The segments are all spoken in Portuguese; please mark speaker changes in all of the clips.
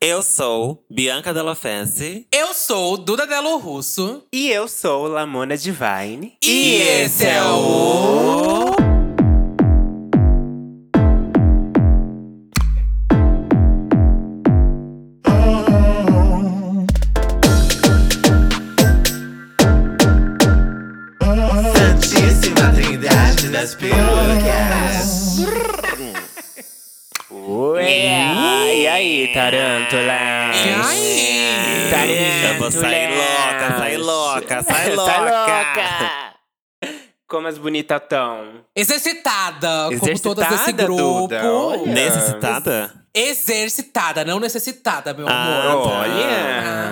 Speaker 1: Eu sou Bianca Della Fence.
Speaker 2: Eu sou Duda Delo Russo.
Speaker 3: E eu sou Lamona Divine.
Speaker 2: E esse é o.
Speaker 4: Santíssima Trindade das Perucas.
Speaker 3: Oi! E aí,
Speaker 2: E
Speaker 3: tarântula? Tá
Speaker 2: aí?
Speaker 3: Tarântula.
Speaker 1: Eu vou
Speaker 3: né?
Speaker 1: sair louca, sai louca, sai louca.
Speaker 3: Como as bonitas tão.
Speaker 2: Exercitada, como todas
Speaker 3: Exercitada,
Speaker 2: desse grupo.
Speaker 3: Duda, olha.
Speaker 1: Né? Necessitada?
Speaker 2: Exercitada, não necessitada, meu
Speaker 1: Ah,
Speaker 2: amor.
Speaker 1: tá.
Speaker 3: Olha,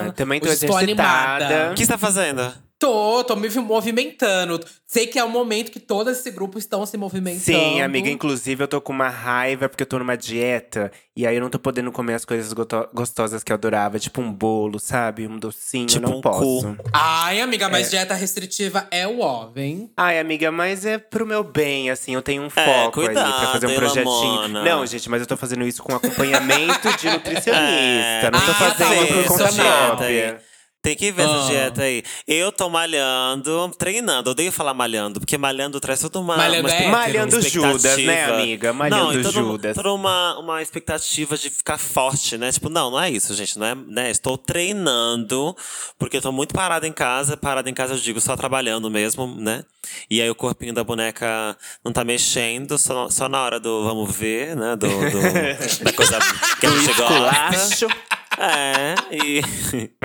Speaker 2: Ah,
Speaker 3: também tô
Speaker 2: hoje estou
Speaker 3: exercitada.
Speaker 2: animada.
Speaker 1: O que está fazendo?
Speaker 2: Tô, tô me movimentando. Sei que é o momento que todo esse grupo estão se movimentando.
Speaker 3: Sim, amiga, inclusive eu tô com uma raiva porque eu tô numa dieta e aí eu não tô podendo comer as coisas goto- gostosas que eu adorava, tipo um bolo, sabe? Um docinho,
Speaker 1: Tipo
Speaker 3: não
Speaker 1: um
Speaker 3: posso.
Speaker 2: Ai, amiga,
Speaker 1: É.
Speaker 2: mas dieta restritiva é o homem.
Speaker 3: Ai, amiga, mas é pro meu bem, assim, eu tenho um foco
Speaker 1: É, cuidado,
Speaker 3: ali pra fazer um
Speaker 1: hein,
Speaker 3: projetinho.
Speaker 1: Lamona?
Speaker 3: Não, gente, mas eu tô fazendo isso com acompanhamento de nutricionista.
Speaker 1: É,
Speaker 3: não tô
Speaker 2: ah, tá,
Speaker 3: fazendo
Speaker 2: uma
Speaker 3: por conta
Speaker 2: nutricionista
Speaker 3: própria.
Speaker 1: Tem que ver essa
Speaker 2: Ah.
Speaker 1: dieta aí. Eu tô malhando, treinando. Odeio falar malhando, porque malhando traz toda uma.
Speaker 2: Malhando
Speaker 1: uma
Speaker 2: é hétero.
Speaker 3: Malhando
Speaker 1: expectativa.
Speaker 3: Judas, né, amiga? Malhando
Speaker 1: não, e toda uma-
Speaker 3: Judas.
Speaker 1: Toda uma, uma expectativa de ficar forte, né? Tipo, não, não é isso, gente. Não é, né? Estou treinando, porque eu tô muito parada em casa. Parada em casa, eu digo, só trabalhando mesmo, né? E aí o corpinho da boneca não tá mexendo, só, só na hora do vamos ver, né? Do, do- da coisa que a gente gosta. É, e,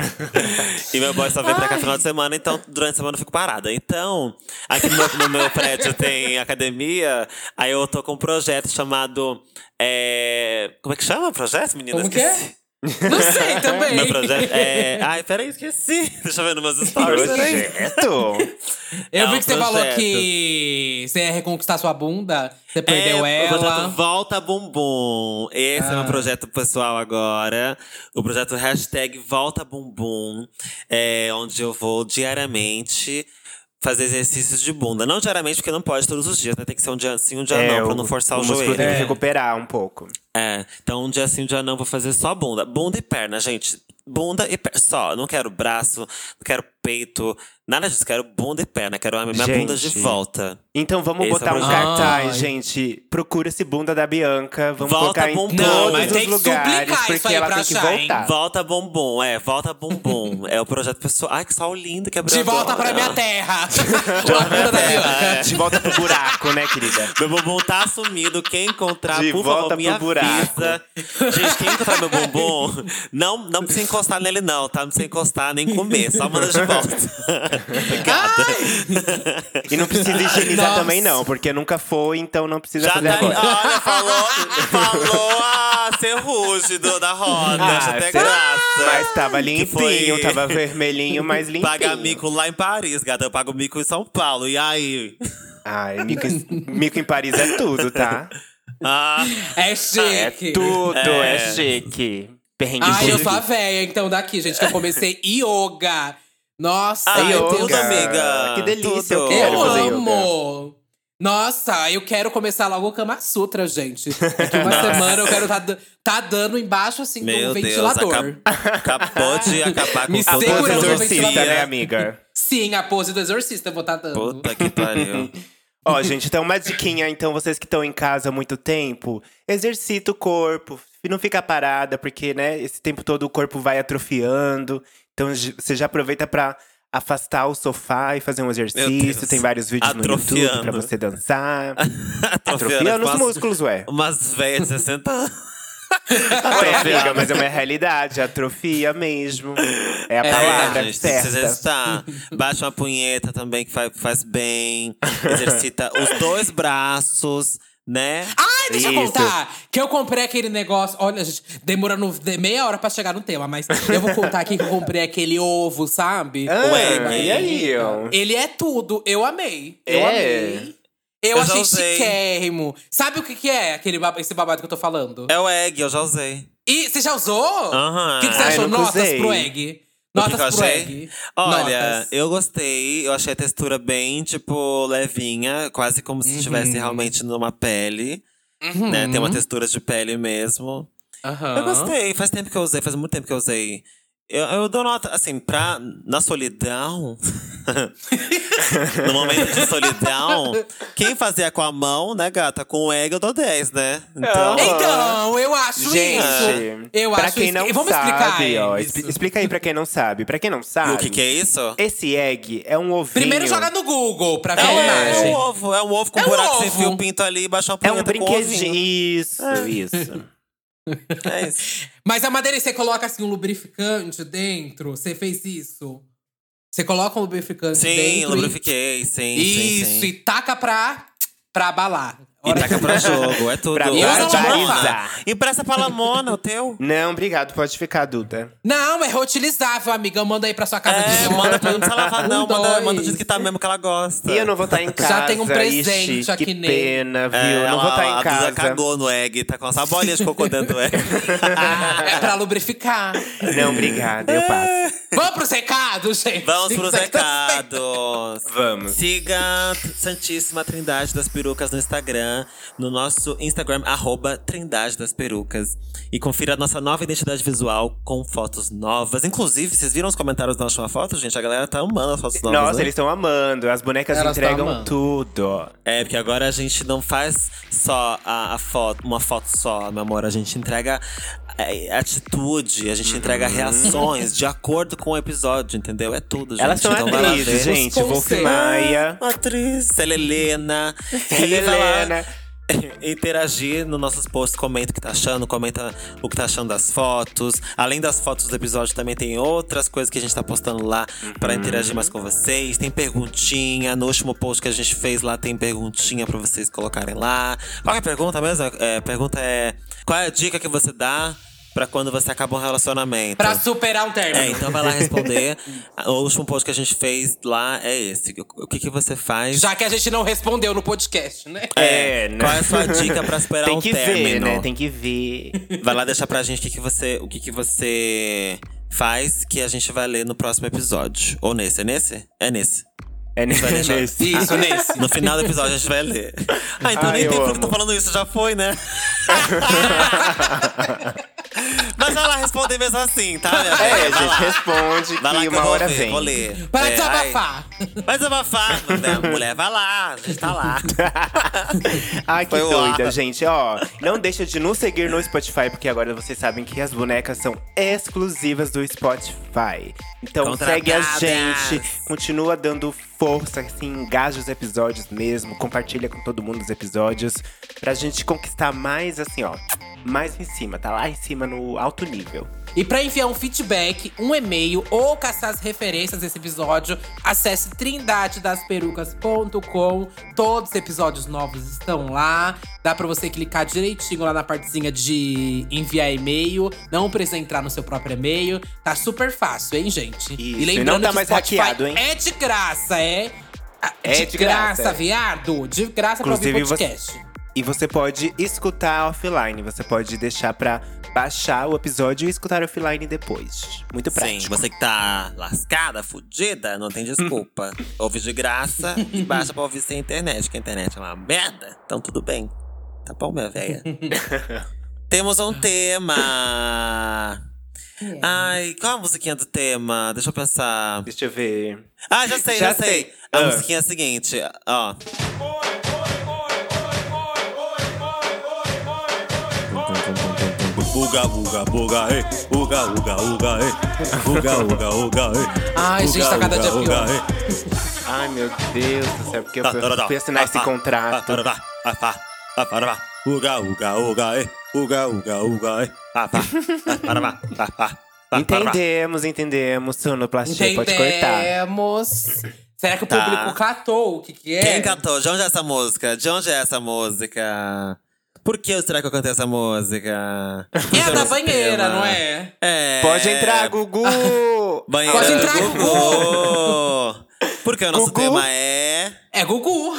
Speaker 1: e meu boy só vem pra cá final de semana, então durante a semana eu fico parada. Então, aqui no, meu- no meu prédio tem academia, aí eu tô com um projeto chamado. é, como é que chama o projeto, menina?
Speaker 2: Como que é?
Speaker 1: Esqueci.
Speaker 2: Não sei também.
Speaker 1: Meu projeto é. Ai, peraí, esqueci. Deixa eu ver nos meus stories. peraí.
Speaker 3: Projeto?
Speaker 2: Eu
Speaker 1: É
Speaker 2: vi
Speaker 1: um
Speaker 2: que você falou
Speaker 1: projeto.
Speaker 2: que você ia reconquistar sua bunda, você perdeu
Speaker 1: é, O projeto
Speaker 2: ela.
Speaker 1: Volta Bumbum. Esse é
Speaker 2: Ah.
Speaker 1: meu projeto pessoal agora. O projeto hashtag Volta Bumbum. É onde eu vou diariamente fazer exercícios de bunda. Não diariamente, porque não pode todos os dias, né? Tem que ser um dia sim, um dia
Speaker 3: É,
Speaker 1: não, pra não forçar o,
Speaker 3: músculo
Speaker 1: joelho.
Speaker 3: tem que
Speaker 2: É.
Speaker 3: recuperar um pouco.
Speaker 1: É, então um dia sim, um dia não, vou fazer só bunda. Bunda e perna, gente. Bunda e perna. Só. Não quero braço, não quero peito, nada disso. Quero bunda e perna. Quero a minha bunda de
Speaker 3: Gente.
Speaker 1: volta.
Speaker 3: Então vamos
Speaker 1: Esse é
Speaker 3: botar
Speaker 1: o
Speaker 3: um
Speaker 1: projeto.
Speaker 3: cartaz,
Speaker 2: Ai.
Speaker 3: gente. Procura-se bunda da Bianca. Vamos
Speaker 1: Volta
Speaker 3: colocar em
Speaker 1: bumbum.
Speaker 3: todos
Speaker 1: Não, mas
Speaker 3: os
Speaker 2: tem que suplicar
Speaker 3: lugares,
Speaker 2: isso
Speaker 3: porque
Speaker 2: aí
Speaker 3: ela
Speaker 2: pra
Speaker 3: tem que
Speaker 2: achar, hein?
Speaker 3: voltar.
Speaker 1: Volta bumbum, é, volta bumbum. é o projeto pessoal. Ai, que sol lindo que abriu
Speaker 2: De volta
Speaker 1: agora.
Speaker 2: pra
Speaker 3: Ah.
Speaker 2: minha terra.
Speaker 3: é
Speaker 2: Uma bunda da Bianca.
Speaker 3: De volta pro buraco, né, querida?
Speaker 1: Meu bumbum tá sumido. Quem encontrar,
Speaker 3: De
Speaker 1: por
Speaker 3: volta
Speaker 1: favor,
Speaker 3: pro
Speaker 1: me avisa. Gente, quem encontrar meu bumbum, não, não precisa encostar nele, não, tá? Não precisa encostar nem comer, só manda de volta. Obrigada.
Speaker 3: E não precisa higienizar
Speaker 2: Nossa.
Speaker 3: também, não, porque nunca foi, então não precisa
Speaker 1: Já
Speaker 3: fazer
Speaker 1: tá.
Speaker 3: agora.
Speaker 1: Olha, falou, falou a serruge do- da
Speaker 2: Ah,
Speaker 1: roda. Acho
Speaker 2: é
Speaker 1: até
Speaker 3: cê-
Speaker 1: graça.
Speaker 3: Ah, Mas tava
Speaker 1: Que foi-
Speaker 3: limpinho, tava vermelhinho, mas limpinho.
Speaker 1: Paga mico lá em Paris, gata. Eu pago mico em São Paulo. E aí?
Speaker 3: Ai, mico, em- mico em Paris é tudo, tá?
Speaker 1: Ah.
Speaker 2: É
Speaker 3: É
Speaker 2: chique.
Speaker 3: tudo, é,
Speaker 1: É.
Speaker 3: chique. Perrengue
Speaker 2: Ai, eu
Speaker 3: chique.
Speaker 2: sou a véia, então, daqui, gente, que eu comecei yoga. Nossa,
Speaker 1: Ai,
Speaker 2: eu
Speaker 1: tudo,
Speaker 2: tenho-
Speaker 1: amiga.
Speaker 3: Que
Speaker 1: Tudo.
Speaker 3: delícia, Ah, eu quero
Speaker 2: Eu
Speaker 3: fazer
Speaker 2: amo! Nossa, eu quero começar logo o Kama Sutra, gente. Daqui uma semana eu quero tá, da- tá dando embaixo, assim, com um
Speaker 1: Meu Deus,
Speaker 2: ventilador.
Speaker 1: acab- acabou de acabar com
Speaker 2: Me
Speaker 1: todas
Speaker 3: Pose
Speaker 2: segurando
Speaker 1: as
Speaker 2: no
Speaker 3: exorcista,
Speaker 2: ventilador.
Speaker 3: né,
Speaker 1: orgias.
Speaker 3: amiga?
Speaker 2: Sim, a pose do exorcista eu vou tá dando.
Speaker 1: Puta que pariu.
Speaker 3: Ó, gente, então uma diquinha, então, vocês que estão em casa há muito tempo, exercita o corpo, não fica parada, porque, né, esse tempo todo o corpo vai atrofiando. Então, j- você já aproveita pra afastar o sofá e fazer um exercício.
Speaker 1: Deus.
Speaker 3: Tem vários vídeos no YouTube pra
Speaker 1: Atrofiando.
Speaker 3: você dançar.
Speaker 1: Atrofiando
Speaker 3: Atrofiando os
Speaker 1: umas-
Speaker 3: músculos, ué.
Speaker 1: Umas velhas de 60 anos.
Speaker 3: Ué, amiga, mas é uma realidade, atrofia mesmo. É a
Speaker 2: É
Speaker 3: palavra
Speaker 1: Tá gente, tem que se
Speaker 3: certa.
Speaker 1: exercitar. Baixa uma punheta também, que faz, faz bem. Exercita os dois braços, né?
Speaker 2: Ai, deixa eu contar que eu comprei aquele negócio. Olha, gente, demorando de- meia hora pra chegar no tema, mas eu vou contar aqui que eu comprei aquele ovo, sabe?
Speaker 3: Ah,
Speaker 1: Ué,
Speaker 3: e aí, ó?
Speaker 2: Ele é tudo. Eu amei. Eu
Speaker 3: É?
Speaker 2: amei. Eu,
Speaker 1: Eu já
Speaker 2: achei
Speaker 1: usei.
Speaker 2: chiquérrimo. Sabe o que, que é aquele, bab- esse babado que eu tô falando?
Speaker 1: É o egg, eu já usei.
Speaker 2: E você já usou?
Speaker 1: Aham.
Speaker 2: O que, que você
Speaker 3: Ah, eu
Speaker 2: achou?
Speaker 3: nunca
Speaker 2: Notas
Speaker 3: usei.
Speaker 2: pro egg.
Speaker 1: O que que eu
Speaker 2: Notas pro
Speaker 1: achei?
Speaker 2: egg.
Speaker 1: Olha,
Speaker 2: Notas.
Speaker 1: eu gostei. Eu achei a textura bem, tipo, levinha. Quase
Speaker 2: Uhum.
Speaker 1: como se estivesse realmente numa pele. Né? Tem uma textura de pele mesmo.
Speaker 2: Aham.
Speaker 1: Eu gostei, faz tempo que eu usei, faz muito tempo que eu usei. Eu, eu dou nota, assim, pra. Na solidão. no momento de solidão, quem fazia com a mão, né, gata? Com o egg eu dou 10, né? Então.
Speaker 2: Então, eu acho isso.
Speaker 3: Gente,
Speaker 2: Eu
Speaker 3: pra
Speaker 2: acho
Speaker 3: quem
Speaker 2: isso.
Speaker 3: não
Speaker 2: E Vamos
Speaker 3: sabe,
Speaker 2: explicar.
Speaker 3: ó,
Speaker 2: isso.
Speaker 3: expli- explica aí pra quem não sabe. Pra quem não sabe,
Speaker 1: E o que, que é isso?
Speaker 3: esse egg é um ovinho.
Speaker 2: Primeiro joga no Google pra ver
Speaker 1: É,
Speaker 2: a
Speaker 1: um- é
Speaker 2: imagem.
Speaker 1: um ovo, é um ovo com
Speaker 2: É um
Speaker 1: buraco sem
Speaker 2: ovo.
Speaker 1: fio, pinto ali e baixar uma
Speaker 3: É um
Speaker 1: punheta com ovinho.
Speaker 3: brinquedinho. Isso, isso.
Speaker 1: É isso.
Speaker 2: Mas é uma delícia, você coloca assim um lubrificante dentro. Você fez isso. Você coloca um lubrificante
Speaker 1: Sim,
Speaker 2: dentro. e-
Speaker 1: lubrifiquei, sim.
Speaker 2: Isso,
Speaker 1: sim, sim.
Speaker 2: e taca pra, pra abalar.
Speaker 1: E taca pra jogo, é tudo.
Speaker 3: Pra
Speaker 1: Eu sou de
Speaker 2: barbarizar.
Speaker 1: Lamona. Empresta pra Lamona, o teu.
Speaker 3: Não, obrigado. Pode ficar, Duda.
Speaker 2: Não, é reutilizável, amiga. Manda aí pra sua casa de
Speaker 1: É,
Speaker 2: som.
Speaker 1: manda pra não precisa lavar, não.
Speaker 2: Um,
Speaker 1: Manda,
Speaker 2: dois.
Speaker 1: manda do jeito que tá mesmo que ela gosta.
Speaker 3: E eu não vou estar em casa.
Speaker 2: tem um presente
Speaker 3: Ixi,
Speaker 2: aqui
Speaker 3: que
Speaker 2: nele.
Speaker 3: pena, viu?
Speaker 1: É,
Speaker 3: não
Speaker 1: ela-
Speaker 3: vou estar
Speaker 1: a
Speaker 3: em
Speaker 1: Duda
Speaker 3: casa.
Speaker 1: cagou no egg, tá com essa bolinha de cocô dentro do egg. tá.
Speaker 2: Ah, é pra lubrificar.
Speaker 3: Não, obrigada. Eu
Speaker 1: É.
Speaker 3: passo.
Speaker 2: Vamos pros recados, gente.
Speaker 1: Vamos pros
Speaker 2: Isso aí tá
Speaker 1: recados.
Speaker 3: Vamos.
Speaker 1: Siga Santíssima Trindade das Perucas no Instagram, no nosso Instagram, arroba Trindade das Perucas. E confira a nossa nova identidade visual com fotos novas. Inclusive, vocês viram os comentários da última foto, gente? A galera tá amando as fotos novas.
Speaker 3: Nossa,
Speaker 1: né?
Speaker 3: eles estão amando. As bonecas
Speaker 2: Elas tão
Speaker 3: entregam
Speaker 2: amando.
Speaker 3: tudo.
Speaker 1: É, porque agora a gente não faz só a, a foto, uma foto só, meu amor. A gente entrega é, atitude, a gente
Speaker 3: Uhum.
Speaker 1: entrega reações de acordo com o episódio, entendeu? É tudo, gente.
Speaker 3: Elas são
Speaker 1: então vai lá
Speaker 3: atrizes,
Speaker 1: ver.
Speaker 3: gente. Wolf
Speaker 2: conceitos.
Speaker 3: Maia.
Speaker 1: Atriz, Celelena.
Speaker 3: Helena.
Speaker 1: Interagir nos nossos posts, comenta o que tá achando, comenta o que tá achando das fotos. Além das fotos do episódio, também tem outras coisas que a gente tá postando lá pra interagir mais com vocês. Tem perguntinha. No último post que a gente fez lá, tem perguntinha pra vocês colocarem lá. Qual que é a pergunta mesmo? É, pergunta é: qual é a dica que você dá pra quando você acaba um relacionamento?
Speaker 2: Pra superar um término.
Speaker 1: É, então vai lá responder. o último post que a gente fez lá é esse. O que, que você faz?
Speaker 2: Já que a gente não respondeu no podcast, né?
Speaker 1: É,
Speaker 3: É, né?
Speaker 1: Qual é a sua dica pra superar
Speaker 3: Tem
Speaker 1: um
Speaker 3: que ver,
Speaker 1: término?
Speaker 3: né? Tem que ver.
Speaker 1: Vai lá deixar pra gente o que, que você, o que, que você faz que a gente vai ler no próximo episódio. Ou nesse, é nesse? É nesse.
Speaker 3: É
Speaker 1: Vai deixar.
Speaker 3: nesse.
Speaker 2: Isso, nesse.
Speaker 1: No final do episódio a gente vai ler. Ah, então
Speaker 3: Ai,
Speaker 1: nem
Speaker 3: eu
Speaker 1: tem por que
Speaker 3: amo.
Speaker 1: tô falando isso, já foi, né? Mas vai lá responder mesmo assim, tá? Minha
Speaker 3: É,
Speaker 1: filha? Vai
Speaker 3: gente,
Speaker 1: lá.
Speaker 3: responde
Speaker 1: Vai lá que
Speaker 3: que
Speaker 1: eu
Speaker 3: uma
Speaker 1: vou
Speaker 3: hora
Speaker 1: ver,
Speaker 3: vem.
Speaker 1: vou ler.
Speaker 2: Para
Speaker 1: É, ai.
Speaker 2: desabafar.
Speaker 1: Vai desabafar, né? mulher, vai lá, a gente tá lá.
Speaker 3: Ai, que
Speaker 1: Foi o
Speaker 3: doida,
Speaker 1: ar.
Speaker 3: gente. Ó, não deixa de nos seguir no Spotify, porque agora vocês sabem que as bonecas são exclusivas do Spotify. Então segue a
Speaker 1: Contratadas.
Speaker 3: gente, continua dando força, assim, engaja os episódios mesmo, compartilha com todo mundo os episódios, pra gente conquistar mais, assim, ó, mais em cima, tá lá em cima no alto nível.
Speaker 2: E pra enviar um feedback, um e-mail ou caçar as referências desse episódio, acesse trindadedasperucas.com. Todos os episódios novos estão lá. Dá pra você clicar direitinho lá na partezinha de enviar e-mail. Não precisa entrar no seu próprio e-mail. Tá super fácil, hein, gente?
Speaker 3: Isso, e não tá mais hackeado, hein?
Speaker 2: É de graça, é.
Speaker 3: É de graça, é.
Speaker 2: viado. De graça pra
Speaker 3: Inclusive,
Speaker 2: ouvir
Speaker 3: você-
Speaker 2: podcast.
Speaker 3: E você pode escutar offline, você pode deixar pra baixar o episódio e escutar offline depois. Muito prático.
Speaker 1: Sim, você que tá lascada, fudida, não tem desculpa. Ouve de graça e baixa pra ouvir sem internet, que a internet é uma merda. Então tudo bem. Tá bom, minha velha? Temos um tema. Ai, qual a musiquinha do tema? Deixa eu pensar.
Speaker 3: Deixa eu ver.
Speaker 1: Ah, já sei, já,
Speaker 3: Já
Speaker 1: sei.
Speaker 3: sei.
Speaker 1: A
Speaker 3: Ah.
Speaker 1: musiquinha é a seguinte, ó. Uga, uga, uga, ei. Uga, uga, uga, ei. Uga, uga, uga, ei.
Speaker 2: Ai, gente, tá cada dia pior.
Speaker 3: Ai, meu Deus do céu, porque eu fui-
Speaker 1: Tarará,
Speaker 3: fui assinar esse
Speaker 1: afá,
Speaker 3: contrato.
Speaker 1: tarará, afá, afará, tá, Uga, uga, uga, ei. Uga, uga, uga, eh. Ah, tá. ei. Afá, afará, afá, afará.
Speaker 3: Entendemos, entendemos. Sonoplastia pode cortar.
Speaker 2: Entendemos. Será que o
Speaker 1: Tá.
Speaker 2: público catou o que, que é?
Speaker 1: Quem cantou? De onde é essa música? De onde é essa música? Por que será que eu cantei essa música?
Speaker 2: É a
Speaker 1: Esse
Speaker 2: da
Speaker 1: nosso
Speaker 2: banheira,
Speaker 1: tema.
Speaker 2: não é?
Speaker 1: É.
Speaker 3: Pode entrar, Gugu!
Speaker 1: Banheira
Speaker 2: Pode entrar,
Speaker 1: do Gugu. Porque o nosso
Speaker 3: Gugu.
Speaker 1: tema é.
Speaker 2: É Gugu.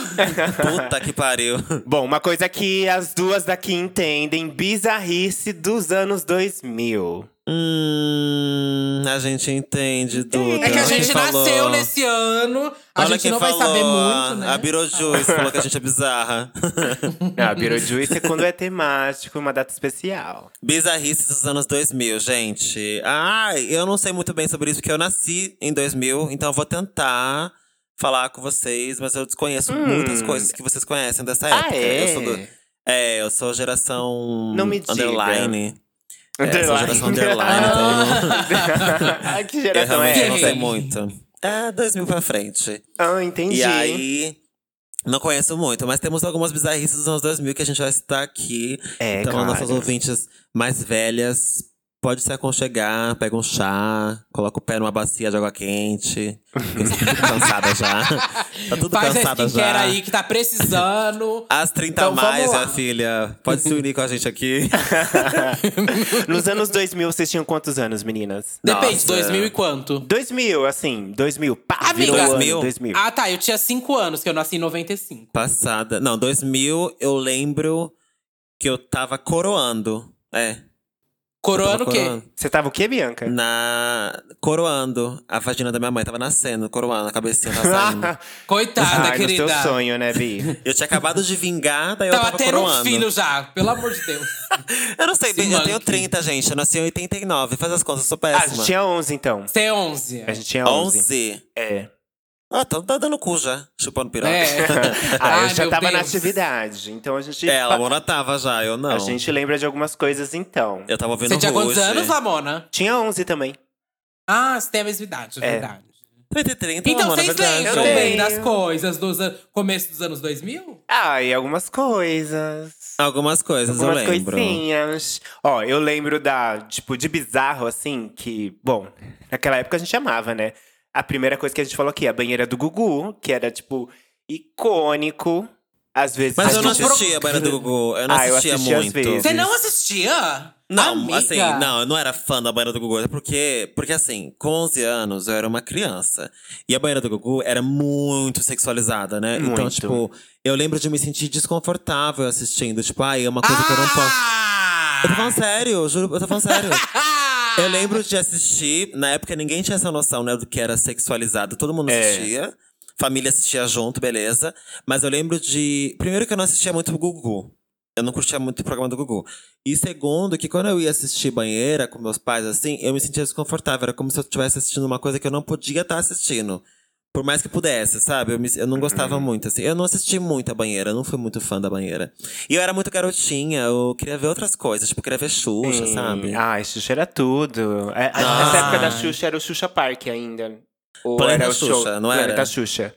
Speaker 1: Puta que pariu.
Speaker 3: Bom, uma coisa que as duas daqui entendem: bizarrice dos anos 2000.
Speaker 1: Hum. Hum, a gente entende, Duda.
Speaker 2: É que a
Speaker 1: Quem
Speaker 2: gente
Speaker 1: falou?
Speaker 2: nasceu nesse ano, a
Speaker 1: Olha
Speaker 2: gente
Speaker 1: quem
Speaker 2: não vai
Speaker 1: falou,
Speaker 2: saber
Speaker 1: a-
Speaker 2: muito, né?
Speaker 1: A Beetlejuice falou que a gente é bizarra.
Speaker 3: Ah, Beetlejuice é quando é temático, uma data especial.
Speaker 1: Bizarrices dos anos 2000, gente. Ai, eu não sei muito bem sobre isso, porque eu nasci em 2000. Então eu vou tentar falar com vocês. Mas eu desconheço muitas coisas que vocês conhecem dessa
Speaker 3: Ah,
Speaker 1: época.
Speaker 3: é?
Speaker 1: Eu sou do- é, eu sou geração
Speaker 3: Não me diga.
Speaker 1: underline. É, sou
Speaker 3: Underline.
Speaker 1: geração underline, então eu não-
Speaker 3: Ai, que
Speaker 1: eu
Speaker 3: geração é
Speaker 1: realmente
Speaker 3: essa?
Speaker 1: não sei muito. É, 2000 pra frente.
Speaker 3: Ah, entendi.
Speaker 1: E aí. Não conheço muito, mas temos algumas bizarrices dos anos 2000 que a gente vai citar aqui.
Speaker 3: É,
Speaker 1: então,
Speaker 3: claro.
Speaker 1: nossas ouvintes mais velhas, pode se aconchegar, pega um chá, coloca o pé numa bacia de água quente. Eu tô tudo cansada já. Tá tudo
Speaker 2: Faz a
Speaker 1: cansada
Speaker 2: skincare
Speaker 1: já.
Speaker 2: aí que tá precisando.
Speaker 1: As 30
Speaker 2: Então,
Speaker 1: a
Speaker 2: vamos
Speaker 1: mais,
Speaker 2: lá.
Speaker 1: minha filha. Pode se unir com a gente aqui.
Speaker 3: Nos anos 2000, vocês tinham quantos anos, meninas?
Speaker 2: Depende,
Speaker 1: Nossa.
Speaker 2: 2000 e quanto?
Speaker 3: 2000, assim, 2000. Pá,
Speaker 2: Amiga.
Speaker 3: virou ano,
Speaker 1: 2000.
Speaker 3: 2000.
Speaker 2: Ah, tá. Eu tinha 5 anos, que eu nasci em 95.
Speaker 1: Passada. Não, 2000, eu lembro que eu tava coroando. É.
Speaker 2: Coroando
Speaker 1: tava
Speaker 2: o quê?
Speaker 1: coroando.
Speaker 3: Você tava o quê, Bianca?
Speaker 1: Na. Coroando. A vagina da minha mãe tava nascendo, coroando, a cabecinha tava saindo.
Speaker 2: Coitada,
Speaker 3: Ai, no
Speaker 2: Tá, querida.
Speaker 3: seu sonho, né, Bi?
Speaker 1: eu tinha acabado de vingar, daí eu
Speaker 2: Tava
Speaker 1: tava
Speaker 2: tendo
Speaker 1: coroando.
Speaker 2: um filho já, pelo amor de Deus.
Speaker 1: Eu não sei, bem, eu
Speaker 2: Simanque.
Speaker 1: tenho 30, gente. Eu nasci em 89. Faz as contas, eu sou
Speaker 3: Ah, a gente
Speaker 1: péssima.
Speaker 3: tinha 11, então.
Speaker 2: Você é 11.
Speaker 3: A gente tinha 11.
Speaker 1: 11.
Speaker 3: É.
Speaker 1: Ah, tá, tá dando cu já, chupando piroca.
Speaker 2: É.
Speaker 3: Ah, eu
Speaker 2: Ai,
Speaker 3: já
Speaker 2: meu
Speaker 3: tava na
Speaker 2: Deus.
Speaker 3: atividade. Então a gente.
Speaker 1: Ela, É, a Mona tava já, eu não.
Speaker 3: A gente lembra de algumas coisas, então.
Speaker 1: Eu tava ouvindo
Speaker 2: Você tinha quantos
Speaker 1: Ruge.
Speaker 2: anos, Lamona?
Speaker 3: Tinha 11 também.
Speaker 2: Ah, você tem a mesma idade, é verdade.
Speaker 1: Eu tenho 30,
Speaker 2: Então
Speaker 1: Lamona, é
Speaker 2: vocês
Speaker 1: verdade.
Speaker 2: lembram
Speaker 3: Eu
Speaker 2: bem
Speaker 3: tenho.
Speaker 2: das coisas dos an- começo dos anos 2000?
Speaker 3: Ah, e algumas coisas.
Speaker 1: Algumas coisas
Speaker 3: Algumas
Speaker 1: eu lembro.
Speaker 3: coisinhas. Ó, eu lembro da, tipo, de bizarro, assim, que, bom, naquela época a gente amava, né? A primeira coisa que a gente falou aqui, a banheira do Gugu, que era, tipo, icônico. Às vezes.
Speaker 1: Mas
Speaker 3: a
Speaker 1: eu não
Speaker 3: gente-
Speaker 1: assistia a Banheira do Gugu. Eu não
Speaker 3: Ah, eu
Speaker 1: assistia
Speaker 3: assistia às
Speaker 1: muito.
Speaker 3: vezes.
Speaker 2: Você não assistia?
Speaker 1: Não,
Speaker 2: Amiga.
Speaker 1: assim, não, eu não era fã da Banheira do Gugu, até porque, porque assim, com 11 anos eu era uma criança. E a Banheira do Gugu era muito sexualizada, né? Então,
Speaker 3: Muito.
Speaker 1: tipo, eu lembro de me sentir desconfortável assistindo, tipo, ai, é uma coisa
Speaker 3: um
Speaker 1: que eu não posso.
Speaker 2: Ah!
Speaker 1: Eu tô falando sério, juro, eu tô falando sério. Eu lembro de assistir, na época ninguém tinha essa noção, né, do que era sexualizado. Todo mundo
Speaker 3: É.
Speaker 1: assistia, família assistia junto, beleza. Mas eu lembro de. Primeiro, que eu não assistia muito o Gugu. Eu não curtia muito o programa do Gugu. E segundo, que quando eu ia assistir banheira com meus pais, assim, eu me sentia desconfortável. Era como se eu estivesse assistindo uma coisa que eu não podia estar assistindo. Por mais que pudesse, sabe? Eu, me- eu não gostava
Speaker 3: Uhum.
Speaker 1: muito, assim. Eu não assisti muito a banheira, eu não fui muito fã da banheira. E eu era muito garotinha, eu queria ver outras coisas, tipo, queria ver Xuxa,
Speaker 3: Sim.
Speaker 1: sabe?
Speaker 3: Ai, Xuxa era tudo. É,
Speaker 1: Ah.
Speaker 3: Essa época da Xuxa era o Xuxa Park ainda. Ou
Speaker 1: Planeta
Speaker 3: era o
Speaker 1: Xuxa,
Speaker 3: show.
Speaker 1: não era?
Speaker 3: Planeta Xuxa.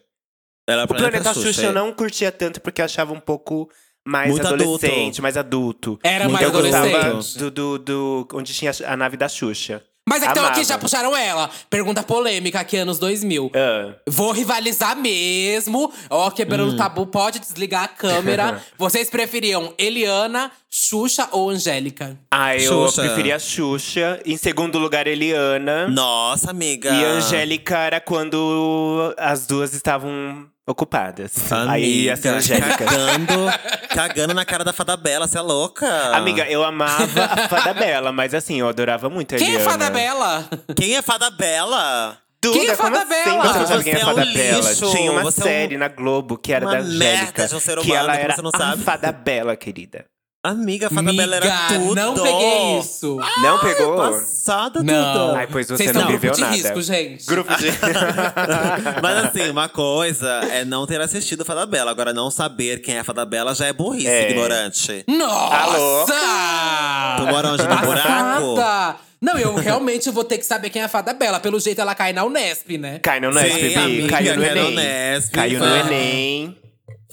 Speaker 1: Era
Speaker 3: O Planeta Xuxa,
Speaker 1: é-"
Speaker 2: é-
Speaker 3: eu não curtia tanto porque eu achava um pouco mais
Speaker 1: Muito adulto.
Speaker 3: adolescente, mais adulto.
Speaker 2: Era
Speaker 1: Muito
Speaker 2: mais
Speaker 3: eu gostava
Speaker 2: adolescente.
Speaker 3: do, do, do- onde tinha a nave da Xuxa.
Speaker 2: Mas então
Speaker 3: Amava.
Speaker 2: aqui já puxaram ela. Pergunta polêmica aqui, anos 2000.
Speaker 3: Ah,
Speaker 2: Vou rivalizar mesmo. Ó, quebrando
Speaker 3: Hum.
Speaker 2: o tabu, pode desligar a câmera. Vocês preferiam Eliana, Xuxa ou Angélica?
Speaker 3: ah, eu
Speaker 1: Xuxa.
Speaker 3: preferia a Xuxa. Em segundo lugar, Eliana.
Speaker 1: Nossa, amiga.
Speaker 3: E Angélica era quando as duas estavam ocupadas.
Speaker 1: Amiga,
Speaker 3: Aí ia ser Angélica.
Speaker 1: Cagando, cagando na cara da Fada Bela, você é louca.
Speaker 3: Amiga, eu amava a Fada Bela, mas assim, eu adorava muito a
Speaker 2: Quem é
Speaker 3: Eliana.
Speaker 2: Fada Bela?
Speaker 1: Quem é Fada Bela?
Speaker 3: Duda,
Speaker 2: Quem é
Speaker 3: como
Speaker 2: Fada
Speaker 3: assim
Speaker 2: Bela?
Speaker 3: Você não sabe quem é
Speaker 1: Você é
Speaker 3: Fada
Speaker 1: um
Speaker 3: Bela.
Speaker 1: lixo,
Speaker 3: Tinha uma
Speaker 1: você é um-
Speaker 3: série na Globo que era
Speaker 1: Uma
Speaker 3: da
Speaker 1: merda
Speaker 3: Angélica.
Speaker 1: de um ser
Speaker 3: que
Speaker 1: humano,
Speaker 3: ela
Speaker 1: como
Speaker 3: era
Speaker 1: você não
Speaker 3: a
Speaker 1: sabe.
Speaker 3: Fada Bela, querida.
Speaker 1: Amiga, a Fada
Speaker 2: Miga,
Speaker 1: Bela era tudo.
Speaker 2: não peguei isso.
Speaker 3: não pegou?
Speaker 1: Passada,
Speaker 2: Não.
Speaker 1: Duda.
Speaker 3: Ai, pois
Speaker 2: Vocês
Speaker 3: você
Speaker 2: estão
Speaker 3: não
Speaker 2: no grupo
Speaker 3: viveu
Speaker 2: de
Speaker 3: nada.
Speaker 2: risco, gente.
Speaker 3: Grupo de.
Speaker 1: Mas assim, uma coisa é não ter assistido Fada Bela. Agora, não saber quem é Fada Bela já é burrice,
Speaker 3: É.
Speaker 1: ignorante.
Speaker 3: Alô?
Speaker 2: Nossa!
Speaker 1: Tu mora onde? No buraco?
Speaker 2: Passada! Não, eu realmente vou ter que saber quem é a Fada Bela. Pelo jeito, ela cai na Unesp, né?
Speaker 3: Cai no Nesp,
Speaker 1: Sim,
Speaker 3: Bi.
Speaker 1: amiga,
Speaker 3: Caiu no
Speaker 1: caiu no
Speaker 3: Enem.
Speaker 1: Nesp,
Speaker 3: Caiu no
Speaker 1: vai.
Speaker 3: Enem.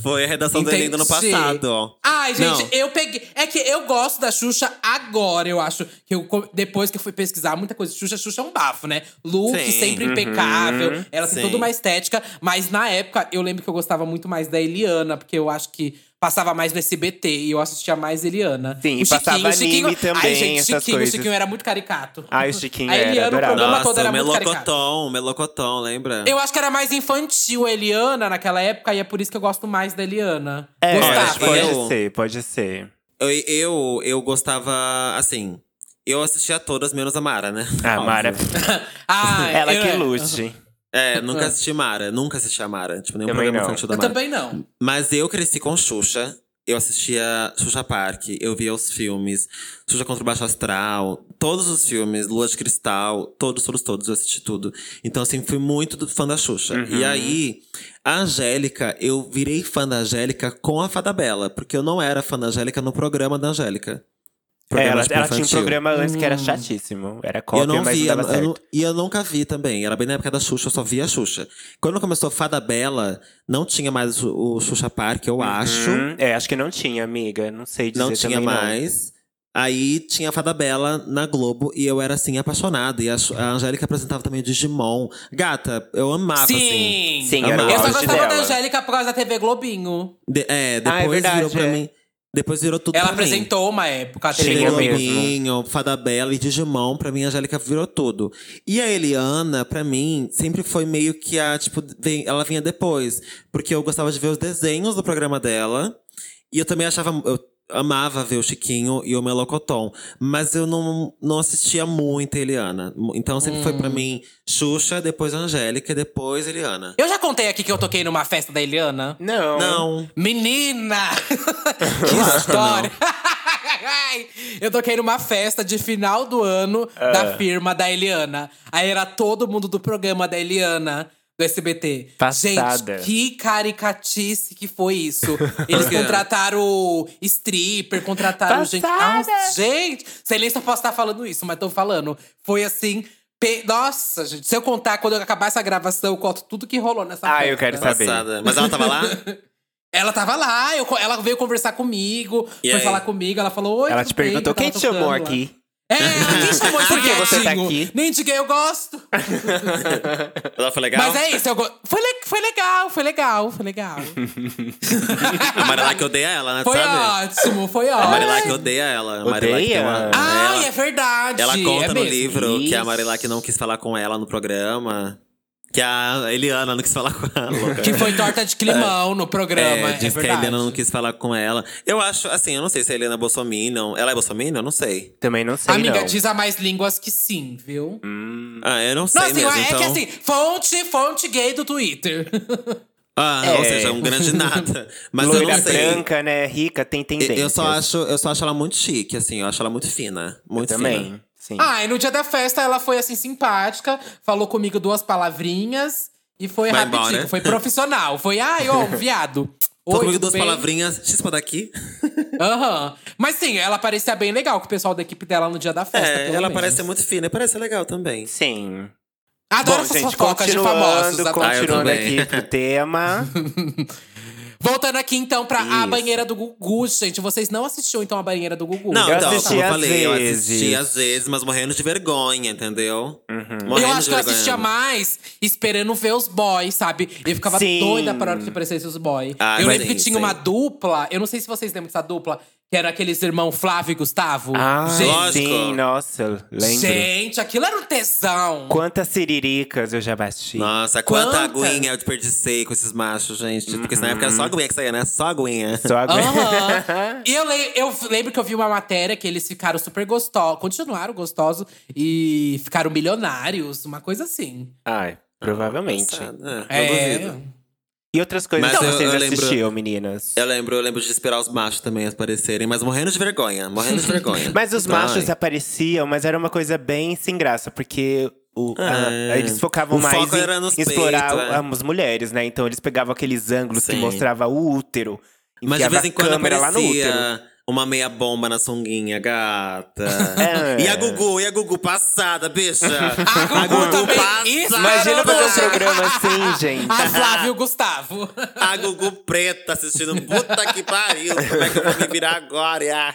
Speaker 1: Foi a redação do Enem do ano
Speaker 2: Entendi.
Speaker 1: passado. ó.
Speaker 2: Ai, gente,
Speaker 1: Não.
Speaker 2: eu peguei. É que eu gosto da Xuxa agora, eu acho. Que eu co- depois que eu fui pesquisar muita coisa de Xuxa, Xuxa é um bafo, né? Look
Speaker 1: Sim.
Speaker 2: sempre impecável, ela tem
Speaker 1: Sim.
Speaker 2: toda uma estética. Mas na época, eu lembro que eu gostava muito mais da Eliana, porque eu acho que passava mais no SBT e eu assistia mais Eliana.
Speaker 3: Sim, e passava anime também,
Speaker 2: Ai, gente,
Speaker 3: essas
Speaker 2: Chiquinho,
Speaker 3: coisas.
Speaker 2: Chiquinho era muito caricato.
Speaker 3: Ai, Chiquinho
Speaker 2: A
Speaker 3: era,
Speaker 2: Eliana, o
Speaker 3: adorava.
Speaker 2: programa todo
Speaker 1: Nossa,
Speaker 2: era
Speaker 1: o
Speaker 2: muito caricato.
Speaker 1: Melocotão, Melocotão, lembra?
Speaker 2: Eu acho que era mais infantil a Eliana naquela época, e é por isso que eu gosto mais da Eliana. né?
Speaker 3: É,
Speaker 1: Gostava.
Speaker 3: acho que pode
Speaker 1: Eu-
Speaker 3: ser, pode ser.
Speaker 1: Eu, eu, eu gostava, assim. Eu assisti a todas, menos a Mara, né?
Speaker 3: Ah,
Speaker 1: Óbvio.
Speaker 3: Mara.
Speaker 2: Ah,
Speaker 3: Ela
Speaker 2: eu-
Speaker 3: que lute.
Speaker 1: É, nunca assisti Mara. Nunca assisti a Mara. Tipo, nenhum
Speaker 3: Também
Speaker 1: programa
Speaker 3: não.
Speaker 1: infantil da
Speaker 2: Eu
Speaker 1: Mara.
Speaker 2: também não.
Speaker 1: Mas eu cresci com Xuxa. Eu assistia Xuxa Park, eu via os filmes, Xuxa contra o Baixo Astral, todos os filmes, Lua de Cristal, todos, todos, todos, eu assisti tudo. Então, assim, fui muito do- fã da Xuxa.
Speaker 3: Uhum.
Speaker 1: E aí, a Angélica, eu virei fã da Angélica com a Fada Bela, porque eu não era fã da Angélica no programa da Angélica.
Speaker 3: É,
Speaker 1: Programa,
Speaker 3: ela,
Speaker 1: tipo,
Speaker 3: ela tinha um
Speaker 1: infantil.
Speaker 3: programa antes que era chatíssimo. Era
Speaker 1: E
Speaker 3: cópia,
Speaker 1: eu não
Speaker 3: mas
Speaker 1: via,
Speaker 3: não dava
Speaker 1: eu
Speaker 3: certo.
Speaker 1: não- e eu nunca vi também. Era bem na época da Xuxa, eu só via a Xuxa. Quando começou Fada Bela, não tinha mais o, o Xuxa Park, eu acho.
Speaker 3: Hum, é, acho que não tinha, amiga. Não sei dizer
Speaker 1: Não tinha
Speaker 3: também, não.
Speaker 1: mais. Aí tinha a Fada Bela na Globo e eu era assim, apaixonada. E a, Xu- a Angélica apresentava também o Digimon. Gata, eu amava, assim.
Speaker 2: Sim.
Speaker 3: Sim,
Speaker 1: Amava.
Speaker 3: era o
Speaker 2: Eu só
Speaker 3: auge
Speaker 2: gostava da
Speaker 3: dela.
Speaker 2: Angélica por causa da TV Globinho.
Speaker 1: De- é,
Speaker 3: Ah, é
Speaker 1: depois virou
Speaker 3: verdade,
Speaker 1: pra
Speaker 3: é.
Speaker 1: mim. Depois virou tudo
Speaker 2: Ela
Speaker 1: pra mim.
Speaker 2: apresentou uma época a TV
Speaker 1: Tinha
Speaker 3: Tinha
Speaker 2: Globinho.
Speaker 3: mesmo.
Speaker 1: Globinho, Fada Bela e Digimon, pra mim a Angélica virou tudo. E a Eliana, pra mim, sempre foi meio que a, tipo, vem- ela vinha depois. Porque eu gostava de ver os desenhos do programa dela. E eu também achava. Eu amava ver o Chiquinho e o Melocoton. Mas eu não, não assistia muito a Eliana. Então sempre foi pra mim Xuxa, depois Angélica, depois Eliana.
Speaker 2: Eu já contei aqui que eu toquei numa festa da Eliana.
Speaker 3: Não.
Speaker 1: Não.
Speaker 2: Menina! que história! Ai, Eu toquei numa festa de final do ano
Speaker 3: É.
Speaker 2: da firma da Eliana. Aí era todo mundo do programa da Eliana, do SBT.
Speaker 3: Passada.
Speaker 2: Gente, que caricatice que foi isso. Eles
Speaker 1: quê?
Speaker 2: contrataram o stripper, contrataram gente. Ah,
Speaker 3: Passada.
Speaker 2: gente, sei nem se eu posso estar falando isso, mas tô falando. Foi assim. pe- Nossa, gente, se eu contar quando eu acabar essa gravação, eu conto tudo que rolou nessa
Speaker 3: Ah,
Speaker 2: festa.
Speaker 3: eu quero saber.
Speaker 1: Passada. Mas ela tava lá?
Speaker 2: Ela tava lá, eu co- ela veio conversar comigo,
Speaker 1: E
Speaker 2: foi
Speaker 1: aí?
Speaker 2: falar comigo, ela falou: Oi,
Speaker 3: Ela te
Speaker 2: tudo bem?"
Speaker 3: perguntou
Speaker 2: Eu tava
Speaker 3: quem te chamou
Speaker 2: tocando lá.
Speaker 3: aqui.
Speaker 2: É, ela, quem chamou esse
Speaker 3: Por que você tá
Speaker 2: gatinho?
Speaker 3: aqui?
Speaker 2: Nem de quem eu gosto.
Speaker 1: ela foi legal?
Speaker 2: Mas é isso, eu go... foi, le- foi legal, foi legal, foi legal.
Speaker 1: A Marilá que odeia ela, né?
Speaker 2: Foi
Speaker 1: sabe?
Speaker 2: ótimo, foi
Speaker 1: A Marilá que
Speaker 2: ótimo.
Speaker 1: odeia ela. A Marilá que tem uma-
Speaker 3: Odeia?
Speaker 1: ela-
Speaker 2: Ai, é verdade.
Speaker 1: Ela conta
Speaker 2: é
Speaker 1: no
Speaker 2: mesmo.
Speaker 1: livro que a
Speaker 3: Ixi.
Speaker 1: Marilac não quis falar com ela no programa. Que a Eliana não quis falar com ela. louca.
Speaker 2: Que foi torta de climão no
Speaker 1: É,
Speaker 2: programa. É,
Speaker 1: diz que a
Speaker 2: verdade.
Speaker 1: Eliana não quis falar com ela. Eu acho, assim, eu não sei se a Eliana é Bolsominion. Ela é Bolsominion? Eu não sei.
Speaker 3: Também não sei,
Speaker 2: Amiga,
Speaker 3: não.
Speaker 2: diz a mais línguas que sim, viu?
Speaker 1: Ah, eu não sei
Speaker 2: Não, assim,
Speaker 1: mesmo,
Speaker 2: é
Speaker 1: então...
Speaker 2: que assim, fonte, fonte gay do Twitter.
Speaker 1: Ah, ou
Speaker 3: É.
Speaker 1: seja, um grande nada. Mas eu
Speaker 3: Loira
Speaker 1: não sei.
Speaker 3: branca, né? Rica, tem
Speaker 1: Eu-
Speaker 3: tendência.
Speaker 1: Eu só, acho, eu só acho ela muito chique, assim. Eu acho ela muito fina. Muito fina.
Speaker 3: Também, sim.
Speaker 2: Ah, e no dia da festa ela foi assim simpática, falou comigo duas palavrinhas e foi
Speaker 1: Vai
Speaker 2: rapidinho,
Speaker 1: embora. né?
Speaker 2: foi profissional. Foi, ai, ô, viado. Oi,
Speaker 1: Falou comigo
Speaker 2: tudo
Speaker 1: duas
Speaker 2: bem?"
Speaker 1: palavrinhas. Chispa daqui.
Speaker 2: Aham. Mas sim, ela parecia bem legal com o pessoal da equipe dela no dia da festa.
Speaker 1: É,
Speaker 2: pelo
Speaker 1: ela
Speaker 2: menos.
Speaker 1: parece ser muito fina. e Parece ser legal também.
Speaker 3: Sim.
Speaker 2: Adoro
Speaker 3: Bom,
Speaker 2: essas
Speaker 3: gente,
Speaker 2: fofocas de famosos.
Speaker 3: continuando,
Speaker 2: adoro.
Speaker 1: Ah, eu
Speaker 3: continuando
Speaker 1: também.
Speaker 3: aqui pro tema.
Speaker 2: Voltando aqui então pra A
Speaker 3: Isso.
Speaker 2: Banheira do Gugu, gente. Vocês não assistiam então A Banheira do Gugu?
Speaker 1: Não,
Speaker 3: tipo, Eu
Speaker 1: então,
Speaker 3: assisti
Speaker 1: como eu
Speaker 3: às
Speaker 1: falei, eu assisti
Speaker 3: vezes.
Speaker 1: às vezes, mas morrendo de vergonha, entendeu? Morrendo
Speaker 2: Eu acho
Speaker 1: de
Speaker 2: que eu
Speaker 1: vergonha. né?
Speaker 2: assistia mais esperando ver os boys, sabe? Eu ficava
Speaker 3: Sim.
Speaker 2: doida pra hora que aparecesse os boys.
Speaker 1: Ah,
Speaker 2: eu
Speaker 1: mas
Speaker 2: lembro que
Speaker 1: sim,
Speaker 2: tinha
Speaker 1: sim.
Speaker 2: uma dupla, eu não sei se vocês lembram dessa dupla, que era aqueles irmãos Flávio e Gustavo.
Speaker 3: Ah,
Speaker 1: lógico.
Speaker 3: sim, nossa, lembro.
Speaker 2: gente, aquilo era um tesão.
Speaker 3: Quantas siriricas eu já bati.
Speaker 1: Nossa, quanta,
Speaker 2: Quanta?
Speaker 1: aguinha eu desperdicei com esses machos, gente. Porque na época era só aguinha que saía, né? Só aguinha.
Speaker 3: Só agora.
Speaker 2: Aham. E eu, le- eu lembro que eu vi uma matéria que eles ficaram super gostosos, continuaram gostosos e ficaram milionários, uma coisa assim.
Speaker 3: Ai, provavelmente.
Speaker 1: É,
Speaker 2: É.
Speaker 1: eu duvido.
Speaker 3: E outras coisas
Speaker 1: Mas
Speaker 3: que
Speaker 1: eu-
Speaker 3: vocês
Speaker 1: eu lembro-
Speaker 3: assistiam, meninas?
Speaker 1: Eu lembro, eu lembro de esperar os machos também aparecerem, mas morrendo de vergonha, morrendo de vergonha.
Speaker 3: Mas os
Speaker 1: Ai.
Speaker 3: machos apareciam, mas era uma coisa bem sem graça, porque o- a-
Speaker 1: É.
Speaker 3: eles focavam
Speaker 1: O
Speaker 3: mais
Speaker 1: foco
Speaker 3: em,
Speaker 1: era nos
Speaker 3: em explorar
Speaker 1: peitos, é.
Speaker 3: o- as mulheres, né? Então eles pegavam aqueles ângulos que
Speaker 1: Sim.
Speaker 3: mostrava o útero.
Speaker 1: Mas de
Speaker 3: enfiava
Speaker 1: vez em
Speaker 3: a
Speaker 1: quando
Speaker 3: câmera lá no útero.
Speaker 1: aparecia uma meia bomba na sunguinha, gata.
Speaker 3: É.
Speaker 1: E a Gugu, e a Gugu passada, bicha.
Speaker 2: A Gugu também
Speaker 3: Imagina fazer um
Speaker 2: Maravilhosa.
Speaker 3: programa assim, gente.
Speaker 1: Ah.
Speaker 2: A Ah, Flávio e o Gustavo.
Speaker 1: A Gugu preta assistindo. Puta que pariu! Como é que eu vou me virar agora? Ah.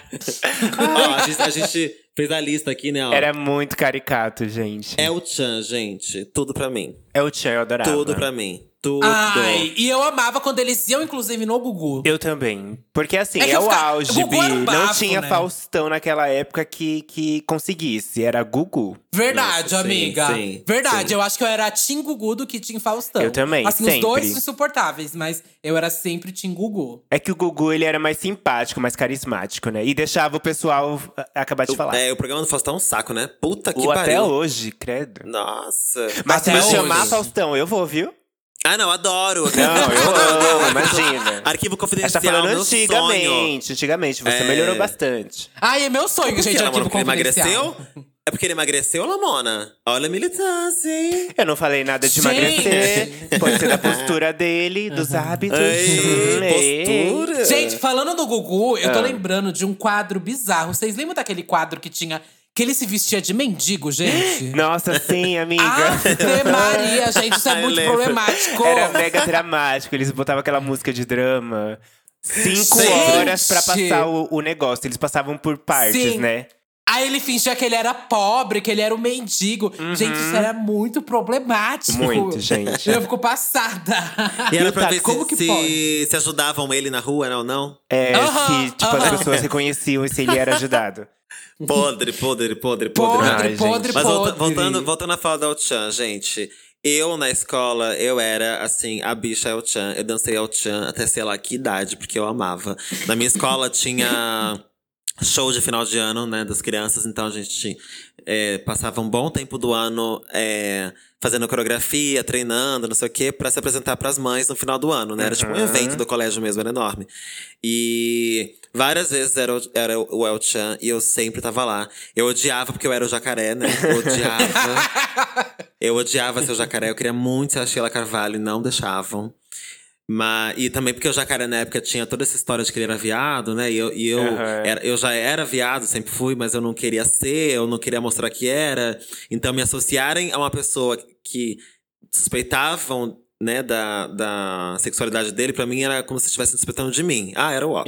Speaker 1: Ó, a, gente, a gente fez a lista aqui, né? ó.
Speaker 3: Era muito caricato, gente.
Speaker 1: É o Chan, gente. Tudo pra mim.
Speaker 3: É o Tchan, eu adorava.
Speaker 1: Tudo pra mim. tudo.
Speaker 2: Ai, e eu amava quando eles iam, inclusive, no Gugu.
Speaker 3: Eu também. Porque assim,
Speaker 2: É
Speaker 3: é,
Speaker 2: que eu
Speaker 3: o
Speaker 2: ficava-
Speaker 3: auge,
Speaker 2: Gugu era um
Speaker 3: Bi. Não
Speaker 2: bafo,
Speaker 3: tinha
Speaker 2: né?
Speaker 3: Faustão naquela época que, que conseguisse. Era Gugu.
Speaker 2: Verdade,
Speaker 1: Nossa, sim,
Speaker 2: amiga.
Speaker 1: sim,
Speaker 2: Verdade,
Speaker 1: sim.
Speaker 2: eu acho que eu era Tim Gugu do que Tim Faustão.
Speaker 3: Eu também,
Speaker 2: Assim, os
Speaker 3: sempre.
Speaker 2: dois insuportáveis, mas eu era sempre Tim Gugu.
Speaker 3: É que o Gugu, ele era mais simpático, mais carismático, né? E deixava o pessoal ah, acabar de falar.
Speaker 1: É, o programa do Faustão é um saco, né? Puta que
Speaker 3: Ou
Speaker 1: pariu.
Speaker 3: até hoje, credo.
Speaker 1: Nossa.
Speaker 3: Mas se
Speaker 2: Até
Speaker 3: me chamar
Speaker 2: hoje.
Speaker 3: Faustão, eu vou, viu?
Speaker 1: Ah, não, adoro.
Speaker 3: Não, eu amo, imagina.
Speaker 1: Arquivo
Speaker 3: A gente
Speaker 1: confidencial,
Speaker 3: tá falando
Speaker 1: é meu sonho.
Speaker 3: antigamente, antigamente. Você
Speaker 1: É.
Speaker 3: melhorou bastante.
Speaker 2: Ai, é meu sonho, gente,
Speaker 1: Ela,
Speaker 2: aqui
Speaker 1: mano,
Speaker 2: no
Speaker 1: porque ele
Speaker 2: confidencial.
Speaker 1: emagreceu? É porque ele emagreceu, Lamona? Olha a militância, hein?
Speaker 3: Eu não falei nada de
Speaker 2: Gente!
Speaker 3: emagrecer. Pode ser da postura dele, dos hábitos.
Speaker 1: Ei,
Speaker 3: Hum, ei.
Speaker 1: postura.
Speaker 2: Gente, falando do Gugu, eu tô
Speaker 3: Ah.
Speaker 2: lembrando de um quadro bizarro. Vocês lembram daquele quadro que tinha… Que ele se vestia de mendigo, gente?
Speaker 3: Nossa, sim, amiga.
Speaker 1: Ah,
Speaker 2: Ave Maria, gente, isso é
Speaker 1: Eu
Speaker 2: muito
Speaker 1: lembro.
Speaker 2: problemático.
Speaker 3: Era mega dramático. Eles botavam aquela música de drama. Cinco
Speaker 1: Gente!
Speaker 3: horas pra passar o, o negócio. Eles passavam por partes,
Speaker 2: Sim.
Speaker 3: né?
Speaker 2: Aí ele fingia que ele era pobre, que ele era um mendigo. Gente,
Speaker 1: Uhum.
Speaker 2: isso era muito
Speaker 1: Tipo,
Speaker 2: problemático.
Speaker 3: Muito, gente.
Speaker 2: Eu fico passada.
Speaker 1: E era
Speaker 3: E o
Speaker 1: pra
Speaker 3: Tato,
Speaker 1: ver
Speaker 2: como
Speaker 1: se,
Speaker 2: que
Speaker 1: se,
Speaker 2: pode?
Speaker 1: se ajudavam ele na rua, não, não?
Speaker 3: É,
Speaker 2: Aham,
Speaker 3: se tipo, as
Speaker 2: aham.
Speaker 3: pessoas reconheciam e se ele era ajudado.
Speaker 1: Podre, podre, podre, podre.
Speaker 3: Ai,
Speaker 2: Podre,
Speaker 3: gente.
Speaker 2: podre,
Speaker 1: Mas volta-
Speaker 2: podre.
Speaker 1: voltando, voltando à fala da El-Chan, gente. Eu, na escola, eu era, assim, a bicha El-Chan. Eu dancei El-Chan até sei lá que idade, porque eu amava. Na minha escola tinha show de final de ano, né, das crianças. Então a gente eh, passava um bom tempo do ano eh, fazendo coreografia, treinando, não sei o quê, pra se apresentar pras mães no final do ano, né? Era tipo um
Speaker 3: Uhum.
Speaker 1: evento do colégio mesmo, era enorme. E várias vezes era, o- era o El-Chan e eu sempre tava lá. Eu odiava porque eu era o jacaré, né? Eu odiava. eu odiava ser o jacaré. Eu queria muito ser a Sheila Carvalho e não deixavam. Mas, e também porque o jacaré na época tinha toda essa história de que ele era viado, né? E eu, e eu,
Speaker 3: Aham.
Speaker 1: era- eu já era viado, sempre fui, mas eu não queria ser, eu não queria mostrar que era. Então me associarem a uma pessoa que suspeitavam né, da, da sexualidade dele, pra mim era como se estivessem suspeitando de mim. Ah, era o ó.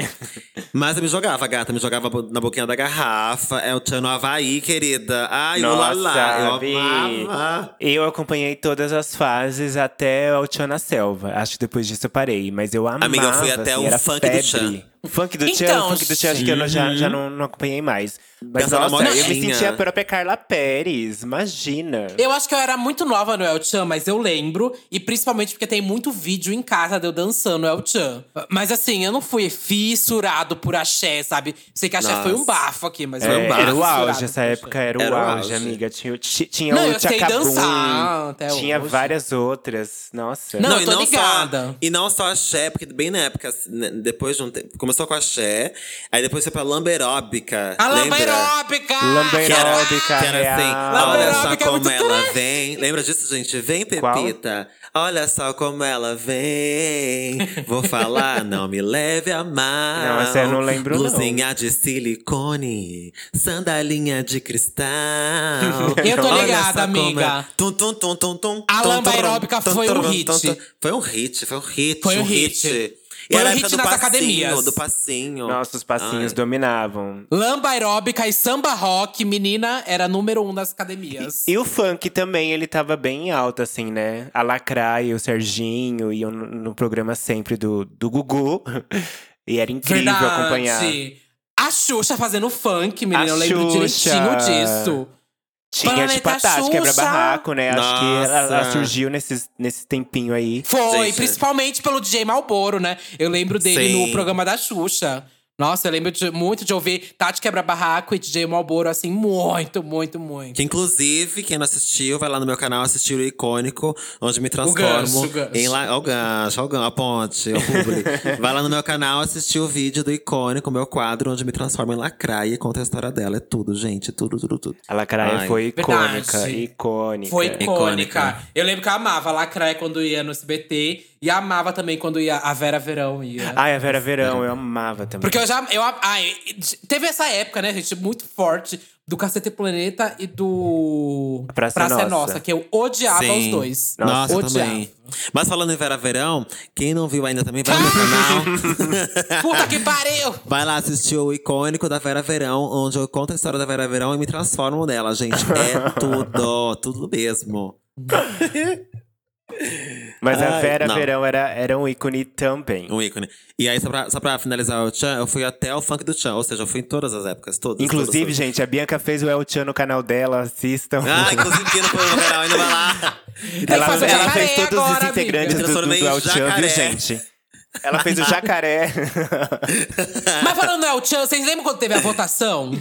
Speaker 1: Mas eu me jogava, gata, me jogava bo- na boquinha da garrafa. É o Tchano Havaí, querida. Ai,
Speaker 3: Nossa,
Speaker 1: lá.
Speaker 3: Vi.
Speaker 1: Eu amava.
Speaker 3: Eu acompanhei todas as fases até o Tchan na Selva. Acho que depois disso eu parei, mas eu amava.
Speaker 1: Amiga, eu fui até
Speaker 3: assim,
Speaker 1: o
Speaker 3: era
Speaker 1: funk do
Speaker 3: febre.
Speaker 1: Tchan.
Speaker 3: O funk do Tchan,
Speaker 2: Então,
Speaker 3: o funk do Tchan, acho que eu não- já, já não, não acompanhei mais. Mas
Speaker 1: Dança na
Speaker 3: nossa, eu me
Speaker 1: é modinha.
Speaker 3: sentia a própria Carla Pérez, imagina.
Speaker 2: Eu acho que eu era muito nova no El Chan, mas eu lembro. E principalmente porque tem muito vídeo em casa de eu dançando El Chan. Mas assim, eu não fui fissurado por axé, sabe? Sei que axé
Speaker 1: Nossa.
Speaker 2: foi um bafo aqui, mas
Speaker 3: É,
Speaker 2: foi um bafo.
Speaker 3: era o auge,
Speaker 2: fissurado
Speaker 3: essa
Speaker 2: por
Speaker 3: época era,
Speaker 1: Era
Speaker 3: o
Speaker 1: o
Speaker 3: auge,
Speaker 1: auge.
Speaker 3: amiga. Tinha, ti- tinha
Speaker 2: Não,
Speaker 3: o
Speaker 2: eu sei
Speaker 3: Tchacabum,
Speaker 2: dançar até
Speaker 3: tinha
Speaker 2: hoje.
Speaker 3: várias outras. Nossa.
Speaker 2: Não, eu
Speaker 1: e
Speaker 2: tô
Speaker 1: só-
Speaker 2: ligada.
Speaker 1: e não só axé, porque bem na época, assim, né, depois de um tempo. Começou com axé, aí depois foi pra lamberóbica.
Speaker 2: A
Speaker 1: lembra?
Speaker 2: lamberóbica!
Speaker 1: Que era,
Speaker 3: Lamberóbica
Speaker 1: que era assim,
Speaker 3: real.
Speaker 1: olha só
Speaker 2: Lamberóbica é muito
Speaker 1: como ela
Speaker 2: trash.
Speaker 1: vem. Lembra disso, gente? Vem,
Speaker 3: Qual?
Speaker 1: Pepita. Olha só como ela vem. Vou falar, não me leve a mal.
Speaker 3: Não, essa eu não lembro, não.
Speaker 1: Blusinha de silicone, sandalinha de cristal.
Speaker 2: Eu tô
Speaker 1: Olha
Speaker 2: ligada,
Speaker 1: só como
Speaker 2: amiga.
Speaker 1: ela- Tum, tum, tum, tum, tum,
Speaker 2: A
Speaker 1: tum,
Speaker 2: lamba
Speaker 1: tum,
Speaker 2: aeróbica
Speaker 1: tum,
Speaker 2: foi um
Speaker 1: tum, tum,
Speaker 2: hit.
Speaker 1: tum. Foi um hit, foi um hit.
Speaker 2: Foi um hit. Foi
Speaker 1: era a
Speaker 2: um
Speaker 1: época
Speaker 2: hit
Speaker 1: do
Speaker 2: nas
Speaker 1: passinho,
Speaker 2: academias.
Speaker 1: Do passinho.
Speaker 3: Nossa, os passinhos
Speaker 1: Ai.
Speaker 3: dominavam.
Speaker 2: Lamba aeróbica e samba rock, menina, era número um nas academias.
Speaker 3: E o funk também, ele tava bem alto, assim, né? A Lacraia, o Serginho, iam no, no programa sempre do, do Gugu. E era incrível acompanhar.
Speaker 2: A Xuxa fazendo funk, menina,
Speaker 3: A
Speaker 2: eu lembro
Speaker 3: Xuxa.
Speaker 2: diretinho disso.
Speaker 3: Tinha,
Speaker 2: Planeta
Speaker 3: tipo, a Tati
Speaker 2: Xuxa.
Speaker 3: quebra-barraco, né? Acho que ela, ela
Speaker 1: Nossa.
Speaker 3: surgiu nesses, nesse tempinho aí.
Speaker 2: Foi,
Speaker 1: Gente.
Speaker 2: principalmente pelo DJ Malboro, né? Eu lembro dele
Speaker 1: Sim.
Speaker 2: no programa da Xuxa. Nossa, eu lembro de- muito de ouvir Tati Quebra Barraco e DJ Malboro, assim, muito, muito, muito.
Speaker 1: Que inclusive, quem não assistiu, vai lá no meu canal assistir o icônico, onde me transformo
Speaker 2: gancho, o gancho.
Speaker 1: em la... Ó, o gancho, ó, o gancho, a ponte, o publi. vai lá no meu canal assistir o vídeo do icônico, meu quadro, onde me transformo em lacraia e conta a história dela. É tudo, gente. Tudo, tudo, tudo.
Speaker 3: A Lacraia
Speaker 1: Ai,
Speaker 3: foi
Speaker 2: verdade.
Speaker 3: icônica, icônica.
Speaker 2: Foi
Speaker 1: Icônica.
Speaker 2: icônica. Eu lembro que eu amava a Lacraia quando ia no SBT e amava também quando ia a Vera Verão ia.
Speaker 3: Ai, a Vera Verão, eu amava também.
Speaker 2: Porque eu já. Eu, ai, teve essa época, né, gente, muito forte do Cacete Planeta e do.
Speaker 3: Praça é Nossa.
Speaker 2: que eu odiava
Speaker 1: Sim.
Speaker 2: os dois.
Speaker 1: Nossa, eu
Speaker 2: odiava.
Speaker 1: também. Mas falando em Vera Verão, quem não viu ainda também, vai no meu canal.
Speaker 2: Puta que pariu!
Speaker 1: Vai lá assistir o icônico da Vera Verão, onde eu conto a história da Vera Verão e me transformo nela, gente. É tudo, tudo mesmo.
Speaker 3: Mas a
Speaker 1: Ai,
Speaker 3: Vera
Speaker 1: não.
Speaker 3: Verão era, era um ícone também.
Speaker 1: Um ícone. E aí, só pra, só pra finalizar o Tchan, eu fui até o funk do Tchan. Ou seja, eu fui em todas as épocas, todas.
Speaker 3: Inclusive,
Speaker 1: todas, todas.
Speaker 3: gente, a Bianca fez o El Chan no canal dela, assistam.
Speaker 1: Ah, inclusive, quem não foi no canal ainda vai lá.
Speaker 2: Tem que
Speaker 3: ela
Speaker 2: fazer o
Speaker 3: ela
Speaker 2: jacaré
Speaker 3: fez todos
Speaker 2: agora,
Speaker 3: os
Speaker 2: amiga.
Speaker 3: integrantes
Speaker 1: Eu
Speaker 3: do, do, do
Speaker 1: transformei em
Speaker 3: El Chan, viu,
Speaker 1: jacaré.
Speaker 3: gente? Ela fez o jacaré.
Speaker 2: Mas falando El Chan, vocês lembram quando teve a votação?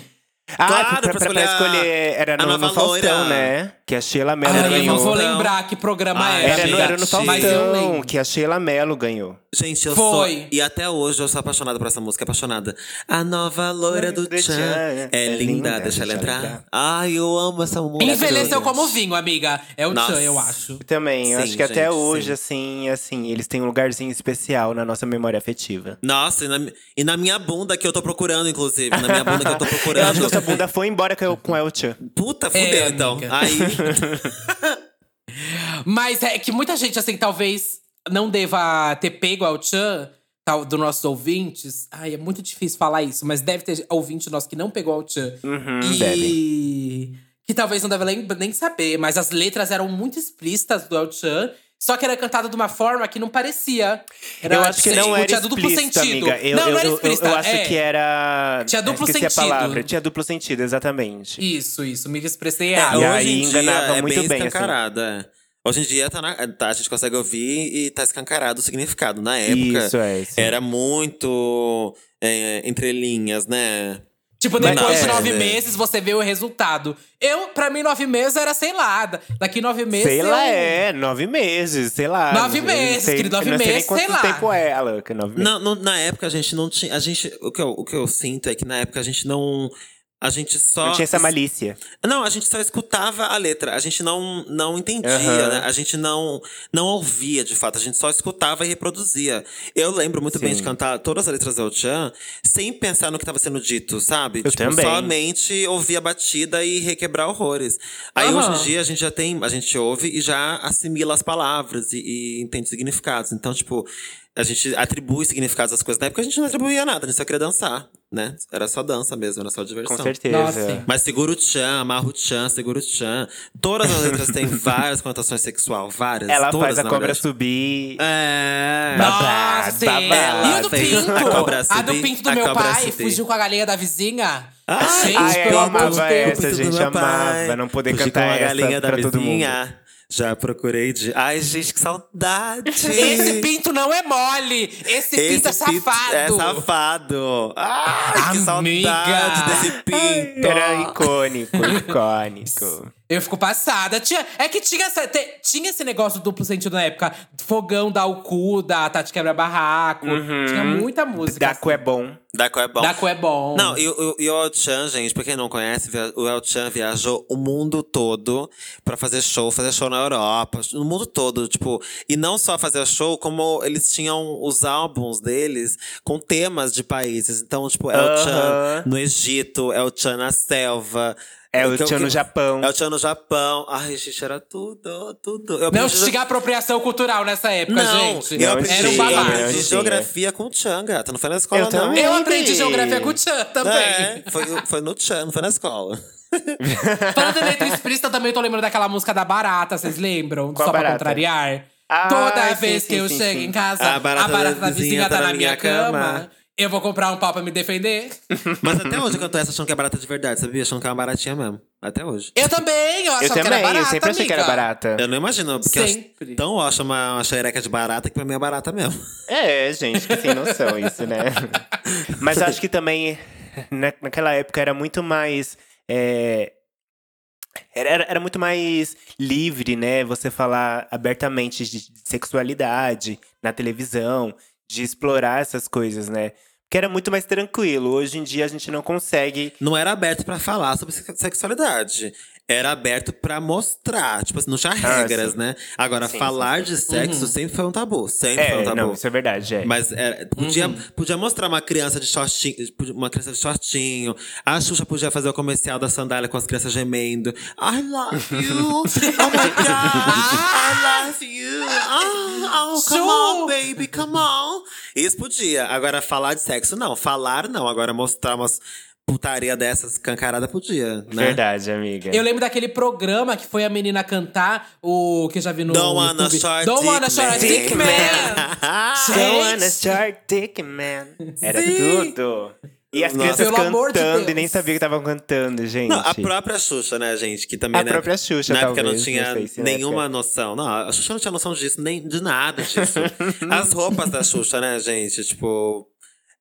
Speaker 3: ah,
Speaker 1: Claro,
Speaker 3: pra,
Speaker 1: pra
Speaker 3: pra- pra
Speaker 1: escolher a-
Speaker 3: escolher. Era
Speaker 1: a
Speaker 3: no,
Speaker 1: nova
Speaker 3: no Faustão,
Speaker 1: loira.
Speaker 3: né? Que a Sheila Mello
Speaker 1: Ai,
Speaker 2: Ah, eu não
Speaker 3: ganhou.
Speaker 2: vou
Speaker 1: Faustão.
Speaker 2: lembrar que programa
Speaker 1: Ah,
Speaker 2: era.
Speaker 3: Era no, era no
Speaker 1: Gente.
Speaker 2: Mas eu
Speaker 3: Faustão,
Speaker 2: lembro.
Speaker 3: que a Sheila Mello ganhou.
Speaker 1: Gente, eu
Speaker 2: Foi.
Speaker 1: sou. E até hoje eu sou apaixonada por essa música, apaixonada. A nova loira do
Speaker 3: Do
Speaker 1: Tchan
Speaker 3: Tchan,
Speaker 1: é linda, deixa ela entrar. Ai, eu amo essa música.
Speaker 2: Envelheceu como vinho, amiga. É o
Speaker 1: Nossa.
Speaker 2: Chan, eu acho.
Speaker 3: Também, eu
Speaker 1: Sim,
Speaker 3: acho que até
Speaker 1: gente,
Speaker 3: hoje,
Speaker 1: sim.
Speaker 3: assim, assim, eles têm um lugarzinho especial na nossa memória afetiva.
Speaker 1: Nossa, e na, e na minha bunda que eu tô procurando, inclusive. Na minha bunda que eu tô
Speaker 3: Eu acho que essa
Speaker 1: procurando.
Speaker 3: bunda foi embora com o- com o El Chan.
Speaker 1: Puta, fudeu,
Speaker 2: É,
Speaker 1: então.
Speaker 2: amiga.
Speaker 1: Aí.
Speaker 2: Mas é que muita gente, assim, talvez não deva ter pego ao Chan, tal, dos nossos ouvintes. Ai, é muito difícil falar isso, mas deve ter ouvinte nosso que não pegou ao Chan.
Speaker 3: Uhum,
Speaker 2: e.
Speaker 3: deve.
Speaker 2: Que talvez não deve lem- nem saber, mas as letras eram muito explícitas do El Chan. Só que era cantada de uma forma que não parecia. Era,
Speaker 3: eu acho que
Speaker 2: tipo,
Speaker 3: não era
Speaker 2: tinha
Speaker 3: explícito,
Speaker 2: duplo sentido.
Speaker 3: amiga. Eu,
Speaker 2: não,
Speaker 3: eu,
Speaker 2: não era
Speaker 3: eu-
Speaker 2: explícita.
Speaker 3: eu acho
Speaker 2: é.
Speaker 3: que era… é,
Speaker 2: Tinha duplo
Speaker 3: Esqueci a
Speaker 2: sentido.
Speaker 3: palavra. Tinha duplo sentido, exatamente.
Speaker 2: Isso, isso. Me expressei
Speaker 1: É,
Speaker 2: errado.
Speaker 3: E
Speaker 1: hoje
Speaker 3: aí
Speaker 1: em dia
Speaker 3: enganava
Speaker 1: é
Speaker 3: muito
Speaker 1: bem,
Speaker 3: bem, assim.
Speaker 1: escancarado, é. Hoje em dia tá na- tá, a gente consegue ouvir e tá escancarado o significado. Na época,
Speaker 3: Isso, é. Isso.
Speaker 1: era muito é, entre linhas, né?
Speaker 2: Tipo,
Speaker 1: Mas
Speaker 2: depois de
Speaker 1: não,
Speaker 2: nove
Speaker 1: né?
Speaker 2: meses, você vê o resultado. Eu, pra mim, nove meses era, sei lá, da- daqui nove meses.
Speaker 3: Sei lá,
Speaker 2: eu-
Speaker 3: é, nove meses, sei lá.
Speaker 2: Nove
Speaker 3: Eu não
Speaker 2: meses,
Speaker 3: sei-
Speaker 2: querido, nove
Speaker 3: eu não sei nem
Speaker 2: meses, sei
Speaker 3: quanto
Speaker 2: lá.
Speaker 3: tempo é ela, que nove meses.
Speaker 1: Não, não- na época a gente não tinha. A gente, o, que eu, o que eu sinto é que na época a gente não. A gente só.
Speaker 3: Não tinha essa malícia.
Speaker 1: Não, a gente só escutava a letra. A gente não, não entendia,
Speaker 3: Aham.
Speaker 1: né? A gente não, não ouvia, de fato. A gente só escutava e reproduzia. Eu lembro muito bem
Speaker 3: Sim.
Speaker 1: de cantar todas as letras do Chan sem pensar no que estava sendo dito, sabe?
Speaker 3: Eu
Speaker 1: tipo,
Speaker 3: também.
Speaker 1: somente ouvir a batida e requebrar horrores. Aí
Speaker 2: Aham.
Speaker 1: hoje em dia a gente já tem. A gente ouve e já assimila as palavras e, e entende significados. Então, tipo. A gente atribui significados às coisas. Na época a gente não atribuía nada, a gente só queria dançar, né? Era só dança mesmo, era só diversão.
Speaker 3: Com certeza.
Speaker 2: Nossa, sim.
Speaker 1: Mas segura o tchan, amarra o tchan, segura o tchan. Todas as letras têm várias conotações sexual, várias.
Speaker 3: Ela
Speaker 1: todas,
Speaker 3: faz a
Speaker 1: na
Speaker 3: cobra
Speaker 1: verdade.
Speaker 3: subir.
Speaker 1: É.
Speaker 2: Nossa,
Speaker 3: Babado,
Speaker 2: sim.
Speaker 3: babado.
Speaker 2: E o do pinto?
Speaker 1: A cobra
Speaker 2: A do
Speaker 1: subir,
Speaker 2: pinto do
Speaker 1: a
Speaker 2: meu
Speaker 1: cobra
Speaker 2: pai
Speaker 1: subir.
Speaker 2: fugiu com a galinha da vizinha.
Speaker 1: Ai,
Speaker 2: gente,
Speaker 3: ai,
Speaker 2: pelo
Speaker 3: eu
Speaker 2: amor de
Speaker 3: amava
Speaker 2: Deus.
Speaker 3: essa, gente, amava. Não poder cantar essa pra todo mundo.
Speaker 1: Já procurei de. Ai, gente, que saudade!
Speaker 2: Esse pinto não é mole. Esse, pinto é safado.
Speaker 1: É safado! Ai, que
Speaker 2: Amiga.
Speaker 1: saudade desse pinto!
Speaker 3: Era icônico, icônico.
Speaker 2: Eu fico passada. Tinha, é que tinha, essa- te- tinha esse negócio do duplo sentido na época. Fogão dá o cu, da Tati quebra barraco. Tinha muita música.
Speaker 3: Daco é bom.
Speaker 1: Uhum. Da qual é bom.
Speaker 2: Dá cu é bom.
Speaker 1: Não, e, o- e o El Chan, gente, pra quem não conhece, via- o El Chan viajou o mundo todo pra fazer show, fazer show na Europa, no mundo todo, tipo. E não só fazer show, como eles tinham os álbuns deles com temas de países. Então, tipo, El
Speaker 3: Aham.
Speaker 1: Chan no Egito, El Chan na selva.
Speaker 3: El
Speaker 1: O que- o
Speaker 3: É, Chan
Speaker 1: que-
Speaker 3: no Japão.
Speaker 1: El Chan no Japão. Ai, gente, era tudo, tudo. Eu
Speaker 2: Não
Speaker 1: aprendi-
Speaker 2: tinha apropriação cultural nessa época,
Speaker 1: não,
Speaker 2: gente.
Speaker 1: eu
Speaker 3: Não
Speaker 1: aprendi,
Speaker 2: Era um
Speaker 1: eu
Speaker 2: babado.
Speaker 1: aprendi
Speaker 3: Não tinha.
Speaker 1: geografia com o Chan, gata. Não foi na escola,
Speaker 3: Eu
Speaker 1: não.
Speaker 3: também.
Speaker 2: Eu aprendi
Speaker 3: Baby.
Speaker 2: geografia com o Tchan também.
Speaker 1: É, foi, foi no Tchan, não foi na escola.
Speaker 2: Falando em letra explícita, também tô lembrando daquela múca da Barata, vocês lembram?
Speaker 3: Qual
Speaker 2: Só pra
Speaker 3: barata?
Speaker 2: contrariar.
Speaker 3: Ah,
Speaker 2: Toda
Speaker 3: sim,
Speaker 2: vez
Speaker 3: sim,
Speaker 2: que eu
Speaker 3: sim,
Speaker 2: chego
Speaker 3: sim.
Speaker 2: em casa,
Speaker 1: A
Speaker 2: a
Speaker 1: barata
Speaker 2: barata,
Speaker 1: da
Speaker 2: da
Speaker 1: vizinha
Speaker 2: vizinha tá na minha cama.
Speaker 1: cama.
Speaker 2: Eu vou comprar um pau pra me defender.
Speaker 1: Mas até hoje eu canto essa achando que é barata de verdade, sabia? Achando que é uma baratinha mesmo. Até hoje.
Speaker 2: Eu também, eu
Speaker 3: Eu
Speaker 2: achava que
Speaker 3: também,
Speaker 2: era barata,
Speaker 3: eu sempre achei que era
Speaker 2: amiga.
Speaker 3: barata.
Speaker 1: Eu não imagino, porque eu acho
Speaker 2: Sempre.
Speaker 1: tão ó, chama uma xereca de barata que pra mim é barata mesmo.
Speaker 3: É, gente, que sem noção isso, né? Mas acho que também, na, naquela época, era muito mais. é, era, era- era muito mais livre, né? Você falar abertamente de sexualidade na televisão, de explorar essas coisas, né? Porque era muito mais tranquilo. Hoje em dia a gente não consegue.
Speaker 1: Não era aberto pra falar sobre se- sexualidade. Era aberto pra mostrar. Tipo assim, não tinha regras,
Speaker 3: sim.
Speaker 1: né? Agora,
Speaker 3: Sim,
Speaker 1: falar de sexo
Speaker 2: Uhum.
Speaker 1: sempre foi um tabu. Sempre foi um
Speaker 3: É,
Speaker 1: tabu.
Speaker 3: não, isso é verdade, é.
Speaker 1: Mas era- podia,
Speaker 2: Uhum.
Speaker 1: podia mostrar uma criança de shortinho, uma criança de shortinho. A Xuxa podia fazer o comercial da sandália com as crianças gemendo. I love you! Oh my god! I love you! Oh, oh, come
Speaker 2: Ju!
Speaker 1: on, baby, come on! Isso podia. Agora, falar de sexo, não. Falar, não. Agora, mostrar umas putaria dessas cancarada podia, né?
Speaker 3: Verdade, amiga.
Speaker 2: Eu lembro daquele programa que foi a menina cantar, o que eu já vi no.
Speaker 1: Don't wanna
Speaker 2: YouTube.
Speaker 1: short
Speaker 2: Don't
Speaker 1: dick
Speaker 2: wanna
Speaker 1: man.
Speaker 2: short dick
Speaker 1: Dick
Speaker 2: man.
Speaker 3: Don't wanna
Speaker 2: Gente.
Speaker 3: start dick, man. Era
Speaker 2: Sim.
Speaker 3: tudo. E as
Speaker 1: Nossa.
Speaker 3: crianças
Speaker 2: Pelo amor de
Speaker 3: cantando e
Speaker 2: Deus.
Speaker 3: nem sabia que estavam cantando, gente.
Speaker 1: Não, a própria Xuxa, né, gente? Que também,
Speaker 3: A
Speaker 1: né,
Speaker 3: própria Xuxa,
Speaker 1: Na época
Speaker 3: talvez,
Speaker 1: não tinha
Speaker 3: não sei se na
Speaker 1: nenhuma
Speaker 3: época.
Speaker 1: noção. Não, a Xuxa não tinha noção disso, nem de nada disso. As roupas da Xuxa, né, gente? Tipo.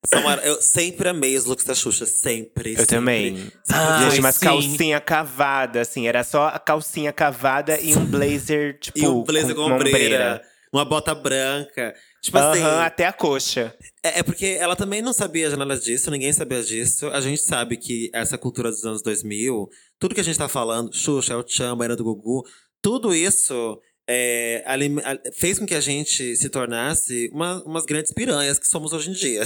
Speaker 1: são mar- eu sempre amei os looks da Xuxa, sempre. Ah,
Speaker 3: Eu também.
Speaker 2: Ai,
Speaker 3: Ai, gente, umas
Speaker 2: sim.
Speaker 3: calcinha cavada, assim. Era só a calcinha cavada e um blazer, tipo,
Speaker 1: E um blazer com
Speaker 3: uma
Speaker 1: ombreira, uma bota branca. Tipo
Speaker 3: Aham,
Speaker 1: assim,
Speaker 3: até a coxa.
Speaker 1: é, é porque ela também não sabia de nada disso, ninguém sabia disso. A gente sabe que essa cultura dos anos 2000, tudo que a gente tá falando, Xuxa, El Chama, Era do Gugu, tudo isso é, alim- al- fez com que a gente se tornasse uma- umas grandes piranhas que somos hoje em dia.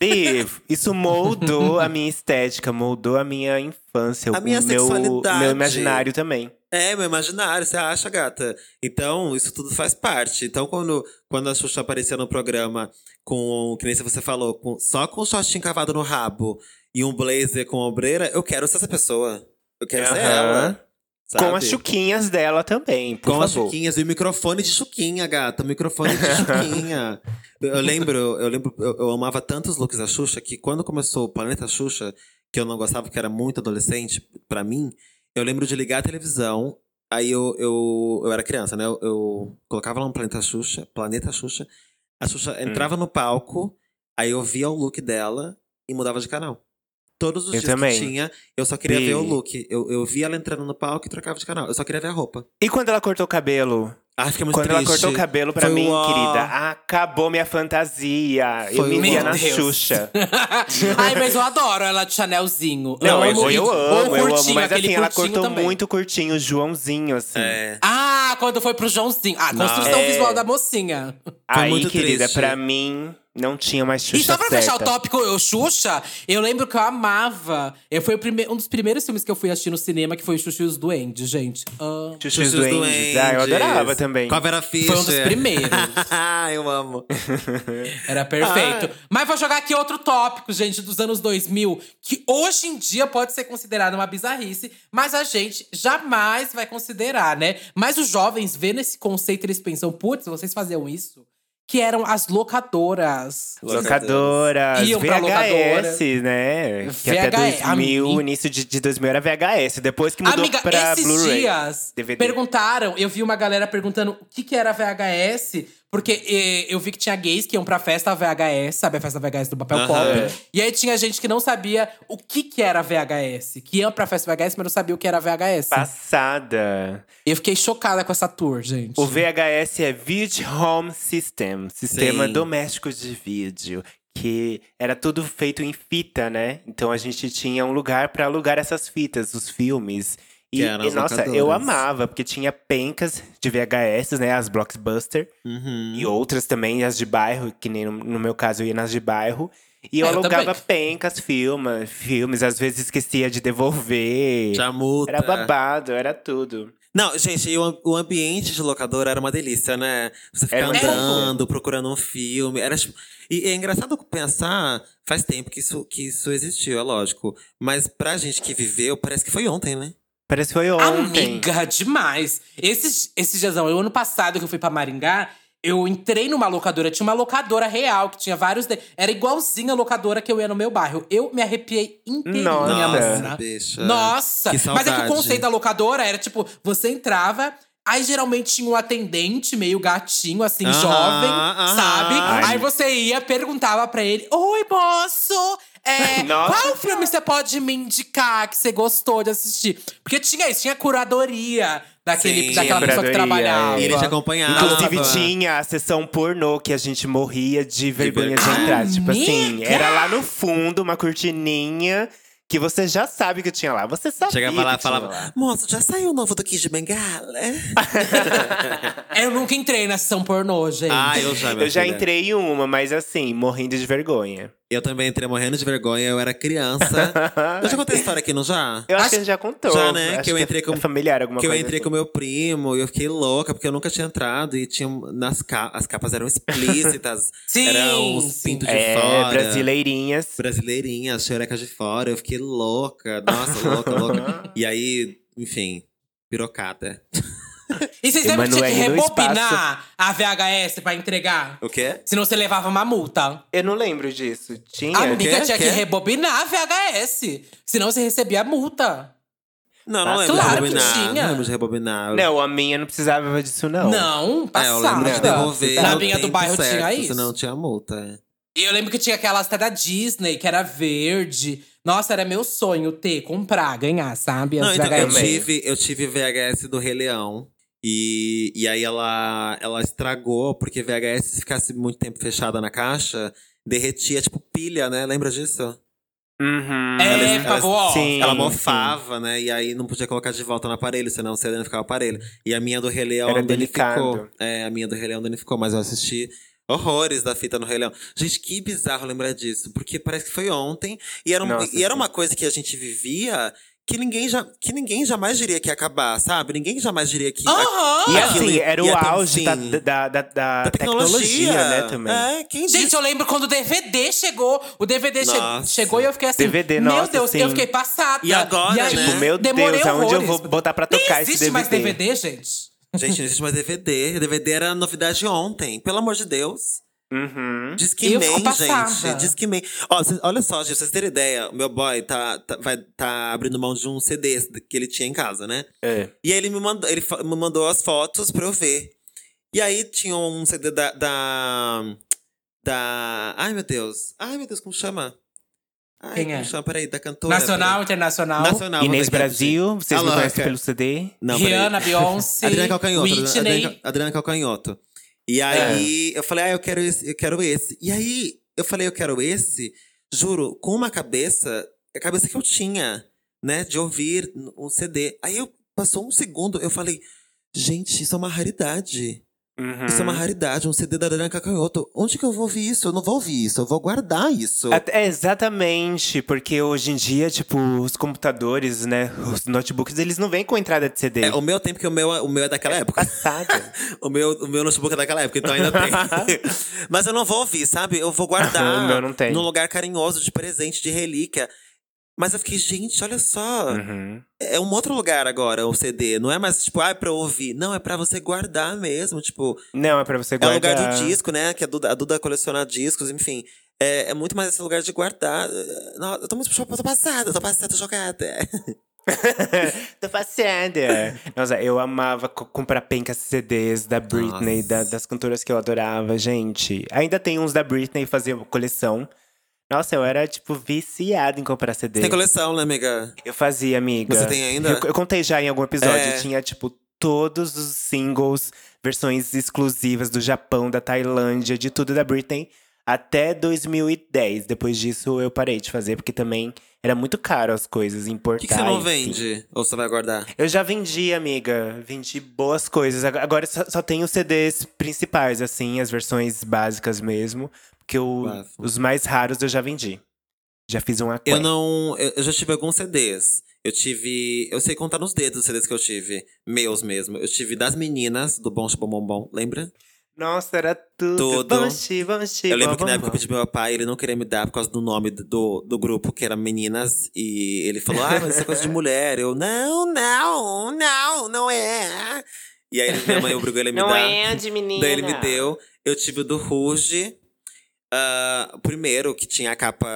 Speaker 3: Bi, isso moldou a minha estética, moldou a minha infância,
Speaker 1: A
Speaker 3: o
Speaker 1: minha
Speaker 3: meu,
Speaker 1: sexualidade.
Speaker 3: meu imaginário também.
Speaker 1: É, meu imaginário, você acha, gata? Então, isso tudo faz parte. Então, quando, quando a Xuxa aparecia no programa com, que nem você falou, com- só com um shortinho cavado no rabo e um blazer com ombreira, eu quero ser essa pessoa. Eu quero ser
Speaker 3: Aham.
Speaker 1: ela. sabe?
Speaker 3: Com as chuquinhas dela também, por
Speaker 1: Com as
Speaker 3: favor.
Speaker 1: chuquinhas e o microfone de chuquinha, gata. O microfone de chuquinha. eu eu lembro, eu lembro, eu, eu amava tanto os looks da Xuxa que quando começou o Planeta Xuxa, que eu não gostava, que era muito adolescente pra mim, eu lembro de ligar a televisão. Aí eu, eu, eu era criança, né? Eu, eu colocava lá no Planeta Xuxa, Planeta Xuxa. A
Speaker 3: Hum.
Speaker 1: Xuxa entrava no palco, aí eu via o look dela e mudava de canal. Todos os
Speaker 3: Eu
Speaker 1: dias
Speaker 3: também.
Speaker 1: que tinha, eu só queria
Speaker 3: Bi.
Speaker 1: ver o look. Eu, eu via ela entrando no palco e trocava de canal. Eu só queria ver a roupa.
Speaker 3: E quando ela cortou o cabelo?
Speaker 1: Ah,
Speaker 2: um
Speaker 1: fica muito
Speaker 3: Quando ela
Speaker 1: triste.
Speaker 3: cortou o cabelo pra
Speaker 1: Foi
Speaker 3: mim,
Speaker 1: uma-
Speaker 3: querida, acabou minha fantasia. eu
Speaker 1: Foi
Speaker 3: me
Speaker 1: uma-
Speaker 3: via
Speaker 2: Meu
Speaker 3: na
Speaker 2: um Deus.
Speaker 3: Xuxa.
Speaker 2: Ai, mas eu adoro ela de Chanelzinho.
Speaker 3: Não,
Speaker 2: amo,
Speaker 3: eu, eu
Speaker 2: e-
Speaker 3: amo,
Speaker 2: ou
Speaker 3: eu amo.
Speaker 2: curtinho,
Speaker 3: Mas
Speaker 2: aquele
Speaker 3: assim, ela
Speaker 2: curtinho
Speaker 3: cortou
Speaker 2: também.
Speaker 3: muito curtinho, o Joãozinho, assim.
Speaker 1: É.
Speaker 2: Ah, quando foi pro Joãozinho. Ah, construção
Speaker 3: É.
Speaker 2: visual da mocinha.
Speaker 1: Foi
Speaker 3: Aí,
Speaker 1: muito
Speaker 3: querida,
Speaker 1: triste.
Speaker 3: pra mim, não tinha mais Xuxa
Speaker 2: e só pra fechar o
Speaker 3: certa.
Speaker 2: tópico eu, Xuxa, eu lembro que eu amava. Eu, foi o prime- um dos primeiros filmes que eu fui assistir no cinema, que foi Xuxa e os Duendes, gente. Ah, Amo.
Speaker 3: Xuxa e os
Speaker 1: Xuxa dos
Speaker 3: Duendes. Ah, eu adorava também.
Speaker 1: Com a Vera Fischer.
Speaker 2: Foi um dos primeiros.
Speaker 1: eu amo.
Speaker 2: Era perfeito. Mas vou jogar aqui outro tópico, gente, dos anos 2000, que hoje em dia pode ser considerado uma bizarrice, mas a gente jamais vai considerar, né? Mas os jovens vendo esse conceito, eles pensam, putz, vocês faziam isso? Que eram as locadoras.
Speaker 3: Locadoras,
Speaker 2: Iam pra
Speaker 3: VHS, né? Que até
Speaker 2: VHS,
Speaker 3: 2000,
Speaker 2: amiga.
Speaker 3: início de, de 2000 era VHS. Depois que mudou
Speaker 2: Amiga,
Speaker 3: pra
Speaker 2: esses
Speaker 3: Blu-ray.
Speaker 2: dias
Speaker 3: DVD.
Speaker 2: perguntaram, eu vi uma galera perguntando o que, que era VHS, porque eh, eu vi que tinha gays que iam pra festa VHS, sabe a festa VHS do papel
Speaker 1: Aham.
Speaker 3: É.
Speaker 2: pop? E aí tinha gente que não sabia o que, que era VHS, que ia pra festa VHS, mas não sabia o que era VHS.
Speaker 3: Passada.
Speaker 2: E eu fiquei chocada com essa tour, gente.
Speaker 3: O VHS é Video Home System, sistema
Speaker 1: Sim.
Speaker 3: doméstico de vídeo, que era tudo feito em fita, né? Então a gente tinha um lugar pra alugar essas fitas, os filmes. E,
Speaker 1: Que eram
Speaker 3: e,
Speaker 1: as
Speaker 3: nossa,
Speaker 1: locadoras.
Speaker 3: eu amava, porque tinha pencas de VHS, né? As Blockbuster.
Speaker 1: Uhum.
Speaker 3: E outras também, as de bairro, que nem no, no meu caso eu ia nas de bairro. E eu
Speaker 2: É, eu
Speaker 3: alugava
Speaker 2: também.
Speaker 3: pencas, filma, filmes, às vezes esquecia de devolver.
Speaker 1: Chamuta.
Speaker 3: Era babado, era tudo.
Speaker 1: Não, gente, e o, o ambiente de locadora era uma delícia, né? Você ficar
Speaker 3: Era uma
Speaker 1: andando, procurando um filme. Era, tipo- e é engraçado pensar, faz tempo que isso, que isso existiu, é lógico. Mas pra gente que viveu, parece que foi ontem, né?
Speaker 3: Parece que foi ontem.
Speaker 2: Amiga, demais. Esses, esses dias, não, eu ano passado que eu fui pra Maringá, eu entrei numa locadora, tinha uma locadora real, que tinha vários. de- Era igualzinha a locadora que eu ia no meu bairro. Eu me arrepiei inteirinha,
Speaker 3: Nossa.
Speaker 2: mana.
Speaker 1: bicha.
Speaker 2: né? Nossa!
Speaker 1: Que
Speaker 2: Mas é que o
Speaker 1: saudade.
Speaker 2: conceito da locadora era tipo, você entrava. Aí geralmente tinha um atendente meio gatinho, assim,
Speaker 1: Aham,
Speaker 2: jovem,
Speaker 1: aham.
Speaker 2: sabe?
Speaker 3: Ai.
Speaker 2: Aí você ia, perguntava pra ele: Oi, moço! É,
Speaker 3: Nossa.
Speaker 2: qual filme você pode me indicar que você gostou de assistir? Porque tinha isso, tinha curadoria daquele,
Speaker 1: Sim,
Speaker 2: daquela pessoa que
Speaker 3: curadoria,
Speaker 2: trabalhava.
Speaker 3: é.
Speaker 1: E ele te acompanhava.
Speaker 3: Inclusive tinha a sessão pornô que a gente morria de vergonha de
Speaker 1: vergonha.
Speaker 3: entrar. Tipo assim,
Speaker 2: Ah, Amiga!
Speaker 3: era lá no fundo, uma cortininha que você já sabe que tinha lá. Você sabia.
Speaker 1: Chegava lá e
Speaker 3: que tinha
Speaker 1: falava:
Speaker 3: lá.
Speaker 1: Moço, já saiu o novo do Kid de Bengala?
Speaker 2: Eu nunca entrei na sessão pornô, gente.
Speaker 1: ah, eu já, minha
Speaker 3: Eu já
Speaker 1: filha.
Speaker 3: entrei em uma, mas assim, morrendo de vergonha.
Speaker 1: Eu também entrei morrendo de vergonha, eu era criança. eu já contei a história aqui, não já?
Speaker 3: Eu acho,
Speaker 2: Acho-
Speaker 3: que a gente já contou.
Speaker 1: Já, né?
Speaker 3: Acho
Speaker 1: Que eu entrei
Speaker 3: é,
Speaker 1: com-
Speaker 3: é familiar alguma
Speaker 1: que eu
Speaker 3: coisa.
Speaker 1: entrei com
Speaker 3: assim.
Speaker 1: meu primo e eu fiquei louca, porque eu nunca tinha entrado e tinha um, nas ca... as capas eram explícitas.
Speaker 2: Sim,
Speaker 1: eram os
Speaker 2: sim.
Speaker 1: pintos de
Speaker 3: É,
Speaker 1: fora.
Speaker 3: brasileirinhas.
Speaker 1: Brasileirinha, xereca de fora. Eu fiquei louca. Nossa, louca, louca. E aí, enfim, pirocada.
Speaker 2: E vocês lembram que tinha que
Speaker 3: Emanuele no
Speaker 2: rebobinar a VHS pra entregar?
Speaker 1: O quê?
Speaker 2: Senão você levava uma multa.
Speaker 3: Eu não lembro disso.
Speaker 1: É,
Speaker 3: Tinha?
Speaker 2: A amiga
Speaker 1: quê?
Speaker 2: tinha que
Speaker 1: Quê?
Speaker 2: rebobinar a VHS. Senão você recebia a multa.
Speaker 1: Não, não
Speaker 2: Ah,
Speaker 1: lembro
Speaker 2: claro
Speaker 1: de
Speaker 2: que
Speaker 1: rebobinar.
Speaker 2: tinha.
Speaker 1: Não lembro de rebobinar.
Speaker 3: Não, a minha não precisava disso, não.
Speaker 2: Não,
Speaker 1: É, eu lembro de
Speaker 2: passada.
Speaker 1: devolver.
Speaker 2: Na
Speaker 1: no
Speaker 2: minha do
Speaker 1: tempo
Speaker 2: bairro
Speaker 1: certo,
Speaker 2: tinha isso.
Speaker 1: Senão tinha multa.
Speaker 2: E eu lembro que tinha aquelas até da Disney, que era verde. Nossa, era meu sonho ter, comprar, ganhar, sabe? As
Speaker 1: Não, então, eu
Speaker 2: VHS.
Speaker 3: também.
Speaker 1: tive, eu tive VHS do Rei Leão. E, e aí ela, ela estragou, porque VHS, se ficasse muito tempo fechada na caixa, derretia tipo pilha, né? Lembra disso?
Speaker 3: Uhum.
Speaker 2: É,
Speaker 1: Elas-
Speaker 2: por favor.
Speaker 3: sim.
Speaker 1: ela mofava, né? E aí não podia colocar de volta no aparelho, senão o CD não ficava aparelho. E a minha do Rei Leão
Speaker 3: Era
Speaker 1: danificou.
Speaker 3: delicado.
Speaker 1: É, a minha do Rei Leão danificou, mas eu assisti horrores da fita no Rei Leão. Gente, que bizarro lembrar disso, porque parece que foi ontem. E era, um-
Speaker 3: Nossa,
Speaker 1: e era
Speaker 3: sim.
Speaker 1: uma coisa que a gente vivia que ninguém, já, que ninguém jamais diria que ia acabar, sabe? Ninguém jamais diria que.
Speaker 3: Ah,
Speaker 2: Aham!
Speaker 3: E
Speaker 1: aquilo
Speaker 3: assim,
Speaker 1: ia-
Speaker 3: era o
Speaker 1: ia ter um
Speaker 3: auge da,
Speaker 1: fim.
Speaker 3: da, da, da
Speaker 1: da
Speaker 3: tecnologia, né, também.
Speaker 1: É, quem disse?
Speaker 2: Gente, eu lembro quando o DVD chegou. O DVD che-
Speaker 1: Nossa.
Speaker 2: chegou e eu fiquei assim.
Speaker 3: DVD,
Speaker 2: meu
Speaker 3: nossa,
Speaker 2: Deus, eu
Speaker 3: sim.
Speaker 2: fiquei passada.
Speaker 1: E agora,
Speaker 2: aí,
Speaker 1: né?
Speaker 3: Tipo, meu
Speaker 2: demorei
Speaker 3: Deus, aonde eu
Speaker 2: horrores.
Speaker 3: vou botar pra
Speaker 2: Nem
Speaker 3: tocar esse
Speaker 2: existe mais
Speaker 3: DVD?
Speaker 2: DVD, gente.
Speaker 1: Gente, não existe mais DVD. DVD era novidade ontem, pelo amor de Deus.
Speaker 3: Uhum.
Speaker 1: Diz
Speaker 2: Eu
Speaker 1: que
Speaker 2: fico
Speaker 1: man,
Speaker 2: passada.
Speaker 1: gente. Diz que man. Ó, cês- olha só, gente, pra vocês terem ideia, o meu boy tá, tá, vai, tá abrindo mão de um CD que ele tinha em casa, né?
Speaker 3: É.
Speaker 1: E aí ele me mandou, ele fa- me mandou as fotos pra eu ver. E aí tinha um CD da. Da. da- ai, meu Deus. Ai, meu Deus, como chama? Ai,
Speaker 2: Quem é?
Speaker 1: Como chama? Peraí, da cantora.
Speaker 2: Nacional,
Speaker 1: peraí.
Speaker 2: internacional.
Speaker 1: Nacional. vou
Speaker 3: Inês
Speaker 1: ver aqui
Speaker 3: Brasil, vocês
Speaker 1: A
Speaker 3: me
Speaker 1: louca.
Speaker 3: conhecem pelo CD?
Speaker 1: Não, peraí.
Speaker 2: Rihanna, Beyoncé,
Speaker 1: Adriana Calcanhoto. Adriana- Adriana,
Speaker 2: Whitney.
Speaker 1: Adriana Calcanhoto. E aí eu falei, ah, eu quero esse, eu quero esse. E aí eu falei, eu quero esse, juro, com uma cabeça, a cabeça que eu tinha, né, de ouvir um CD. Aí eu passou um segundo, eu falei, gente, isso é uma raridade.
Speaker 3: Uhum.
Speaker 1: Isso é uma raridade, um CD da Adriana Calcanhoto. Onde que eu vou ouvir isso? Eu não vou ouvir isso, eu vou guardar isso.
Speaker 3: Até- é, exatamente, porque hoje em dia, tipo, os computadores, né, os notebooks, eles não vêm com entrada de CD.
Speaker 1: É, o meu tempo que o meu, o meu é daquela época.
Speaker 3: Passada.
Speaker 1: O meu, o meu notebook é daquela época, então ainda tem. Mas eu não vou ouvir, sabe? Eu vou guardar
Speaker 3: O meu não tem.
Speaker 1: num lugar carinhoso, de presente, de relíquia. Mas eu fiquei, gente, olha só.
Speaker 3: Uhum.
Speaker 1: É um outro lugar agora, o CD. Não é mais, tipo, ah, é pra eu ouvir. Não, é pra você guardar mesmo. Tipo,
Speaker 3: Não, é pra você
Speaker 1: é o
Speaker 3: guardar.
Speaker 1: lugar do disco, né? Que a Duda, a Duda coleciona discos, enfim. É, é muito mais esse lugar de guardar. Eh, Não, eu tô muito eu tô passada, eu tô passada, tô jogada.
Speaker 3: Tô passando. Nossa, eu amava co- comprar pencas CDs da Britney,
Speaker 1: Nossa.
Speaker 3: da- das cantoras que eu adorava, gente. Ainda tem uns da Britney fazer coleção. Nossa, eu era, tipo, viciada em comprar CD.
Speaker 1: Tem coleção, né, amiga?
Speaker 3: Eu fazia, amiga.
Speaker 1: Você tem ainda?
Speaker 3: Eu, eu contei já em algum episódio.
Speaker 1: É.
Speaker 3: Tinha, tipo, todos os singles, versões exclusivas do Japão, da Tailândia, de tudo da Britney. Até 2010. Depois disso, eu parei de fazer, porque também era muito caro as coisas,
Speaker 1: O
Speaker 3: importar.
Speaker 1: que, que você não
Speaker 3: enfim.
Speaker 1: vende? Ou você vai guardar?
Speaker 3: Eu já vendi, amiga. Vendi boas coisas. Ag- Agora só, só tenho os CDs principais, assim, as versões básicas mesmo. Porque eu-
Speaker 1: Bafo.
Speaker 3: os mais raros eu já vendi. Já fiz um aquário.
Speaker 1: Eu não. Eu, eu já tive alguns CDs. Eu tive. Eu sei contar nos dedos os CDs que eu tive. Meus mesmo. Eu tive das meninas, do Bom Chibo Bom Bom, lembra?
Speaker 3: Nossa, era tudo.
Speaker 1: Tudo.
Speaker 3: Bom, chi, bom, chi,
Speaker 1: eu lembro que
Speaker 3: bom,
Speaker 1: na
Speaker 3: bom,
Speaker 1: época eu
Speaker 3: bom.
Speaker 1: pedi pro meu pai, ele não queria me dar por causa do nome do, do grupo, que era Meninas. E ele falou: Ah, mas isso é coisa de mulher. Eu, não, não, não, não é. E aí minha mãe obrigou ele a me dar.
Speaker 3: é de menina.
Speaker 1: Daí ele me deu. Eu tive o do Ruge. ah, o primeiro, que tinha a capa.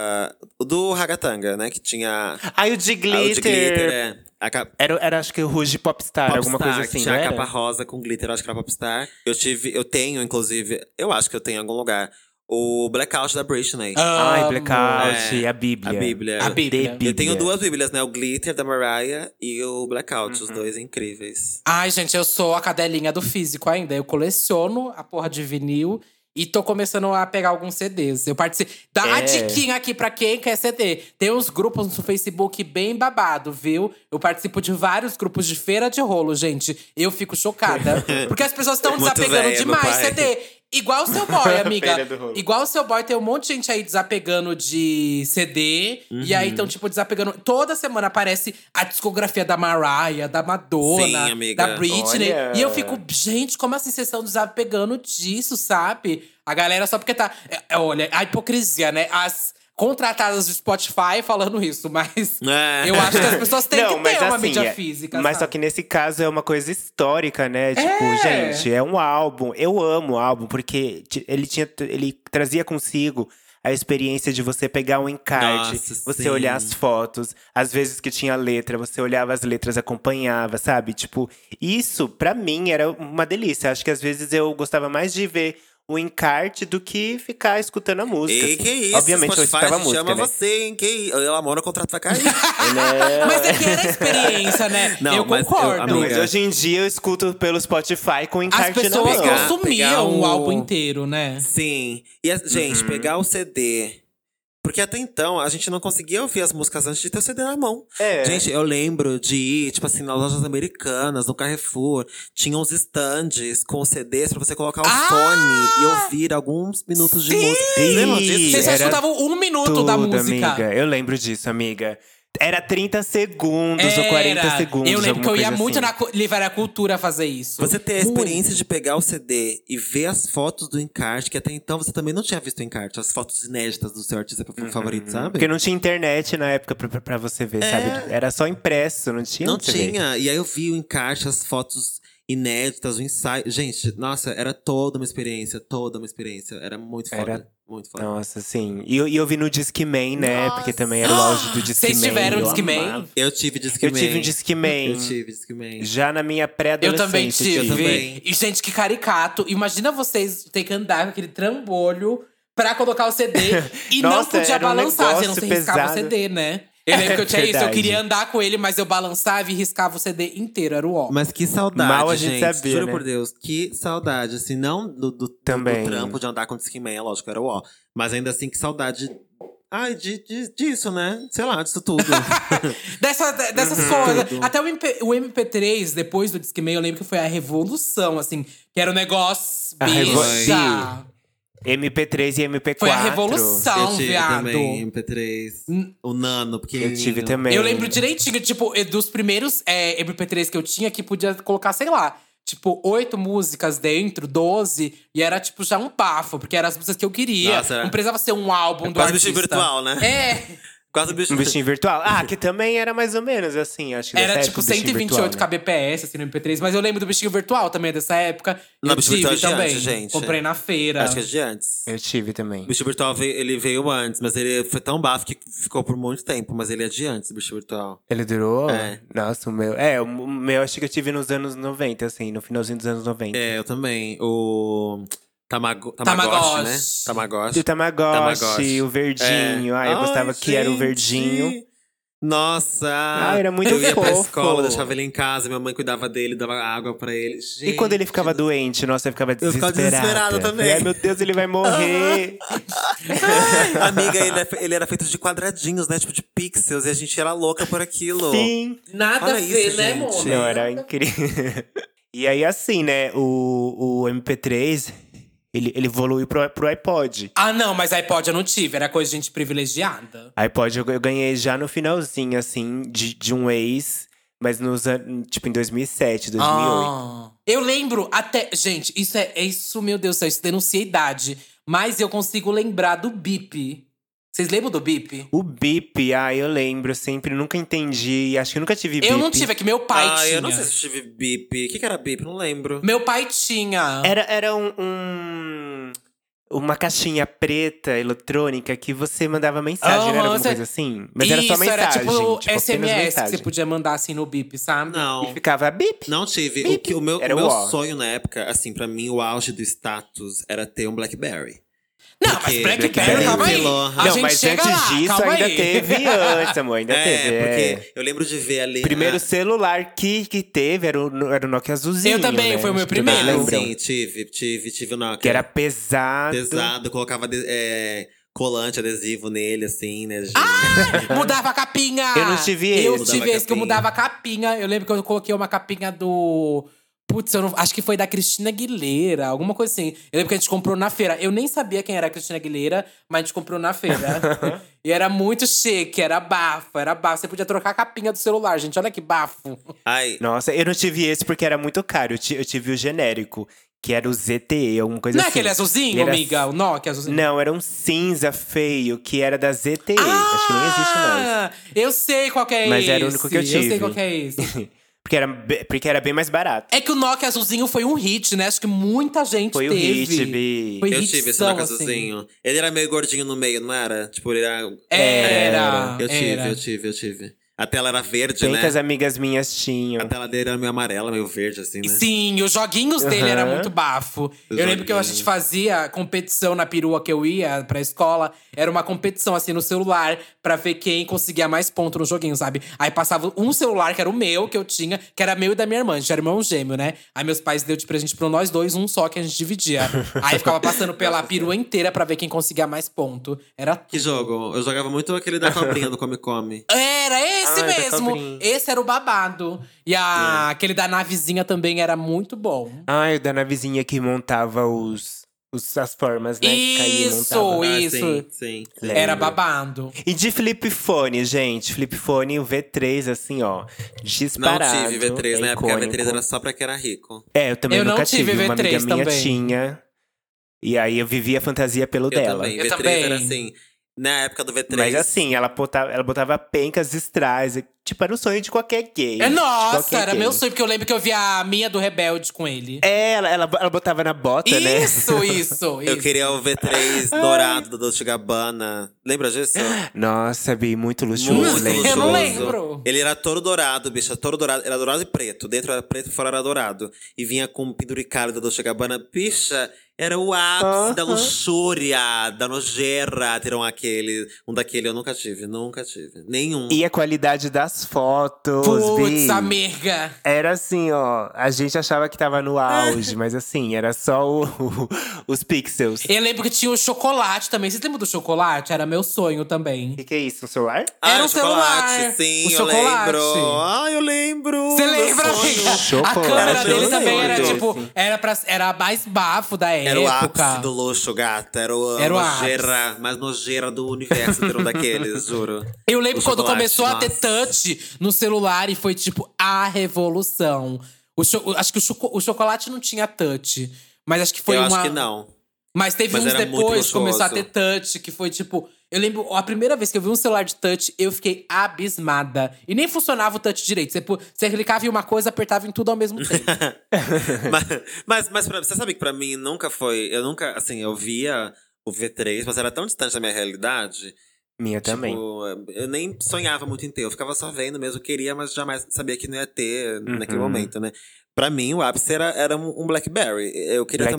Speaker 1: O do Ragatanga, né? Que tinha.
Speaker 3: Ai, o de
Speaker 1: ah, o de
Speaker 3: glitter.
Speaker 1: glitter é. A capa,
Speaker 3: Era, era, acho que o Ruge Popstar, alguma
Speaker 1: Popstar,
Speaker 3: coisa
Speaker 1: que
Speaker 3: assim, não
Speaker 1: tinha a
Speaker 3: era?
Speaker 1: capa rosa com glitter, acho que era Popstar. Eu tive, eu tenho, inclusive, eu acho que eu tenho em algum lugar, o Blackout da Britney.
Speaker 3: Ai,
Speaker 2: Amo.
Speaker 1: É,
Speaker 3: Blackout, Ah, a Bíblia.
Speaker 1: a Bíblia.
Speaker 2: A Bíblia.
Speaker 1: Eu tenho duas bíblias, né? O Glitter da Mariah e o Blackout,
Speaker 3: Uhum.
Speaker 1: os dois incríveis.
Speaker 2: Ai, gente, eu sou a cadelinha do físico ainda. Eu coleciono a porra de vinil e tô começando a pegar alguns CDs. Eu participo. Dá a
Speaker 3: É.
Speaker 2: diquinha aqui pra quem quer CD. Tem uns grupos no Facebook bem babado, viu? Eu participo de vários grupos de feira de rolo, gente. Eu fico chocada. porque as pessoas estão
Speaker 1: Muito
Speaker 2: desapegando
Speaker 1: véia, meu
Speaker 2: demais
Speaker 1: pai.
Speaker 2: CD. Igual o seu boy, amiga.
Speaker 3: Feira do rolo.
Speaker 2: Igual o seu boy, tem um monte de gente aí desapegando de CD. E
Speaker 3: Uhum.
Speaker 2: aí estão, tipo, desapegando. Toda semana aparece a discografia da Mariah, da Madonna,
Speaker 1: Sim, amiga.
Speaker 2: da Britney.
Speaker 3: Olha.
Speaker 2: E eu fico, gente, como assim vocês estão desapegando disso, sabe? A galera só porque tá. é, é, Olha, a hipocrisia, né? As contratadas do Spotify falando isso, mas
Speaker 1: É.
Speaker 2: eu acho que as pessoas têm
Speaker 3: Não,
Speaker 2: que
Speaker 3: mas
Speaker 2: ter uma
Speaker 3: assim,
Speaker 2: mídia
Speaker 3: é-
Speaker 2: física.
Speaker 3: Mas
Speaker 2: sabe?
Speaker 3: só que nesse caso é uma coisa histórica, né? Tipo,
Speaker 2: É.
Speaker 3: gente, é um álbum. Eu amo o álbum, porque ti- ele, tinha, ele trazia consigo a experiência de você pegar um encarte,
Speaker 1: Nossa,
Speaker 3: você
Speaker 1: sim.
Speaker 3: olhar as fotos, às vezes que tinha letra, você olhava as letras, acompanhava, sabe? Tipo, isso pra mim era uma delícia. Acho que às vezes eu gostava mais de ver o encarte do que ficar escutando a música.
Speaker 1: Ei,
Speaker 3: assim.
Speaker 1: que isso,
Speaker 3: Obviamente eu
Speaker 1: Spotify
Speaker 3: escutava a
Speaker 1: te
Speaker 3: música,
Speaker 1: chama
Speaker 3: né?
Speaker 1: você, hein? Que isso. Eu e a Mona, o contrato vai cair.
Speaker 2: Mas é que era experiência, né?
Speaker 1: Não,
Speaker 2: eu
Speaker 1: mas eu-
Speaker 2: concordo.
Speaker 3: Não, mas
Speaker 1: Amiga.
Speaker 3: hoje em dia eu escuto pelo Spotify com
Speaker 2: As
Speaker 3: encarte na
Speaker 2: pessoas
Speaker 3: mão.
Speaker 1: pegar- pegar
Speaker 2: consumiam
Speaker 1: o-
Speaker 2: o álbum inteiro, né?
Speaker 1: Sim. E, a- gente,
Speaker 2: Uhum.
Speaker 1: pegar o CD. Porque até então, a gente não conseguia ouvir as músicas antes de ter o CD na mão.
Speaker 3: É.
Speaker 1: Gente, eu lembro de ir, tipo assim, nas lojas americanas, no Carrefour. Tinha uns stands com CDs pra você colocar o
Speaker 2: Ah!
Speaker 1: fone e ouvir alguns minutos de música. Vocês lembram disso?
Speaker 2: Vocês só
Speaker 3: Era
Speaker 2: escutavam um minuto da
Speaker 3: Tudo,
Speaker 2: música.
Speaker 3: Amiga. Eu lembro disso, amiga. Era 30 segundos ou
Speaker 2: Era.
Speaker 3: 40 segundos.
Speaker 2: Eu lembro que eu ia
Speaker 3: alguma
Speaker 2: muito
Speaker 3: coisa assim.
Speaker 2: na cu- Livraria Cultura fazer isso.
Speaker 1: Você ter a
Speaker 2: Muito.
Speaker 1: experiência de pegar o CD e ver as fotos do encarte, que até então você também não tinha visto o encarte, as fotos inéditas do seu artista
Speaker 2: Uhum.
Speaker 1: favorito,
Speaker 3: assim.
Speaker 1: sabe?
Speaker 3: Porque não tinha internet na época pra, pra- pra você ver,
Speaker 2: É.
Speaker 3: sabe? Era só impresso, não tinha?
Speaker 1: Não
Speaker 3: onde você ver.
Speaker 1: tinha. E aí eu vi o encaixe, as fotos inéditas, o ensaio. Gente, nossa, era toda uma experiência, toda uma experiência. Era muito foda.
Speaker 3: Era-
Speaker 1: Muito foda.
Speaker 3: Nossa, sim. E, eu- e eu vi no Discman, né?
Speaker 4: Nossa.
Speaker 3: Porque também era o auge do Discman.
Speaker 2: tiveram
Speaker 3: eu
Speaker 2: Discman?
Speaker 3: amava.
Speaker 1: Eu tive Discman.
Speaker 3: Eu tive um Discman.
Speaker 1: Eu tive Discman.
Speaker 3: Já na minha
Speaker 2: Eu
Speaker 3: pré-adolescência.
Speaker 2: também
Speaker 1: eu
Speaker 2: tive.
Speaker 1: também.
Speaker 2: E, gente, que caricato. Imagina vocês ter que andar com aquele trambolho pra colocar o CD e não
Speaker 3: Nossa,
Speaker 2: podia
Speaker 3: era um
Speaker 2: balançar, você não
Speaker 3: negócio
Speaker 2: se riscava o
Speaker 3: pesado.
Speaker 2: CD, né? Eu lembro que eu tinha isso, eu
Speaker 3: Verdade.
Speaker 2: queria andar com ele, mas eu balançava e riscava o CD inteiro, era o ó.
Speaker 1: Mas que saudade,
Speaker 3: Mal a gente sabia,
Speaker 1: Juro
Speaker 3: né?
Speaker 1: por Deus, que saudade. Assim, não do, do, do-
Speaker 3: Também.
Speaker 1: do trampo de andar com Discman, é lógico, era o ó. Mas ainda assim, que saudade. Ai, de, de- disso, né? Sei lá, disso tudo.
Speaker 2: Dessa, de- dessas
Speaker 3: Uhum.
Speaker 2: coisas.
Speaker 1: Tudo.
Speaker 2: Até o, MP, o MP3, depois do Discman, eu lembro que foi a revolução, assim. Que era o negócio,
Speaker 3: A revo-
Speaker 2: bicha.
Speaker 3: MP3 e MP4.
Speaker 2: Foi a
Speaker 3: Tá
Speaker 2: revolução,
Speaker 1: eu tive
Speaker 2: viado.
Speaker 1: também MP3. O Nano, porque.
Speaker 3: um Hum. Eu tive também.
Speaker 2: Eu lembro direitinho, tipo, eh, dos primeiros eh, MP3 que eu tinha, que podia colocar, sei lá, tipo, oito músicas dentro, doze. E era, tipo, já um bafo, porque eram as músicas que eu queria.
Speaker 1: Nossa, era-
Speaker 2: Não precisava ser um álbum
Speaker 1: É
Speaker 2: do
Speaker 1: quase
Speaker 2: artista.
Speaker 1: bichinho virtual, né?
Speaker 2: É,
Speaker 1: Quase o bicho.
Speaker 3: Um bichinho virtual. Ah, que também era mais ou menos assim, acho que
Speaker 1: É,
Speaker 2: era
Speaker 3: dessa
Speaker 2: tipo
Speaker 3: época, o bichinho
Speaker 2: 128
Speaker 3: virtual, né?
Speaker 2: kbps, assim, no MP3. Mas eu lembro do bichinho virtual também, dessa época.
Speaker 1: Não,
Speaker 2: eu
Speaker 1: bichinho
Speaker 2: tive
Speaker 1: virtual é
Speaker 2: também.
Speaker 1: gigante, gente.
Speaker 2: Comprei na feira.
Speaker 1: Acho que é de antes.
Speaker 3: Eu tive também.
Speaker 1: O bicho virtual veio, ele veio antes, mas ele foi tão bafo que ficou por muito tempo, mas ele é de antes, o bicho virtual.
Speaker 3: Ele durou?
Speaker 1: É.
Speaker 3: Nossa, o meu. É, o meu acho que eu tive nos anos 90, assim, no finalzinho dos anos 90.
Speaker 1: É, eu também. O. Tamago, Tamagotchi,
Speaker 2: Tamagotchi.
Speaker 1: né?
Speaker 3: E
Speaker 1: Tamagotchi.
Speaker 3: o Tamagotchi,
Speaker 1: Tamagotchi.
Speaker 3: o verdinho.
Speaker 1: É.
Speaker 3: Ai, eu gostava que era o
Speaker 1: gente!
Speaker 3: verdinho.
Speaker 1: Nossa!
Speaker 3: Ai, era muito
Speaker 1: Eu ia pra
Speaker 3: fofo.
Speaker 1: escola, deixava ele em casa, minha mãe cuidava dele, dava água pra ele.
Speaker 3: E quando ele
Speaker 1: Gente,
Speaker 3: ficava doente, nossa, eu ficava
Speaker 1: Eu ficava
Speaker 3: desesperada.
Speaker 1: desesperada também.
Speaker 3: Ai, meu Deus, ele vai morrer.
Speaker 1: Amiga, ele, é fe- ele era feito de quadradinhos, né? Tipo de pixels, e a gente era louca por aquilo.
Speaker 3: Sim.
Speaker 2: Nada
Speaker 1: Olha
Speaker 2: a ver,
Speaker 1: isso,
Speaker 2: né,
Speaker 1: gente.
Speaker 2: amor?
Speaker 3: Não, era incrível. e aí, assim, né, o, o MP3, ele, ele evoluiu pro, pro iPod.
Speaker 2: Ah, não, mas iPod eu não tive. Era coisa de gente privilegiada.
Speaker 3: iPod eu eu ganhei já no finalzinho, assim, de, de um ex, mas nos an- tipo em 2007, 2008.
Speaker 2: Ah. Eu lembro até. Gente, isso é, é isso, meu Deus do céu, isso denuncia a idade. Mas eu consigo lembrar do bip. Vocês lembram do bip?
Speaker 3: O bip, ah, eu lembro sempre, nunca entendi, acho que nunca tive bip.
Speaker 2: Eu não tive, é que meu pai
Speaker 1: Ah,
Speaker 2: tinha.
Speaker 1: eu não sei se eu tive bip. O que, que era bip? Não lembro.
Speaker 2: Meu pai tinha.
Speaker 3: Era, era um, um- uma caixinha preta eletrônica que você mandava mensagem, não
Speaker 2: Aham,
Speaker 3: era alguma
Speaker 2: você-
Speaker 3: coisa assim, mas era só
Speaker 2: isso,
Speaker 3: mensagem,
Speaker 2: era tipo,
Speaker 3: tipo, apenas
Speaker 2: SMS que você
Speaker 3: mensagem.
Speaker 2: podia mandar assim no bip, sabe?
Speaker 1: Não.
Speaker 3: E ficava bip.
Speaker 1: Não tive. O,
Speaker 3: Bip.
Speaker 1: que, o meu,
Speaker 3: Era
Speaker 1: o meu
Speaker 3: o ó.
Speaker 1: sonho na época, assim, pra mim, o auge do status era ter um Blackberry.
Speaker 2: Não, mas
Speaker 1: Porque-
Speaker 2: Blackberry,
Speaker 3: Blackberry,
Speaker 2: calma aí.
Speaker 1: Blackberry.
Speaker 2: A
Speaker 3: não,
Speaker 2: gente
Speaker 3: mas
Speaker 2: chega
Speaker 3: antes
Speaker 2: lá,
Speaker 3: disso
Speaker 2: calma
Speaker 3: ainda
Speaker 2: aí.
Speaker 3: teve antes, amor, ainda teve.
Speaker 1: é,
Speaker 3: é.
Speaker 1: porque eu lembro de ver ali.
Speaker 3: Primeiro
Speaker 1: a-
Speaker 3: celular que, que teve era o, era o Nokia azulzinho.
Speaker 2: Eu também,
Speaker 3: né?
Speaker 2: foi o meu
Speaker 3: Acho que todos
Speaker 1: Ah,
Speaker 2: primeiro.
Speaker 3: lembram.
Speaker 1: sim, tive, tive, tive o Nokia.
Speaker 3: Que era pesado.
Speaker 1: pesado, colocava ade- é, colante adesivo nele, assim, né? gente?
Speaker 3: Ah!
Speaker 2: Mudava a capinha!
Speaker 3: Eu não tive
Speaker 2: Eu
Speaker 1: esse.
Speaker 2: tive
Speaker 1: Mudava a
Speaker 2: esse que
Speaker 1: capinha.
Speaker 2: eu mudava a capinha. Eu lembro que eu coloquei uma capinha do Putz, eu não- acho que foi da Cristina Aguilera, alguma coisa assim. Eu lembro que a gente comprou na feira. Eu nem sabia quem era a Cristina Aguilera, mas a gente comprou na feira. e era muito chique, era bafo, era bafo. Você podia trocar a capinha do celular, gente. Olha que bafo.
Speaker 1: Ai,
Speaker 3: Nossa, eu não tive esse porque era muito caro. Eu, ti- eu tive o genérico, que era o ZTE, alguma coisa
Speaker 2: não é
Speaker 3: assim.
Speaker 2: aquele azulzinho,
Speaker 3: Ele era-
Speaker 2: amiga? O Nokia azulzinho?
Speaker 3: Não, era um cinza feio, que era da ZTE. Acho que nem existe mais.
Speaker 2: Ah, Eu sei qual que é
Speaker 3: Mas
Speaker 2: esse.
Speaker 3: era o único que eu
Speaker 2: Eu sei
Speaker 3: tive.
Speaker 2: qual que é esse.
Speaker 3: Porque era, be- porque era bem mais barato.
Speaker 2: É que o Nokia azulzinho foi um hit, né? Acho que muita gente
Speaker 3: Foi o
Speaker 2: teve.
Speaker 3: hit, Bi.
Speaker 2: Foi
Speaker 1: eu tive esse
Speaker 2: hitzão,
Speaker 1: Noca
Speaker 2: assim.
Speaker 1: Azulzinho. né? Ele era meio gordinho no meio, não era? Tipo, ele era. É,
Speaker 2: Era,
Speaker 1: Eu tive,
Speaker 2: era.
Speaker 1: eu tive, eu tive. A tela era verde,
Speaker 3: Bem
Speaker 1: né?
Speaker 3: que as amigas minhas tinham.
Speaker 1: A tela dele era meio amarela, meio verde, assim, né?
Speaker 2: Sim, os joguinhos dele
Speaker 3: Aham.
Speaker 2: era muito bafo. eu lembro que a
Speaker 1: joguinhos.
Speaker 2: gente fazia competição na perua que eu ia pra escola. Era uma competição, assim, no celular, pra ver quem conseguia mais ponto no joguinho, sabe? Aí passava um celular, que era o meu, que eu tinha, que era meu e da minha irmã. A gente era irmão gêmeo, né? Aí meus pais deu de presente pra nós dois, um só que a gente dividia. Aí ficava passando pela perua inteira pra ver quem conseguia mais ponto. Era
Speaker 1: Que jogo? Eu jogava muito aquele da cobrinha do Come Come.
Speaker 2: Era esse
Speaker 1: é
Speaker 3: Ah, da
Speaker 2: mesmo.
Speaker 3: cobrinha.
Speaker 2: Esse era o babado. E a, aquele da navezinha também era muito bom.
Speaker 3: Ai, o da navezinha que montava os, os, as formas, né? Que caía e
Speaker 2: Isso!
Speaker 3: montava.
Speaker 2: Isso.
Speaker 1: Ah, sim, sim. sim.
Speaker 3: Lembro.
Speaker 2: Era babado.
Speaker 3: E de flip phone, gente. Flip phone, o V3, assim, ó.
Speaker 1: Não
Speaker 3: Disparado.
Speaker 1: tive V3,
Speaker 3: é
Speaker 1: na época a V3
Speaker 3: icônico.
Speaker 1: era só pra quem era rico.
Speaker 3: É, eu também
Speaker 2: Eu não
Speaker 3: nunca
Speaker 2: tive
Speaker 3: tive. Uma
Speaker 2: V3
Speaker 3: amiga minha
Speaker 2: também.
Speaker 3: tinha. E aí eu vivia a fantasia pelo
Speaker 1: Eu
Speaker 3: dela.
Speaker 1: também.
Speaker 2: Eu
Speaker 1: V3 era
Speaker 2: também.
Speaker 1: assim. Na época do V3.
Speaker 3: Mas assim, ela botava, ela botava pencas estrais. Tipo, era o sonho de qualquer gay.
Speaker 2: É,
Speaker 3: de
Speaker 2: nossa,
Speaker 3: qualquer
Speaker 2: era
Speaker 3: gay.
Speaker 2: meu sonho, porque eu lembro que eu vi a minha do Rebelde com ele.
Speaker 3: É, ela, ela, ela botava na bota, né?
Speaker 2: Isso, isso, isso.
Speaker 1: É eu queria o V3 dourado do Dolce Gabbana. Lembra disso?
Speaker 3: Nossa, Bi, muito luxuoso.
Speaker 1: Muito
Speaker 2: Nossa,
Speaker 3: lembro.
Speaker 2: Hum, eu não
Speaker 1: luxuoso.
Speaker 2: lembro.
Speaker 1: Ele era todo dourado, bicho. Todo dourado. Era dourado e preto. Dentro era preto, fora era dourado. E vinha com um penduricalho da Dolce Gabbana. Bicha, era o ápice
Speaker 3: Aham.
Speaker 1: da luxúria, da nojeira. Terão aquele. Um daquele eu nunca tive, nunca tive. Nenhum.
Speaker 3: E a qualidade das fotos,
Speaker 2: Putz,
Speaker 3: Bi.
Speaker 2: amiga.
Speaker 3: Era assim, ó. A gente achava que tava no auge, mas assim, era só o- o- os pixels. O
Speaker 2: Eu lembro que tinha o chocolate também. Vocês lembram do chocolate? Era meu sonho também.
Speaker 3: que, que é isso? Um celular?
Speaker 2: Era
Speaker 1: Ah,
Speaker 2: um
Speaker 1: chocolate,
Speaker 2: celular.
Speaker 1: Sim, eu
Speaker 2: O chocolate.
Speaker 1: lembro. Ah, eu lembro.
Speaker 2: Você
Speaker 1: Meu
Speaker 2: lembra,
Speaker 1: sonho.
Speaker 2: amiga? A
Speaker 3: Chocolate.
Speaker 2: câmera dele
Speaker 1: Eu
Speaker 2: também era
Speaker 1: lembro.
Speaker 2: tipo. Era, pra, era a mais bafo da época.
Speaker 1: Era o ápice do luxo, gata. Era, o,
Speaker 2: Era o
Speaker 1: a nojeira, mais nojeira do universo, ter um daqueles, juro.
Speaker 2: Eu lembro
Speaker 1: O
Speaker 2: quando
Speaker 1: chocolate,
Speaker 2: começou a ter
Speaker 1: nossa.
Speaker 2: touch no celular e foi tipo a revolução. O cho- o- acho que o, choco- o chocolate não tinha touch. Mas acho que foi
Speaker 1: eu
Speaker 2: uma.
Speaker 1: acho que não.
Speaker 2: Mas teve
Speaker 1: Mas
Speaker 2: uns
Speaker 1: era muito
Speaker 2: depois que começou a ter
Speaker 1: luxuoso.
Speaker 2: touch, que foi tipo. Eu lembro, a primeira vez que eu vi um celular de touch, eu fiquei abismada. E nem funcionava o touch direito. Você, pu- você clicava em uma coisa, apertava em tudo ao mesmo tempo.
Speaker 1: mas, mas, mas pra- você sabe que pra mim nunca foi. Eu nunca, assim, eu via o V3, mas era tão distante da minha realidade.
Speaker 3: Minha também.
Speaker 1: Tipo, eu nem sonhava muito em ter. Eu ficava só vendo mesmo, queria, mas jamais sabia que não ia ter naquele
Speaker 3: Uhum.
Speaker 1: momento, né? Pra mim, o ápice era, era um um Blackberry. Eu queria ter um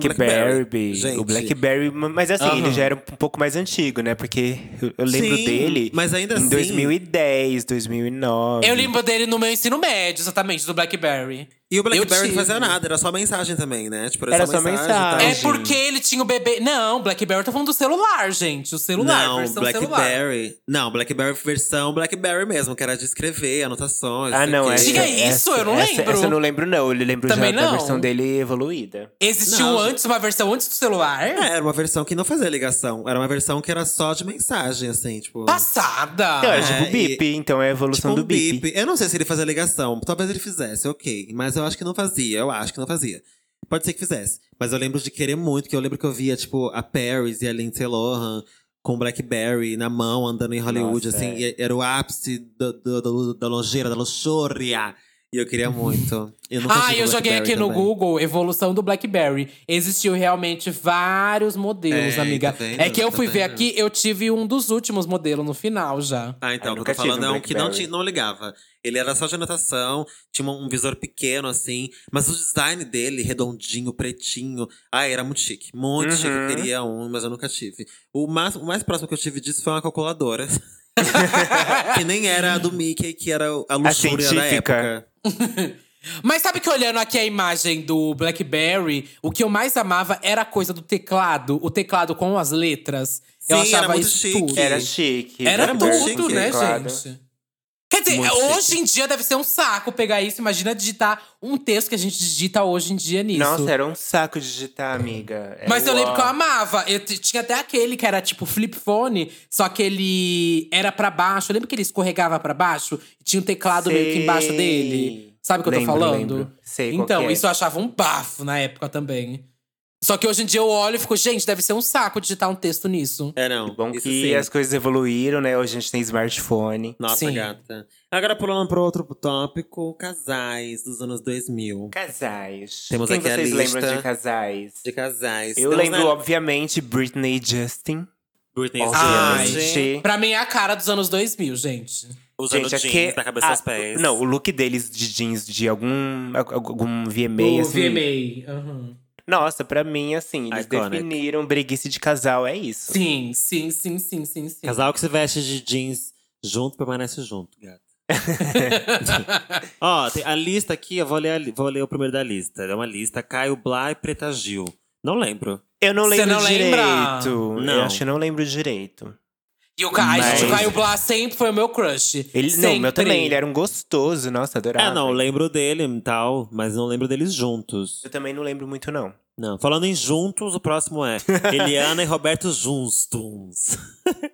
Speaker 1: Blackberry.
Speaker 3: Blackberry, Bi.
Speaker 1: Gente.
Speaker 3: O Blackberry, mas assim,
Speaker 2: Aham.
Speaker 3: ele já era um pouco mais antigo, né? Porque eu- eu lembro
Speaker 1: Sim,
Speaker 3: dele
Speaker 1: Mas ainda
Speaker 3: em
Speaker 1: assim.
Speaker 3: 2010, 2009.
Speaker 2: eu lembro dele no meu ensino médio, exatamente, do Blackberry.
Speaker 1: E o
Speaker 2: Eu
Speaker 1: Blackberry não
Speaker 2: tive.
Speaker 1: fazia nada, era só mensagem também, né? Tipo,
Speaker 3: Era só
Speaker 1: e tal.
Speaker 3: mensagem.
Speaker 2: É
Speaker 3: Imagina.
Speaker 2: porque ele tinha o bebê. Não, Blackberry, eu tô falando do celular, gente. O celular,
Speaker 1: não,
Speaker 2: versão celular.
Speaker 1: Blackberry. Não, Blackberry versão Blackberry mesmo, que era de escrever, anotações.
Speaker 3: Ah,
Speaker 1: sei
Speaker 3: não,
Speaker 1: o quê.
Speaker 3: essa,
Speaker 2: assim, Diga isso, eu não
Speaker 3: essa-
Speaker 2: lembro.
Speaker 3: Essa eu não lembro, não. Eu lembro
Speaker 2: Também
Speaker 3: já
Speaker 2: não.
Speaker 3: da versão dele evoluída.
Speaker 2: Existiu
Speaker 1: Não,
Speaker 2: antes, uma versão antes do celular?
Speaker 1: É, era uma versão que não fazia ligação. Era uma versão que era só de mensagem, assim, tipo.
Speaker 2: Passada!
Speaker 3: Então, é,
Speaker 1: é,
Speaker 3: tipo o bip, então é a
Speaker 1: tipo
Speaker 3: evolução
Speaker 1: um
Speaker 3: do bip.
Speaker 1: bip. Eu não sei se ele fazia ligação. Talvez ele fizesse, ok. Mas eu acho que não fazia. Eu acho que não fazia. Pode ser que fizesse. Mas eu lembro de querer muito, que eu lembro que eu via, tipo, a Paris e a Lindsay Lohan com Blackberry na mão, andando em Hollywood,
Speaker 3: Nossa, é.
Speaker 1: assim. E era o ápice do, do- do- da longeira, da luxúria. E eu queria muito. Eu nunca
Speaker 2: Ah,
Speaker 1: tive
Speaker 2: eu joguei
Speaker 1: Blackberry
Speaker 2: aqui no
Speaker 1: também.
Speaker 2: Google evolução do BlackBerry. Existiu realmente vários modelos,
Speaker 1: É,
Speaker 2: amiga.
Speaker 1: tá vendo?
Speaker 2: é que eu
Speaker 1: Tá
Speaker 2: fui ver
Speaker 1: vendo?
Speaker 2: aqui, eu tive um dos últimos modelos no final já.
Speaker 1: Ah, então,
Speaker 3: Eu
Speaker 1: o que eu
Speaker 3: nunca
Speaker 1: tô
Speaker 3: tive
Speaker 1: falando
Speaker 3: um
Speaker 1: é um que não,
Speaker 3: Blackberry.
Speaker 1: ti- não ligava. Ele era só de anotação, tinha um um visor pequeno, assim. Mas o design dele, redondinho, pretinho. Ah, era muito chique. Muito
Speaker 3: Uhum.
Speaker 1: chique. Eu Teria um, mas eu nunca tive. O mais, o mais próximo que eu tive disso foi uma calculadora. que nem era a do Mickey, que era a luxúria da
Speaker 3: científica.
Speaker 1: época.
Speaker 2: Mas sabe que olhando aqui a imagem do Blackberry, o que eu mais amava era a coisa do teclado, o teclado com as letras. eu
Speaker 1: Sim, era
Speaker 2: achava
Speaker 1: muito
Speaker 2: isso
Speaker 1: chique.
Speaker 2: tudo.
Speaker 1: Era
Speaker 3: Era chique.
Speaker 2: Era
Speaker 1: muito
Speaker 2: tudo,
Speaker 1: chique,
Speaker 2: né,
Speaker 3: claro.
Speaker 2: gente? Quer Quer dizer,
Speaker 1: Muito
Speaker 2: hoje
Speaker 1: difícil.
Speaker 2: em dia deve ser um saco pegar isso. Imagina digitar um texto que a gente digita hoje em dia nisso.
Speaker 3: Nossa, é era um saco digitar, amiga. Era
Speaker 2: Mas eu lembro
Speaker 3: uó.
Speaker 2: que eu amava. Eu t- tinha até aquele que era tipo flip phone, só que ele era pra baixo. Eu lembro que ele escorregava pra baixo e tinha um teclado meio que
Speaker 3: Sei.
Speaker 2: embaixo dele. Sabe o que eu
Speaker 3: Lembro,
Speaker 2: tô falando?
Speaker 3: lembro. Sei qual
Speaker 2: então,
Speaker 3: que é.
Speaker 2: isso eu achava um bafo na época também. Só que hoje em dia eu olho e fico, gente, deve ser um saco digitar um texto nisso.
Speaker 1: É, não.
Speaker 3: Bom
Speaker 1: isso
Speaker 3: que
Speaker 1: sim.
Speaker 3: as coisas evoluíram, né? Hoje a gente tem smartphone.
Speaker 1: Nossa,
Speaker 2: Sim.
Speaker 1: gata. Agora pulando pro outro tópico, casais dos anos 2000.
Speaker 3: Casais.
Speaker 1: Temos
Speaker 3: Quem
Speaker 1: aqui a
Speaker 3: vocês lembram
Speaker 1: lista.
Speaker 3: de casais?
Speaker 1: De casais.
Speaker 3: Eu
Speaker 1: Temos,
Speaker 3: lembro,
Speaker 1: né,
Speaker 3: obviamente, Britney e Justin.
Speaker 1: Britney
Speaker 2: Ai,
Speaker 1: Spears. Ah,
Speaker 3: gente.
Speaker 2: Pra mim é a cara dos anos 2000, gente.
Speaker 1: Usando
Speaker 3: Gente,
Speaker 1: jeans
Speaker 3: aqui-
Speaker 1: da cabeça
Speaker 3: ah,
Speaker 1: aos pés.
Speaker 3: Não, o look deles de jeans de algum, algum VMA,
Speaker 2: o
Speaker 3: assim.
Speaker 2: VMA. aham.
Speaker 3: Nossa, pra mim, assim, eles
Speaker 1: Iconic.
Speaker 3: definiram breguice de casal, é isso.
Speaker 2: Sim, sim, sim, sim, sim, sim.
Speaker 1: Casal que se veste de jeans junto, permanece junto, gata. Ó, tem a lista aqui, eu vou ler, a li- vou ler o primeiro da lista. É uma lista, Caio Blá e Preta Gil. Não lembro.
Speaker 3: Eu não
Speaker 2: Cê
Speaker 3: lembro
Speaker 2: não lembra?
Speaker 3: direito.
Speaker 1: Não.
Speaker 3: Eu acho que eu não lembro direito.
Speaker 2: E o Caio,
Speaker 3: Mas-
Speaker 2: gente, o Caio Blá sempre foi o meu crush.
Speaker 3: Ele, não, meu
Speaker 2: Sempre.
Speaker 3: também, ele era um gostoso, nossa, adorava.
Speaker 1: É, não, lembro dele e tal, mas não lembro deles juntos.
Speaker 3: Eu também não lembro muito, não.
Speaker 1: Não. Falando em juntos, o próximo é Eliana e Roberto Junstuns.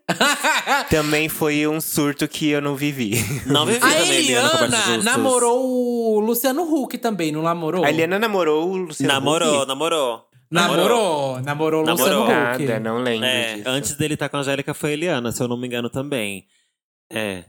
Speaker 1: Ah.
Speaker 3: Também foi um surto que eu não vivi.
Speaker 1: Não vivi
Speaker 2: A
Speaker 1: também, Eliana e Roberto
Speaker 2: Eliana
Speaker 1: Justus.
Speaker 2: namorou o Luciano Huck também, não namorou?
Speaker 3: A Eliana namorou o Luciano
Speaker 1: Namorou,
Speaker 3: Huck?
Speaker 1: namorou.
Speaker 2: Namorou, namorou o Luciano
Speaker 1: Namorou.
Speaker 2: Huck.
Speaker 3: Nada, não lembro
Speaker 1: É,
Speaker 3: disso.
Speaker 1: antes dele estar com a Angélica foi a Eliana, se eu não me engano também. É.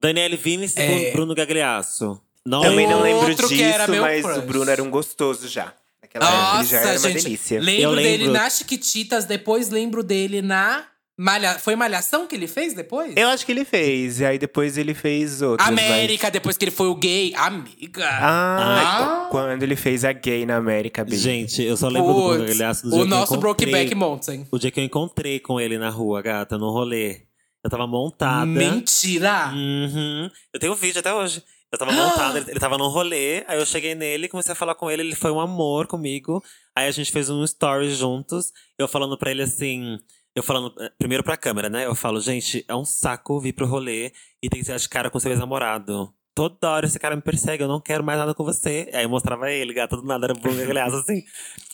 Speaker 1: Daniele Vines e
Speaker 2: É.
Speaker 1: Bru- Bruno Gagliasso. Não
Speaker 3: Também não lembro
Speaker 2: Outro
Speaker 3: disso,
Speaker 2: que era meu
Speaker 3: mas
Speaker 2: crush.
Speaker 3: o Bruno era um gostoso já. Naquela época ele já
Speaker 2: Nossa,
Speaker 3: era uma
Speaker 2: gente.
Speaker 3: delícia.
Speaker 2: Lembro,
Speaker 1: Eu
Speaker 2: dele
Speaker 1: lembro.
Speaker 2: na Chiquititas, depois lembro dele na Malha... Foi Malhação que ele fez depois?
Speaker 3: Eu acho que ele fez, e aí depois ele fez outras. mas-
Speaker 2: América, depois que ele foi o gay. Amiga.
Speaker 3: Ah,
Speaker 2: Ah.
Speaker 3: quando ele fez a gay na América, Bi.
Speaker 1: Gente, eu só lembro do Bruno
Speaker 2: Putz,
Speaker 1: Gagliasso do dia
Speaker 2: o
Speaker 1: que eu
Speaker 2: nosso
Speaker 1: encontrei-
Speaker 2: Brokeback Mountain.
Speaker 1: O dia que eu encontrei com ele na rua, gata, no rolê. Eu tava montada.
Speaker 2: Mentira!
Speaker 1: Uhum. Eu tenho um vídeo até hoje. Eu tava montada, ele, ele tava num rolê, aí eu cheguei nele, comecei a falar com ele, ele foi um amor comigo. Aí a gente fez um story juntos, eu falando pra ele assim. Eu falando, eh, primeiro pra câmera, né? Eu falo, gente, é um saco vir pro rolê e tem que ser de cara com seu ex-namorado. Toda hora esse cara me persegue, eu não quero mais nada com você. Aí eu mostrava ele, gata do nada, era Bruno aliás, assim.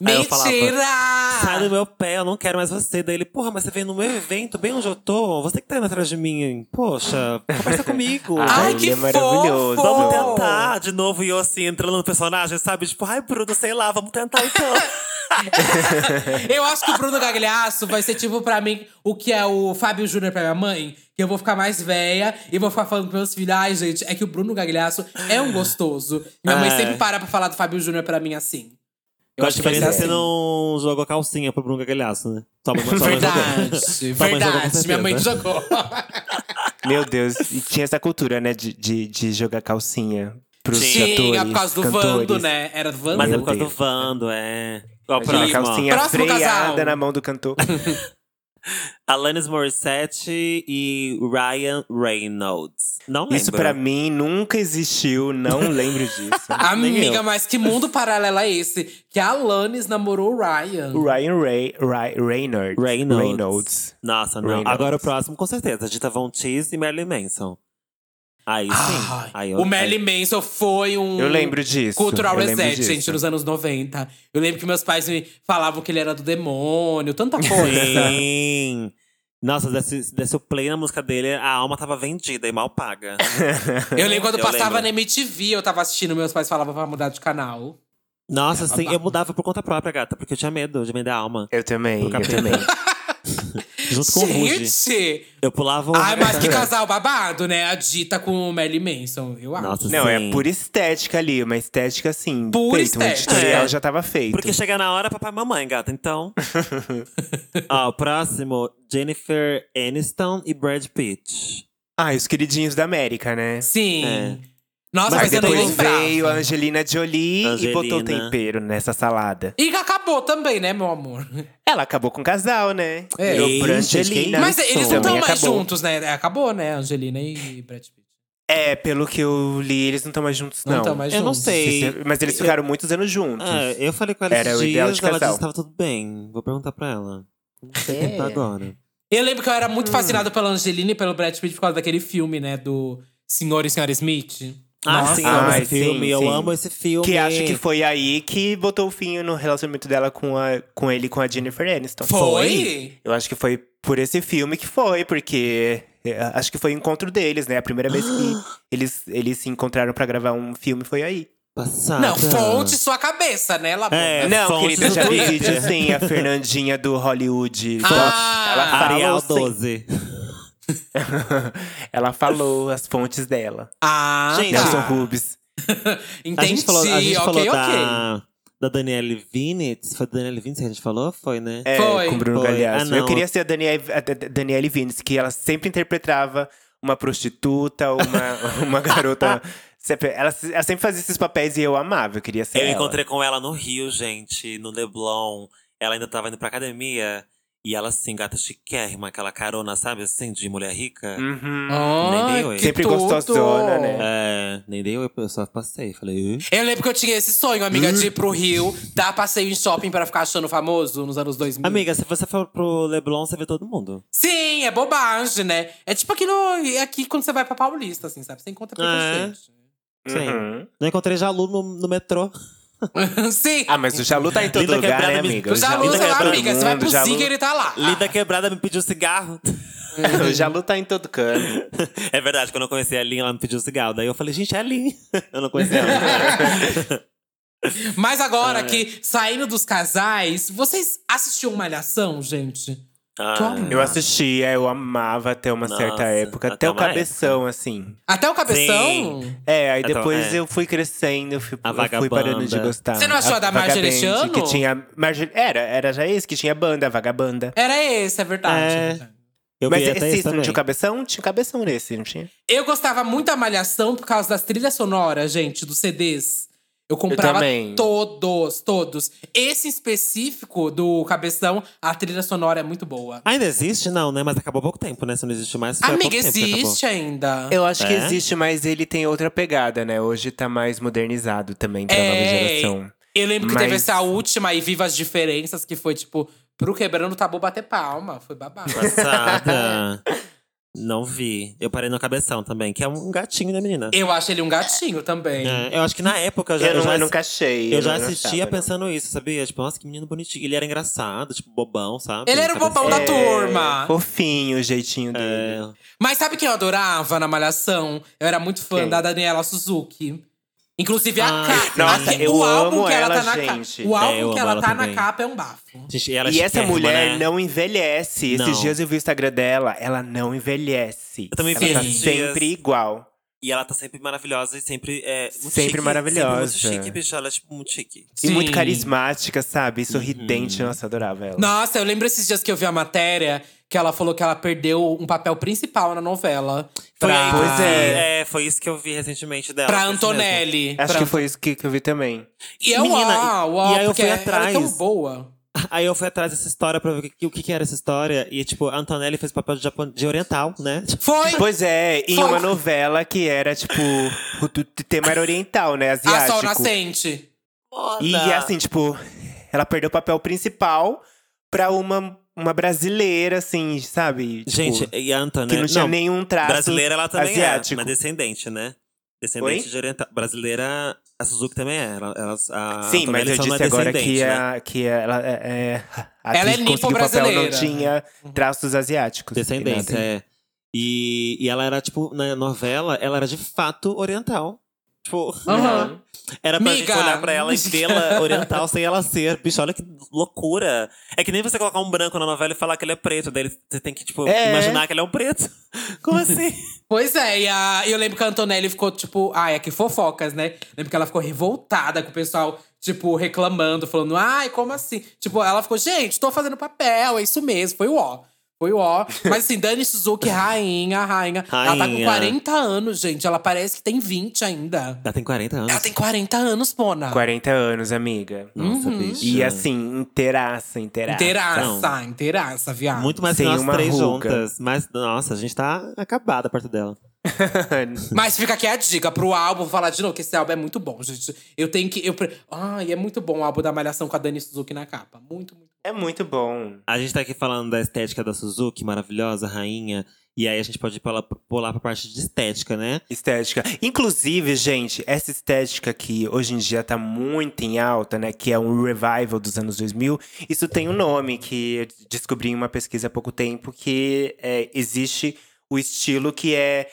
Speaker 1: Aí eu falava, Sai do
Speaker 2: Mentira!
Speaker 1: meu pé, eu não quero mais você. Daí ele, porra, mas você veio no meu evento, bem onde eu tô. Você que tá indo atrás de mim, hein? Poxa, conversa comigo.
Speaker 2: Ai,
Speaker 3: Ai,
Speaker 2: que
Speaker 3: ele é maravilhoso.
Speaker 2: fofo!
Speaker 1: Vamos tentar de novo, e eu assim, entrando no personagem, sabe? Tipo, ai, Bruno, sei lá, vamos tentar então.
Speaker 2: Eu acho que o Bruno Gagliasso vai ser tipo pra mim o que é o Fábio Júnior pra minha mãe, que eu vou ficar mais velha e vou ficar falando pros meus filhos, ai gente, é que o Bruno Gagliasso é um gostoso. Minha mãe
Speaker 1: É.
Speaker 2: sempre para pra falar do Fábio Júnior pra mim assim.
Speaker 1: eu acho que tá
Speaker 2: vai
Speaker 1: parece
Speaker 2: ser
Speaker 1: que você
Speaker 2: assim.
Speaker 1: não jogou calcinha pro Bruno Galhaço, né? Só uma
Speaker 2: Verdade, verdade. Minha mãe jogou.
Speaker 3: Meu Deus, e tinha essa cultura, né, de, de, de jogar calcinha pros
Speaker 2: Sim,
Speaker 3: atores,
Speaker 2: é por causa do
Speaker 3: cantores.
Speaker 2: Vando, né? Era do Vando.
Speaker 1: Mas é
Speaker 3: Meu
Speaker 1: por causa do
Speaker 3: Deus.
Speaker 1: Vando, é. Ó,
Speaker 3: Imagina
Speaker 1: próximo,
Speaker 3: a
Speaker 1: ó.
Speaker 3: calcinha
Speaker 2: Próximo
Speaker 3: freada
Speaker 2: casal.
Speaker 3: na mão do cantor.
Speaker 1: Alanis Morissette e Ryan Reynolds. Não lembro.
Speaker 3: Isso pra mim nunca existiu, não lembro disso.
Speaker 1: Nem
Speaker 2: Amiga,
Speaker 1: eu.
Speaker 2: mas que mundo paralelo é esse? Que a Alanis namorou o Ryan.
Speaker 3: O Ryan Ray, Ray, Reynolds.
Speaker 1: Reynolds.
Speaker 3: Reynolds.
Speaker 1: Nossa, não.
Speaker 3: Reynolds.
Speaker 1: Agora o próximo, com certeza. Dita Von Teese e Marilyn Manson. Aí sim.
Speaker 2: Ai,
Speaker 1: Aí eu-
Speaker 2: Ah, o Marilyn Manson foi um.
Speaker 3: Eu lembro disso,
Speaker 2: Cultural
Speaker 3: eu lembro
Speaker 2: reset,
Speaker 3: disso.
Speaker 2: gente, nos anos 90. Eu lembro que meus pais me falavam que ele era do demônio, tanta coisa.
Speaker 1: Sim. Nossa, desse, desse o play na música dele, a alma tava vendida e mal paga.
Speaker 2: eu lembro quando
Speaker 1: Eu
Speaker 2: passava
Speaker 1: lembro.
Speaker 2: na MTV, eu tava assistindo, meus pais falavam pra mudar de canal.
Speaker 1: Nossa, sim, eu mudava por conta própria, gata, porque eu tinha medo de vender a alma.
Speaker 3: Eu também,
Speaker 1: Pro
Speaker 3: eu
Speaker 1: capeta.
Speaker 3: também.
Speaker 1: Junto com o Ruge.
Speaker 2: gente!
Speaker 1: Eu pulava o.
Speaker 2: Ai, mas que casal babado, né? A Dita com o Marilyn Manson, eu acho.
Speaker 1: Nossa,
Speaker 3: Não,
Speaker 1: sim.
Speaker 3: é por estética ali, uma estética assim,
Speaker 2: Pura
Speaker 3: feito,
Speaker 2: estética.
Speaker 3: um editorial
Speaker 1: É.
Speaker 3: já tava feito.
Speaker 1: Porque chega na hora, papai e mamãe, gata, então. Ó, o próximo: Jennifer Aniston e Brad Pitt.
Speaker 3: Ah, e os queridinhos da América, né?
Speaker 2: Sim.
Speaker 1: É.
Speaker 2: Nossa,
Speaker 3: Mas
Speaker 2: mas, eu não
Speaker 3: depois
Speaker 2: lembrava.
Speaker 3: veio a Angelina Jolie e botou
Speaker 1: Angelina.
Speaker 3: tempero nessa salada.
Speaker 2: E que acabou também, né, meu amor?
Speaker 3: Ela acabou com o casal, né?
Speaker 2: É.
Speaker 3: Virou
Speaker 1: Ei,
Speaker 3: pra
Speaker 1: gente,
Speaker 3: Angelina.
Speaker 1: quem
Speaker 2: Mas
Speaker 1: Isso.
Speaker 2: eles não
Speaker 3: Também
Speaker 2: estão mais
Speaker 3: acabou.
Speaker 2: juntos, né? Acabou, né? Angelina e Brad Pitt.
Speaker 3: É, pelo que eu li, eles não estão mais juntos, não.
Speaker 2: Não estão mais
Speaker 1: eu não
Speaker 2: juntos.
Speaker 1: sei.
Speaker 3: Esse- Mas eles ficaram muitos anos juntos.
Speaker 1: Ah, eu falei com ela
Speaker 3: Era
Speaker 1: esses
Speaker 3: o ideal
Speaker 1: dias,
Speaker 3: de
Speaker 1: ela disse
Speaker 3: casal.
Speaker 1: que tava tudo bem. Vou perguntar pra ela. Não sei quem tá agora. Hum.
Speaker 2: Eu lembro que eu era muito fascinado pela Angelina e pelo Brad Pitt por causa daquele filme, né? Do Senhor e Senhora Smith.
Speaker 1: Ah,
Speaker 2: Nossa.
Speaker 1: sim, eu amo
Speaker 3: Ai,
Speaker 1: esse filme.
Speaker 3: sim,
Speaker 1: eu
Speaker 3: sim.
Speaker 1: amo esse filme.
Speaker 3: Que acho que foi aí que botou o fim no relacionamento dela com, a, com ele e com a Jennifer Aniston.
Speaker 2: Foi?
Speaker 3: Eu acho que foi por esse filme que foi, porque é, acho que foi o encontro deles, né? A primeira vez que eles, eles se encontraram pra gravar um filme foi aí.
Speaker 1: Passada.
Speaker 2: Não, fonte sua cabeça, né, Labona?
Speaker 1: Ah, tá. É,
Speaker 3: Não,
Speaker 1: fontes
Speaker 3: querida,
Speaker 1: do
Speaker 3: já vi
Speaker 1: Twitter.
Speaker 3: vídeo sim, a Fernandinha do Hollywood. Então,
Speaker 2: Ah!
Speaker 3: ela falou,
Speaker 1: Arial
Speaker 3: sim.
Speaker 1: 12.
Speaker 3: ela falou as fontes dela.
Speaker 2: Ah,
Speaker 1: Gente,
Speaker 2: tá.
Speaker 3: Nelson Rubens.
Speaker 2: entendi.
Speaker 1: A gente falou, a gente
Speaker 2: ok,
Speaker 1: falou
Speaker 2: ok.
Speaker 1: da, da Daniele Vinitz. Foi a Daniele Vinitz que a gente falou? Foi, né?
Speaker 3: É,
Speaker 2: Foi.
Speaker 3: com Bruno
Speaker 1: Foi.
Speaker 3: Galhaço.
Speaker 1: Ah,
Speaker 3: eu
Speaker 1: não.
Speaker 3: queria ser a Daniele, a Da- Daniele Vinicius, que ela sempre interpretava uma prostituta, uma, uma garota. sempre- Ela, se- ela sempre fazia esses papéis e eu amava, eu queria ser
Speaker 1: Eu
Speaker 3: ela.
Speaker 1: encontrei com ela no Rio, gente, no Leblon. Ela ainda tava indo pra academia. E ela, assim, gata chiquérrima, aquela carona, sabe, assim, de mulher rica.
Speaker 3: Uhum.
Speaker 1: Nem
Speaker 2: Ah,
Speaker 1: dei oi.
Speaker 2: que
Speaker 3: Sempre
Speaker 2: tudo.
Speaker 3: gostosona, né?
Speaker 1: É, nem dei oi, eu só passei. Falei, "Ih".
Speaker 2: Eu lembro que eu tinha esse sonho, amiga,
Speaker 1: Hum.
Speaker 2: de ir pro Rio, dar passeio em shopping pra ficar achando famoso nos anos 2000.
Speaker 1: amiga, se você for pro Leblon, você vê todo mundo.
Speaker 2: Sim, é bobagem, né? É tipo aqui, no, aqui quando você vai pra Paulista, assim, sabe? Você encontra
Speaker 1: É.
Speaker 2: preconceito.
Speaker 1: Sim.
Speaker 3: Uhum.
Speaker 1: Eu encontrei Jalu no, no metrô.
Speaker 2: Sim.
Speaker 3: Ah, mas o Jalu tá em todo
Speaker 1: Linda
Speaker 3: lugar,
Speaker 1: quebrada
Speaker 3: né,
Speaker 1: me-
Speaker 3: amiga?
Speaker 2: O Jalu,
Speaker 1: Linda
Speaker 2: sei lá,
Speaker 1: quebrando
Speaker 2: amiga, você vai pro
Speaker 3: Jalu-
Speaker 2: Ziga, ele tá lá.
Speaker 1: Linda quebrada me pediu cigarro.
Speaker 3: o Jalu tá em todo canto.
Speaker 1: É verdade, quando eu conheci a Lin, ela me pediu cigarro. Daí eu falei, gente, é a Lin. Eu não conhecia ela.
Speaker 2: Mas
Speaker 1: É.
Speaker 2: agora que, saindo dos casais, vocês assistiam Malhação, gente?
Speaker 1: Ah,
Speaker 3: Eu assistia, eu amava até uma certa
Speaker 1: Nossa,
Speaker 3: época. Até,
Speaker 1: até
Speaker 3: o
Speaker 1: uma
Speaker 3: cabeção, assim.
Speaker 2: Até o Cabeção?
Speaker 1: Sim.
Speaker 3: É, aí
Speaker 1: Então,
Speaker 3: depois
Speaker 1: é.
Speaker 3: eu fui crescendo, eu fui,
Speaker 1: A
Speaker 3: eu fui parando de
Speaker 1: Vagabanda.
Speaker 3: gostar.
Speaker 2: Você não achou a da Marjorie
Speaker 3: Vagabond,
Speaker 2: Chano?
Speaker 3: Que tinha Marjorie- era, era já esse que tinha banda, a Vagabanda.
Speaker 2: Era esse, é verdade.
Speaker 1: É. Eu
Speaker 3: Mas
Speaker 1: vi até
Speaker 3: esse
Speaker 1: isso
Speaker 3: não
Speaker 1: também.
Speaker 3: tinha o cabeção? Tinha o cabeção nesse, não tinha?
Speaker 2: Eu gostava muito da Malhação por causa das trilhas sonoras, gente, dos CDs. Eu comprava
Speaker 3: também.
Speaker 2: todos, todos. Esse em específico do Cabeção, a trilha sonora é muito boa.
Speaker 1: Ainda existe? Não, né? Mas acabou há pouco tempo, né? Se não existe mais, foi há
Speaker 2: Amiga,
Speaker 1: pouco tempo que acabou.
Speaker 2: existe ainda.
Speaker 3: Eu acho que
Speaker 1: É?
Speaker 3: existe, mas ele tem outra pegada, né? Hoje tá mais modernizado também pra nova
Speaker 2: É,
Speaker 3: geração.
Speaker 2: Eu lembro que teve
Speaker 3: Mas-
Speaker 2: essa última e Viva as Diferenças, que foi tipo, pro quebrando o tabu bater palma. Foi babado.
Speaker 1: Passada. não vi. Eu parei no cabeção também, que é um gatinho, né, menina?
Speaker 2: Eu acho ele um gatinho também.
Speaker 1: É, eu acho que na época eu já,
Speaker 3: eu, não-
Speaker 1: já,
Speaker 3: eu né? nunca achei.
Speaker 1: eu já
Speaker 3: não
Speaker 1: assistia
Speaker 3: achava, não.
Speaker 1: pensando isso, sabia? Tipo, nossa, que menino bonitinho. Ele era engraçado, tipo, bobão, sabe?
Speaker 2: Ele era o bobão da
Speaker 1: Cabeção.
Speaker 2: turma.
Speaker 3: É, Fofinho o jeitinho dele.
Speaker 1: É.
Speaker 2: Mas sabe quem eu adorava na Malhação? Eu era muito fã
Speaker 3: Quem?
Speaker 2: da Daniela Suzuki. Inclusive a
Speaker 1: Ah,
Speaker 2: capa.
Speaker 1: sim. Nossa,
Speaker 2: Aqui-
Speaker 3: eu
Speaker 2: o álbum
Speaker 3: amo
Speaker 2: que ela,
Speaker 3: ela,
Speaker 2: tá na
Speaker 3: gente.
Speaker 2: capa. O
Speaker 1: É,
Speaker 2: álbum
Speaker 1: eu amo
Speaker 2: que ela
Speaker 1: ela
Speaker 2: tá
Speaker 1: também.
Speaker 2: na capa é um bafo.
Speaker 1: Gente, ela é
Speaker 3: E essa
Speaker 1: chiquérrima,
Speaker 3: mulher
Speaker 1: né?
Speaker 3: não envelhece. Esses
Speaker 1: Não.
Speaker 3: dias eu vi o Instagram dela, ela não envelhece.
Speaker 1: Eu também
Speaker 3: ela
Speaker 1: vi
Speaker 3: tá
Speaker 1: esses
Speaker 3: sempre
Speaker 1: dias.
Speaker 3: igual.
Speaker 1: E ela tá sempre maravilhosa e sempre. É, muito
Speaker 3: Sempre
Speaker 1: chique,
Speaker 3: maravilhosa.
Speaker 1: Sempre muito chique, bicho. Ela é, tipo, muito chique.
Speaker 3: E muito
Speaker 2: Sim.
Speaker 3: carismática, sabe? E sorridente.
Speaker 1: Uhum.
Speaker 3: Nossa, adorava ela.
Speaker 2: Nossa, eu lembro esses dias que eu vi a matéria que ela falou que ela perdeu um papel principal na novela.
Speaker 1: Foi
Speaker 2: pra,
Speaker 1: aí que eu
Speaker 3: Pois
Speaker 1: vi,
Speaker 3: é.
Speaker 1: é, foi isso que eu vi recentemente dela.
Speaker 2: pra
Speaker 1: foi isso mesmo.
Speaker 2: Antonelli.
Speaker 3: Acho
Speaker 2: Pra-
Speaker 3: que foi isso que, que eu vi também.
Speaker 2: E eu,
Speaker 1: Menina,
Speaker 2: uau,
Speaker 1: e-
Speaker 2: uau,
Speaker 1: e aí eu
Speaker 2: porque
Speaker 1: fui
Speaker 2: Ela é tão
Speaker 1: atrás.
Speaker 2: boa.
Speaker 1: Aí eu fui atrás dessa história pra ver o que, o que que era essa história. E, tipo, a Antonelli fez papel de, japo- de oriental, né?
Speaker 2: Foi!
Speaker 3: Pois é, em
Speaker 2: Foi.
Speaker 3: uma novela que era, tipo, o t- t- tema era oriental, né?
Speaker 1: Ah,
Speaker 2: a Sol
Speaker 3: Asiático.
Speaker 2: Nascente.
Speaker 3: e
Speaker 1: tá.
Speaker 3: assim, tipo, ela perdeu o papel principal pra uma, uma brasileira, assim, sabe? Tipo,
Speaker 1: Gente, e a Antonelli.
Speaker 3: que não tinha nenhum traço
Speaker 1: Brasileira ela também
Speaker 3: asiático.
Speaker 1: é, mas descendente, né? Descendente
Speaker 3: Oi?
Speaker 1: de oriental. Brasileira, a Suzuki também é. Ela, elas- a
Speaker 3: Sim, mas
Speaker 1: Antonelli
Speaker 3: eu
Speaker 1: só não
Speaker 3: disse
Speaker 1: é
Speaker 3: agora que,
Speaker 1: descendente, né?
Speaker 3: a, que ela é. é a
Speaker 2: Ela
Speaker 3: atriz
Speaker 2: é
Speaker 3: que conseguiu o papel não
Speaker 2: nipo-brasileira.
Speaker 3: tinha traços asiáticos.
Speaker 1: Uhum. Descendência,
Speaker 3: Nada.
Speaker 1: é. E, e ela era, tipo, na novela, ela era de fato oriental. Tipo,
Speaker 2: Aham.
Speaker 1: era pra gente
Speaker 2: Miga.
Speaker 1: olhar pra ela e vê-la oriental sem ela ser. Bicho, olha que loucura. É que nem você colocar um branco na novela e falar que ele é preto. Daí você tem que, tipo,
Speaker 3: É.
Speaker 1: imaginar que ele é um preto. Como assim?
Speaker 2: Pois é, e a- eu lembro que a Antonelli ficou, tipo, ai, aqui fofocas, né? Lembro que ela ficou revoltada com o pessoal, tipo, reclamando, falando, ai, como assim? Tipo, ela ficou, gente, tô fazendo papel, é isso mesmo, foi o ó. Foi o ó. Mas assim, Dani Suzuki, rainha, rainha, Ela tá com
Speaker 1: Rainha.
Speaker 2: 40 anos, gente. Ela parece que tem 20 ainda.
Speaker 1: Ela tem 40 anos.
Speaker 2: Ela tem 40 anos,
Speaker 1: é.
Speaker 2: Mona.
Speaker 3: 40 anos, amiga.
Speaker 2: Uhum.
Speaker 1: Nossa, bicho.
Speaker 3: E assim, inteiraça, inteiraça.
Speaker 2: Inteiraça, inteiraça, viado.
Speaker 1: Muito mais que
Speaker 3: Sem
Speaker 1: nós
Speaker 3: uma
Speaker 1: três
Speaker 3: ruga.
Speaker 1: juntas. Mas, nossa, a gente tá acabada perto dela.
Speaker 2: Mas fica aqui a dica pro álbum, vou falar de novo, que esse álbum é muito bom, gente. Eu tenho que. Eu... pre- Ai, é muito bom o álbum da Malhação com a Dani Suzuki na capa. Muito, muito.
Speaker 3: É muito bom.
Speaker 1: A gente tá aqui falando da estética da Suzuki, maravilhosa, rainha. E aí a gente pode pular, pular pra parte de estética, né?
Speaker 3: Estética. Inclusive, gente, essa estética que hoje em dia tá muito em alta, né? Que é um revival dos anos 2000. Isso tem um nome que eu descobri em uma pesquisa há pouco tempo. Que é, existe o estilo que é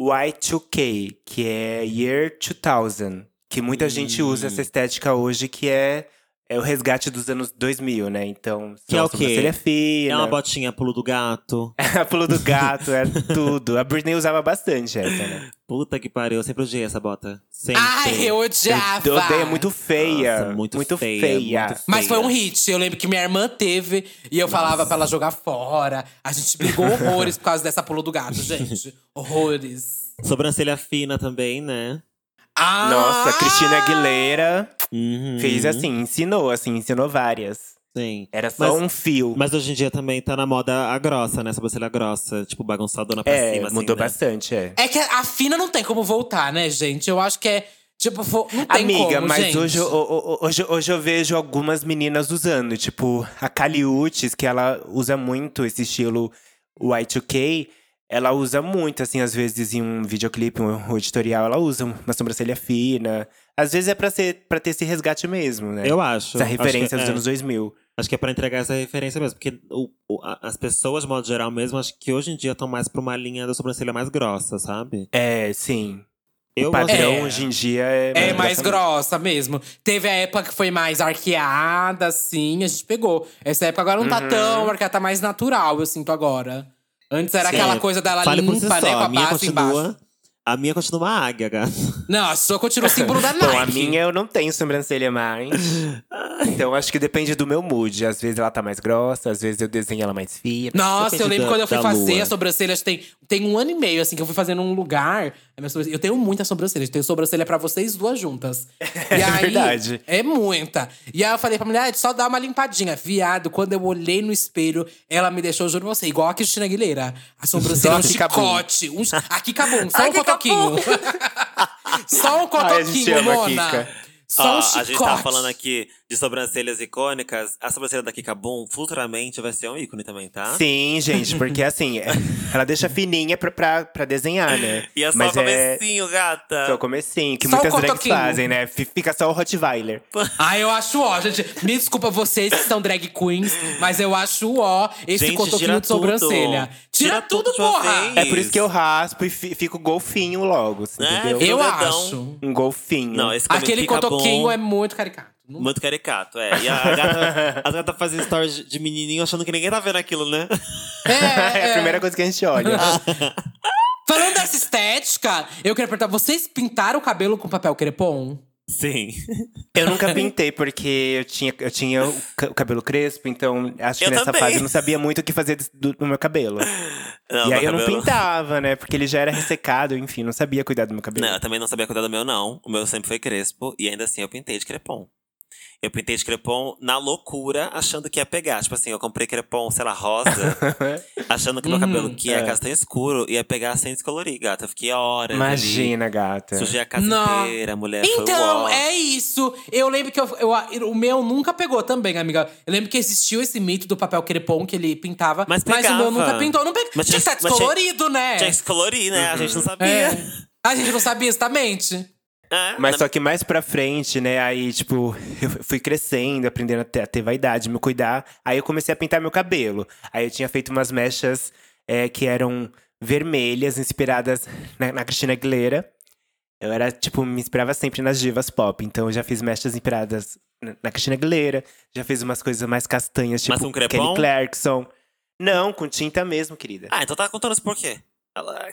Speaker 3: Y2K, que é Year 2000. Que muita gente usa
Speaker 1: Hum.
Speaker 3: essa estética hoje, que é, é o resgate dos anos 2000, né? Então,
Speaker 1: Que é o quê?
Speaker 3: sobrancelha fina.
Speaker 1: É uma botinha pulo do gato.
Speaker 3: A pulo do gato, é tudo. A Britney usava bastante essa, né?
Speaker 1: Puta que pariu, eu sempre odiei essa bota. Sempre.
Speaker 2: Ai, eu odiava!
Speaker 3: Ah, Eu odeio, é muito feia.
Speaker 1: Nossa,
Speaker 3: muito,
Speaker 1: muito
Speaker 3: feia.
Speaker 1: feia, muito
Speaker 2: Mas foi
Speaker 1: feia.
Speaker 2: um hit. Eu lembro que minha irmã teve e eu falava pra ela jogar fora. A gente brigou horrores por causa dessa pulo do gato, gente. Horrores.
Speaker 1: Sobrancelha fina também, né?
Speaker 2: Ah!
Speaker 3: Nossa, Cristina Aguilera
Speaker 1: Uhum.
Speaker 3: fez assim, ensinou, assim, ensinou várias.
Speaker 1: Sim.
Speaker 3: Era só
Speaker 1: Mas-
Speaker 3: um fio.
Speaker 1: Mas hoje em dia também tá na moda a grossa, né? Sobrancelha grossa, tipo bagunçadona pra
Speaker 3: é,
Speaker 1: cima, assim,
Speaker 3: mudou
Speaker 1: né?
Speaker 3: bastante, é.
Speaker 2: É que a fina não tem como voltar, né, gente? Eu acho que é. Tipo, fo- não tem
Speaker 3: Amiga,
Speaker 2: como,
Speaker 3: mas
Speaker 2: gente.
Speaker 3: hoje, eu- ho- ho- hoje, hoje eu vejo algumas meninas usando. Tipo, a Caliutes, que ela usa muito esse estilo Y2K. Ela usa muito, assim, às vezes em um videoclipe, um editorial, ela usa uma sobrancelha fina. Às vezes é pra, ser, pra ter esse resgate mesmo, né?
Speaker 1: Eu acho.
Speaker 3: Essa
Speaker 1: Acho que-
Speaker 3: referência dos
Speaker 1: é.
Speaker 3: anos 2000.
Speaker 1: Acho que é pra entregar essa referência mesmo. Porque o- o- a- as pessoas, de modo geral mesmo, acho que hoje em dia estão mais pra uma linha da sobrancelha mais grossa, sabe?
Speaker 3: É, sim.
Speaker 1: Eu
Speaker 3: o padrão
Speaker 2: É.
Speaker 3: hoje em dia é.
Speaker 2: É mais
Speaker 3: exatamente.
Speaker 2: grossa mesmo. Teve a época que foi mais arqueada, assim, a gente pegou. Essa época agora não
Speaker 3: Uhum.
Speaker 2: tá tão arqueada, tá mais natural, eu sinto agora. Antes era
Speaker 1: Sim.
Speaker 2: aquela coisa dela limpa, né, com a,
Speaker 1: a minha
Speaker 2: pasta embaixo.
Speaker 1: continua. A minha continua uma águia, gata.
Speaker 2: Não, a sua continua o símbolo da Nike.
Speaker 3: Bom, Então, a minha eu não tenho sobrancelha mais. então acho que depende do meu mood. Às vezes ela tá mais grossa, às vezes eu desenho ela mais fina.
Speaker 2: Nossa, eu
Speaker 1: Depende
Speaker 2: lembro
Speaker 1: da-
Speaker 2: quando eu fui
Speaker 1: da
Speaker 2: fazer
Speaker 1: lua.
Speaker 2: as sobrancelhas, tem, tem um ano e meio, assim, que eu fui fazer num lugar. a minha sobrancelha- Eu tenho muitas sobrancelhas, tenho sobrancelha pra vocês duas juntas. E
Speaker 3: É verdade.
Speaker 2: É muita. E aí eu falei pra mulher, "Ah, só dá uma limpadinha. Viado, quando eu olhei no espelho, ela me deixou, juro pra você, igual a Cristina Aguilera. A sobrancelha é um
Speaker 3: Só Kika Boom.
Speaker 2: chicote. Um, chi- a Kika Boom, só
Speaker 4: A
Speaker 2: um
Speaker 4: Kika
Speaker 2: cotoquinho.
Speaker 4: Boom.
Speaker 2: só um
Speaker 3: Ai, a gente
Speaker 2: cotoquinho,
Speaker 3: ama a
Speaker 2: mona.
Speaker 3: Kika.
Speaker 2: Só um
Speaker 1: Ó,
Speaker 2: chicote.
Speaker 1: a gente tava falando aqui de sobrancelhas icônicas. A sobrancelha da Kika Boom, futuramente, vai ser um ícone também, tá?
Speaker 3: Sim, gente, porque assim, ela deixa fininha pra, pra, pra desenhar, né?
Speaker 1: E é só o
Speaker 3: Mas
Speaker 1: comecinho, gata.
Speaker 3: É só o comecinho, que
Speaker 2: Só o
Speaker 3: muitas drags
Speaker 2: cotoquinho.
Speaker 3: fazem, né? F- Fica só o Rottweiler.
Speaker 2: Ah, eu acho ó, gente. Me desculpa vocês que são drag queens, mas eu acho ó esse
Speaker 1: Gente,
Speaker 2: cotoquinho
Speaker 1: tira
Speaker 2: de sobrancelha.
Speaker 1: tudo.
Speaker 2: Tira,
Speaker 1: Tira
Speaker 2: tudo,
Speaker 1: tudo de uma
Speaker 2: porra!
Speaker 1: vez.
Speaker 3: É por isso que eu raspo e fi- fico golfinho logo, assim,
Speaker 1: É,
Speaker 3: entendeu?
Speaker 1: vira
Speaker 2: Eu
Speaker 1: o dedão.
Speaker 2: acho.
Speaker 3: Um golfinho.
Speaker 1: Não, esse cabelo
Speaker 2: Aquele
Speaker 1: fica
Speaker 2: cotoquinho
Speaker 1: bom.
Speaker 2: é muito caricato. Não-
Speaker 1: Muito caricato, é. E a, a gata, as gatas fazem stories de menininho achando que ninguém tá vendo aquilo, né?
Speaker 2: É,
Speaker 3: é a
Speaker 2: é.
Speaker 3: primeira coisa que a gente olha.
Speaker 1: Ah,
Speaker 2: Falando dessa estética, eu queria perguntar: vocês pintaram o cabelo com papel crepom?
Speaker 1: Sim.
Speaker 3: Eu nunca pintei, porque eu tinha, eu tinha o ca- o cabelo crespo, então acho que
Speaker 1: Eu
Speaker 3: nessa
Speaker 1: também.
Speaker 3: fase eu não sabia muito o que fazer do, do- do meu cabelo.
Speaker 1: Não,
Speaker 3: e
Speaker 1: meu
Speaker 3: aí eu não
Speaker 1: cabelo-
Speaker 3: pintava, né? Porque ele já era ressecado, enfim, não sabia cuidar do meu cabelo.
Speaker 1: Não, eu também não sabia cuidar do meu, não. O meu sempre foi crespo. E ainda assim, eu pintei de crepom. Eu pintei de crepom na loucura, achando que ia pegar. Tipo assim, eu comprei crepom, sei lá, rosa. achando que meu cabelo, que é,
Speaker 3: é.
Speaker 1: castanho escuro, ia pegar sem descolorir, gata. Eu fiquei horas ali.
Speaker 3: Imagina, gata.
Speaker 1: Sujei a casa
Speaker 2: Não.
Speaker 1: inteira, mulher.
Speaker 2: Então,
Speaker 1: foi um uó.
Speaker 2: é isso. Eu lembro que eu- eu- o meu nunca pegou também, amiga. Eu lembro que existiu esse mito do papel crepom que ele pintava,
Speaker 1: Mas
Speaker 2: mas, o meu
Speaker 1: pegava.
Speaker 2: nunca pintou. Não pe...
Speaker 1: Mas
Speaker 2: tinha que
Speaker 1: tinha-
Speaker 2: estar
Speaker 1: mas tinha-
Speaker 2: descolorido, né?
Speaker 1: Tinha que descolorir, né? A gente
Speaker 3: Uhum.
Speaker 1: não sabia.
Speaker 2: É. A gente não sabia exatamente.
Speaker 1: É,
Speaker 3: Mas
Speaker 1: na-
Speaker 3: só que mais pra frente, né? Aí, tipo, eu fui crescendo, aprendendo a ter, a ter vaidade, me cuidar. Aí eu comecei a pintar meu cabelo. Aí eu tinha feito umas mechas é, que eram vermelhas, inspiradas na, na Cristina Aguilera. Eu era, tipo, me inspirava sempre nas divas pop. Então eu já fiz mechas inspiradas na, na Cristina Aguilera. Já fiz umas coisas mais castanhas, tipo
Speaker 1: Mas com crepom?
Speaker 3: Kelly Clarkson. Não, com tinta mesmo, querida.
Speaker 1: Ah, então tá contando isso por quê? Ela-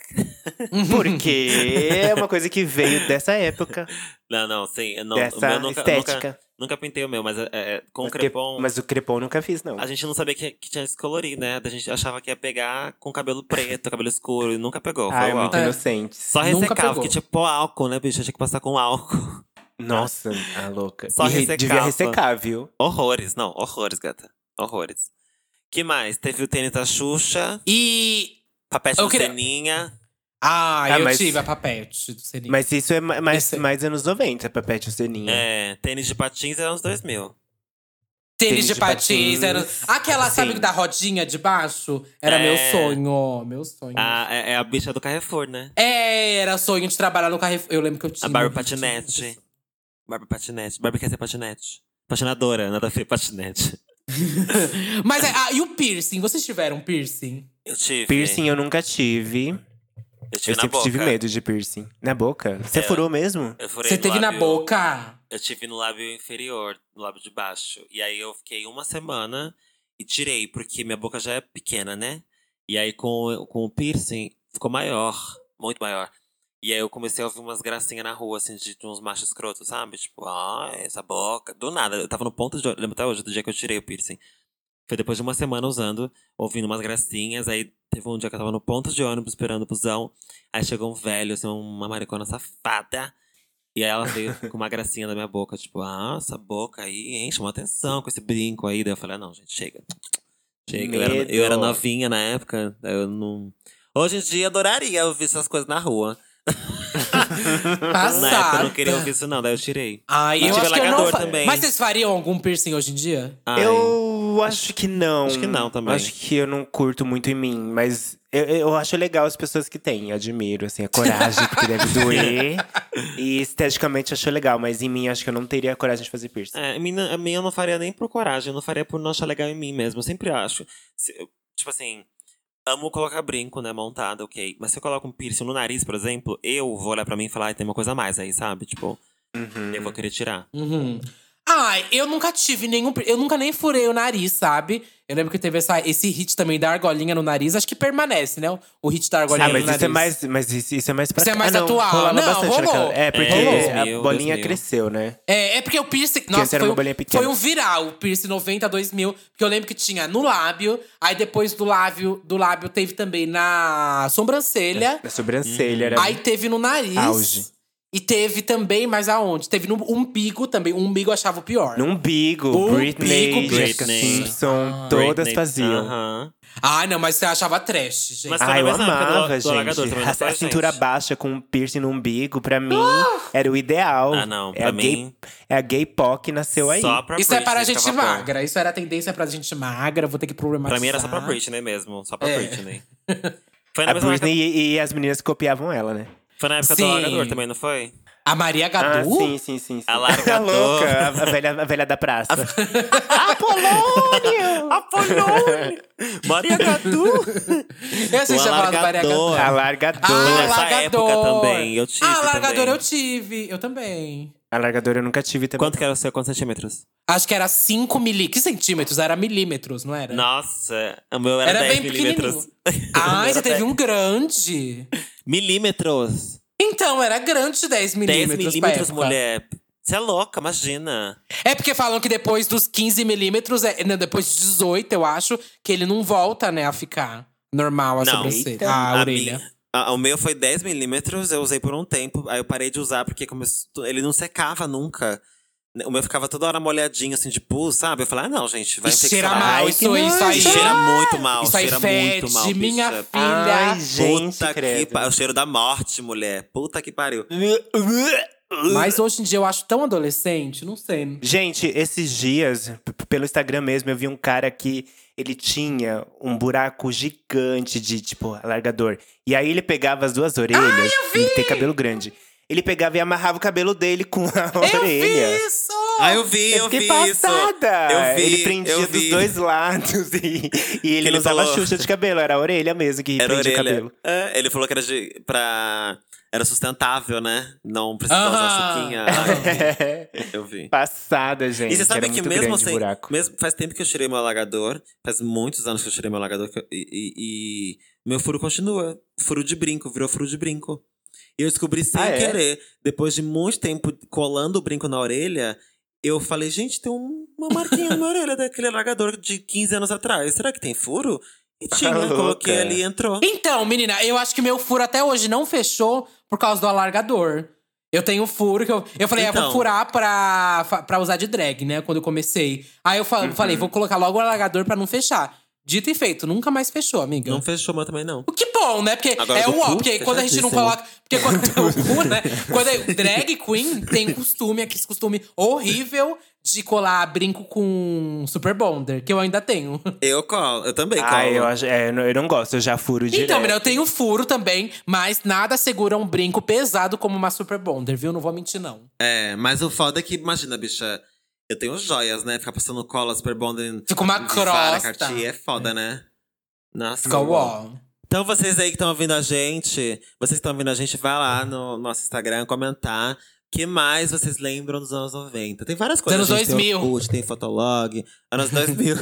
Speaker 1: Uhum.
Speaker 3: Porque é uma coisa que veio dessa época,
Speaker 1: Não, não, sim. eu Não, o
Speaker 3: dessa
Speaker 1: meu nunca,
Speaker 3: estética.
Speaker 1: Nunca, nunca pintei o meu, mas é, é, com
Speaker 3: mas,
Speaker 1: o Ah, crepom.
Speaker 3: Que, Um mas o crepom nunca fiz, não.
Speaker 1: A gente não sabia que, que tinha descolorir, né? A gente achava que ia pegar com cabelo preto, cabelo escuro, e nunca pegou.
Speaker 3: Ah,
Speaker 1: Foi
Speaker 3: é
Speaker 1: uau.
Speaker 3: muito
Speaker 2: É.
Speaker 3: inocente.
Speaker 1: Só
Speaker 2: Nunca
Speaker 1: ressecava,
Speaker 2: pegou.
Speaker 1: que tipo álcool, né, bicho? Eu tinha que passar com álcool.
Speaker 3: Nossa, a louca.
Speaker 1: Só
Speaker 3: e re-
Speaker 1: ressecava.
Speaker 3: devia ressecar, viu?
Speaker 1: Horrores, não, horrores, gata. Horrores. Que mais? Teve o tênis da Xuxa,
Speaker 2: E.
Speaker 1: papete
Speaker 2: Eu
Speaker 1: da
Speaker 2: queria-
Speaker 1: Seninha.
Speaker 2: Ah,
Speaker 3: Ah,
Speaker 1: É,
Speaker 2: eu
Speaker 3: mas-
Speaker 2: tive a papete do Seninho.
Speaker 3: Mas isso é ma- mais,
Speaker 2: Esse-
Speaker 3: mais anos 90, Papete e Seninha.
Speaker 1: É, tênis de patins era uns 2000.
Speaker 2: Tênis de patins. Era... Aquela, sabe,
Speaker 1: Sim.
Speaker 2: da rodinha de baixo? Era
Speaker 1: É.
Speaker 2: meu sonho, meu sonho.
Speaker 1: Ah, é, é a bicha do Carrefour, né?
Speaker 2: É, era sonho de trabalhar no Carrefour. Eu lembro que eu tinha.
Speaker 1: A Barbie
Speaker 2: eu tinha
Speaker 1: Patinete. Barbie Patinete. Barbie quer ser patinete. Patinadora, nada a ver, patinete.
Speaker 2: isso. Mas é, ah, e o piercing? Vocês tiveram piercing?
Speaker 1: Eu tive.
Speaker 3: Piercing eu nunca tive.
Speaker 1: Eu tive
Speaker 3: Eu
Speaker 1: na
Speaker 3: sempre
Speaker 1: boca.
Speaker 3: tive medo de piercing. Na boca? Você
Speaker 1: É.
Speaker 3: furou mesmo?
Speaker 1: Eu furei
Speaker 2: Você
Speaker 1: no
Speaker 2: teve na
Speaker 1: lábio-
Speaker 2: boca?
Speaker 1: Eu tive no lábio inferior, no lábio de baixo. E aí eu fiquei uma semana e tirei, porque minha boca já é pequena, né? E aí com, com o piercing ficou maior, muito maior. E aí eu comecei a ouvir umas gracinhas na rua, assim, de, de uns machos escrotos, sabe? Tipo, ah, essa boca. Do nada. Eu tava no ponto de. Eu lembro até hoje do dia que eu tirei o piercing. Foi depois de uma semana usando, ouvindo umas gracinhas. Aí teve um dia que eu tava no ponto de ônibus esperando o busão. Aí chegou um velho, assim, uma maricona safada. E aí ela veio com uma gracinha na minha boca, tipo, ah, essa boca aí, hein, chamou atenção com esse brinco aí. Daí eu falei, ah, não, gente, chega. Chega. Eu era,
Speaker 3: Medo.
Speaker 1: eu era novinha na época, daí eu não. Hoje em dia adoraria ouvir essas coisas na rua. Na época eu não
Speaker 2: Passada.
Speaker 1: queria ouvir isso, não, daí eu tirei.
Speaker 2: Ai,
Speaker 1: E
Speaker 2: eu
Speaker 1: tive
Speaker 2: acho que eu não
Speaker 1: alagador
Speaker 2: fa...
Speaker 1: também.
Speaker 2: Mas vocês fariam algum piercing hoje em dia?
Speaker 1: Ai.
Speaker 3: Eu acho que não.
Speaker 1: acho que não também.
Speaker 3: Acho que eu não curto muito em mim, mas eu, eu acho legal as pessoas que têm. Admiro, assim, a coragem, porque deve doer. E esteticamente acho legal, mas em mim acho que eu não teria a coragem de fazer piercing.
Speaker 1: É, a minha, a minha eu não faria nem por coragem, eu não faria por não achar legal em mim mesmo. Eu sempre acho. se- eu- tipo assim, amo colocar brinco, né? Montado, ok. Mas se eu coloco um piercing no nariz, por exemplo, eu vou olhar pra mim e falar, "Ai, tem uma coisa a mais aí, sabe? Tipo, eu vou querer tirar.
Speaker 2: Uhum. Ai, eu nunca tive nenhum. pier- Eu nunca nem furei o nariz, sabe? Eu lembro que teve essa, esse hit também da argolinha no nariz. Acho que permanece, né? O- O hit da argolinha
Speaker 3: Ah,
Speaker 2: no
Speaker 3: mas
Speaker 2: nariz.
Speaker 3: isso é mais, mas isso isso é mais pra
Speaker 2: Isso é mais atual.
Speaker 3: rolava
Speaker 2: Não,
Speaker 3: bastante
Speaker 2: rolou.
Speaker 3: naquela- É, porque
Speaker 1: Rolou.
Speaker 3: a
Speaker 1: 2000,
Speaker 3: bolinha
Speaker 1: 2000.
Speaker 3: cresceu, né?
Speaker 2: É, é porque o piercing.
Speaker 3: antes
Speaker 2: Nossa,
Speaker 3: era
Speaker 2: foi,
Speaker 3: uma
Speaker 2: um-
Speaker 3: bolinha pequena.
Speaker 2: foi um viral, o piercing 90, 2000. Porque eu lembro que tinha no lábio, aí depois do lábio, do lábio teve também na sobrancelha,
Speaker 3: A sobrancelha era.
Speaker 2: aí teve no nariz.
Speaker 3: É, Auge.
Speaker 2: E teve também, mas aonde? Teve no um umbigo também. O umbigo eu achava o pior.
Speaker 3: No umbigo,
Speaker 2: Umbigo,
Speaker 3: Britney,
Speaker 2: Britney.
Speaker 3: Jessica Simpson, todas
Speaker 1: Britney,
Speaker 3: faziam.
Speaker 1: aham.
Speaker 2: Ah, não, mas você achava trash, gente.
Speaker 1: Mas-
Speaker 3: Ah, eu
Speaker 1: Mas foi na mesma época do-
Speaker 3: amava,
Speaker 1: do Alagador
Speaker 3: gente.
Speaker 1: também, não
Speaker 3: A,
Speaker 1: foi, assim.
Speaker 3: a cintura
Speaker 1: gente?
Speaker 3: baixa com um piercing no umbigo, pra mim, era o ideal.
Speaker 1: Ah, não,
Speaker 3: É
Speaker 1: pra
Speaker 3: a gay-
Speaker 1: mim-
Speaker 3: é a gay pop que nasceu aí.
Speaker 1: Só pra
Speaker 2: Isso é
Speaker 1: Britney
Speaker 2: para a gente
Speaker 1: ficava bom.
Speaker 2: magra. Isso era a tendência para gente magra. Vou ter que problematizar.
Speaker 1: Pra mim era só pra Britney mesmo, só pra
Speaker 2: É.
Speaker 1: Britney. Foi na,
Speaker 3: A
Speaker 1: mesma
Speaker 3: Britney
Speaker 1: época,
Speaker 3: e, e as meninas copiavam ela, né?
Speaker 1: foi na época
Speaker 2: Sim.
Speaker 1: do Alagador também, não foi?
Speaker 2: A Maria
Speaker 3: Ah,
Speaker 2: Gadu?
Speaker 3: sim, sim, sim. sim.
Speaker 1: A largador.
Speaker 3: A louca, a, a velha, a velha da praça. Apolônio!
Speaker 1: Apolônio! Maria Gadu!
Speaker 2: Eu sei
Speaker 1: O
Speaker 2: chamava de Maria Gadu.
Speaker 1: alargador.
Speaker 3: a
Speaker 2: Ah,
Speaker 3: largadora.
Speaker 1: Nessa
Speaker 2: largador.
Speaker 1: época também, eu tive
Speaker 2: Ah, largador
Speaker 1: também.
Speaker 2: eu tive. Eu também.
Speaker 3: A largadora eu nunca tive também.
Speaker 1: Quanto que era o seu? Quantos centímetros?
Speaker 2: Acho que era 5 milímetros. Que centímetros? Era milímetros, não era?
Speaker 1: Nossa, o meu era,
Speaker 2: É. Era
Speaker 1: 10
Speaker 2: bem
Speaker 1: milímetros.
Speaker 2: pequenininho. Ai, você teve um grande.
Speaker 1: Milímetros!
Speaker 2: Então, era grande 10
Speaker 1: 10
Speaker 2: milímetros. pra
Speaker 1: milímetros,
Speaker 2: época.
Speaker 1: mulher. Você é louca, imagina.
Speaker 2: É porque falam que depois dos 15 milímetros, é, não, depois de 18, eu acho, que ele não volta, né, a ficar normal a
Speaker 1: Não.
Speaker 2: sobrancelha. Ah,
Speaker 1: Eita.
Speaker 2: A,
Speaker 1: A
Speaker 2: orelha.
Speaker 1: minha- a- o meu foi 10 milímetros, eu usei por um tempo. Aí eu parei de usar porque começou- ele não secava nunca. O meu ficava toda hora molhadinho, assim, de pus, sabe? Eu falei, ah, não, gente, vai
Speaker 2: E cheira
Speaker 1: infeccionar.
Speaker 2: mal,
Speaker 3: Ai,
Speaker 2: isso,
Speaker 3: que
Speaker 2: aí, isso aí.
Speaker 1: E cheira muito mal,
Speaker 2: Isso aí
Speaker 1: cheira
Speaker 2: fede,
Speaker 1: muito mal,
Speaker 2: minha
Speaker 1: bicha.
Speaker 2: filha.
Speaker 3: Ai, gente,
Speaker 1: Puta que
Speaker 3: credo.
Speaker 1: pa... O cheiro da morte, mulher. Puta que pariu.
Speaker 2: Mas hoje em dia eu acho tão adolescente, não sei.
Speaker 3: Gente, esses dias, p- p- pelo Instagram mesmo, eu vi um cara que ele tinha um buraco gigante de, tipo, alargador. E aí ele pegava as duas orelhas. Ele tem cabelo grande. Ele pegava e amarrava o cabelo dele com a
Speaker 2: Eu
Speaker 3: orelha.
Speaker 2: vi isso!
Speaker 1: Ah, eu vi, eu
Speaker 3: fiquei
Speaker 1: vi
Speaker 3: passada!
Speaker 1: isso. Eu vi,
Speaker 3: ele prendia
Speaker 1: eu
Speaker 3: dos
Speaker 1: vi.
Speaker 3: dois lados e, e ele
Speaker 1: ele
Speaker 3: não usava
Speaker 1: falou.
Speaker 3: xuxa de cabelo, era a orelha mesmo que
Speaker 1: Era
Speaker 3: prendia o
Speaker 1: orelha.
Speaker 3: cabelo.
Speaker 1: É, ele falou que era de, pra... Era sustentável, né? Não precisava usar
Speaker 2: Aham.
Speaker 1: suquinha. Ah, eu vi.
Speaker 3: Passada, gente.
Speaker 1: E você sabe
Speaker 3: era
Speaker 1: que
Speaker 3: muito
Speaker 1: mesmo
Speaker 3: grande o
Speaker 1: assim,
Speaker 3: buraco.
Speaker 1: mesmo, faz tempo que eu tirei meu alagador, faz muitos anos que eu tirei meu alagador que eu- e, e- e meu furo continua. Furo de brinco, virou furo de brinco. E eu descobri sem
Speaker 3: Ah, é?
Speaker 1: querer, depois de muito tempo colando o brinco na orelha, eu falei, gente, tem um- uma marquinha na minha orelha daquele alagador de 15 anos atrás. Será que tem furo? E tinha,
Speaker 3: Tá louca.
Speaker 1: coloquei ali e entrou.
Speaker 2: Então, menina, eu acho que meu furo até hoje não fechou por causa do alargador. Eu tenho um furo que eu. Eu falei, ah,
Speaker 1: Então.
Speaker 2: vou furar
Speaker 1: Uhum.
Speaker 2: pra, fa- pra usar de drag, né? Quando eu comecei. Aí eu fa- falei, vou colocar logo o alargador pra não fechar. Dito e feito, nunca mais fechou, amiga.
Speaker 1: Não fechou, mas também não.
Speaker 2: O que bom, né? Porque
Speaker 1: Agora
Speaker 2: é
Speaker 1: do
Speaker 2: um ó,
Speaker 1: cu,
Speaker 2: porque quando a gente não
Speaker 1: fechadíssimo.
Speaker 2: coloca. Porque quando o cu, né? Quando é drag queen tem um costume, aquele costume horrível de colar brinco com super bonder, que eu ainda tenho.
Speaker 1: Eu colo, eu também colo.
Speaker 3: Ai, eu, acho- é, eu não- eu não gosto, eu já furo direto.
Speaker 2: Então, menina, eu tenho furo também, mas nada segura um brinco pesado como uma super bonder, viu? Não vou mentir, não.
Speaker 1: É, mas o foda é que, imagina, bicha, eu tenho joias, né? Ficar passando cola, super bonding.
Speaker 2: Fica uma crosta.
Speaker 1: é foda, né? Nossa.
Speaker 2: Fica
Speaker 1: meu amor.
Speaker 2: ó.
Speaker 1: Então vocês aí que estão ouvindo a gente, vocês que estão ouvindo a gente, vai lá no nosso Instagram comentar. que mais vocês lembram dos anos 90? Tem várias coisas.
Speaker 2: Anos
Speaker 1: gente. Tem
Speaker 2: 2000.
Speaker 1: Orkut, tem Fotolog. Anos 2000.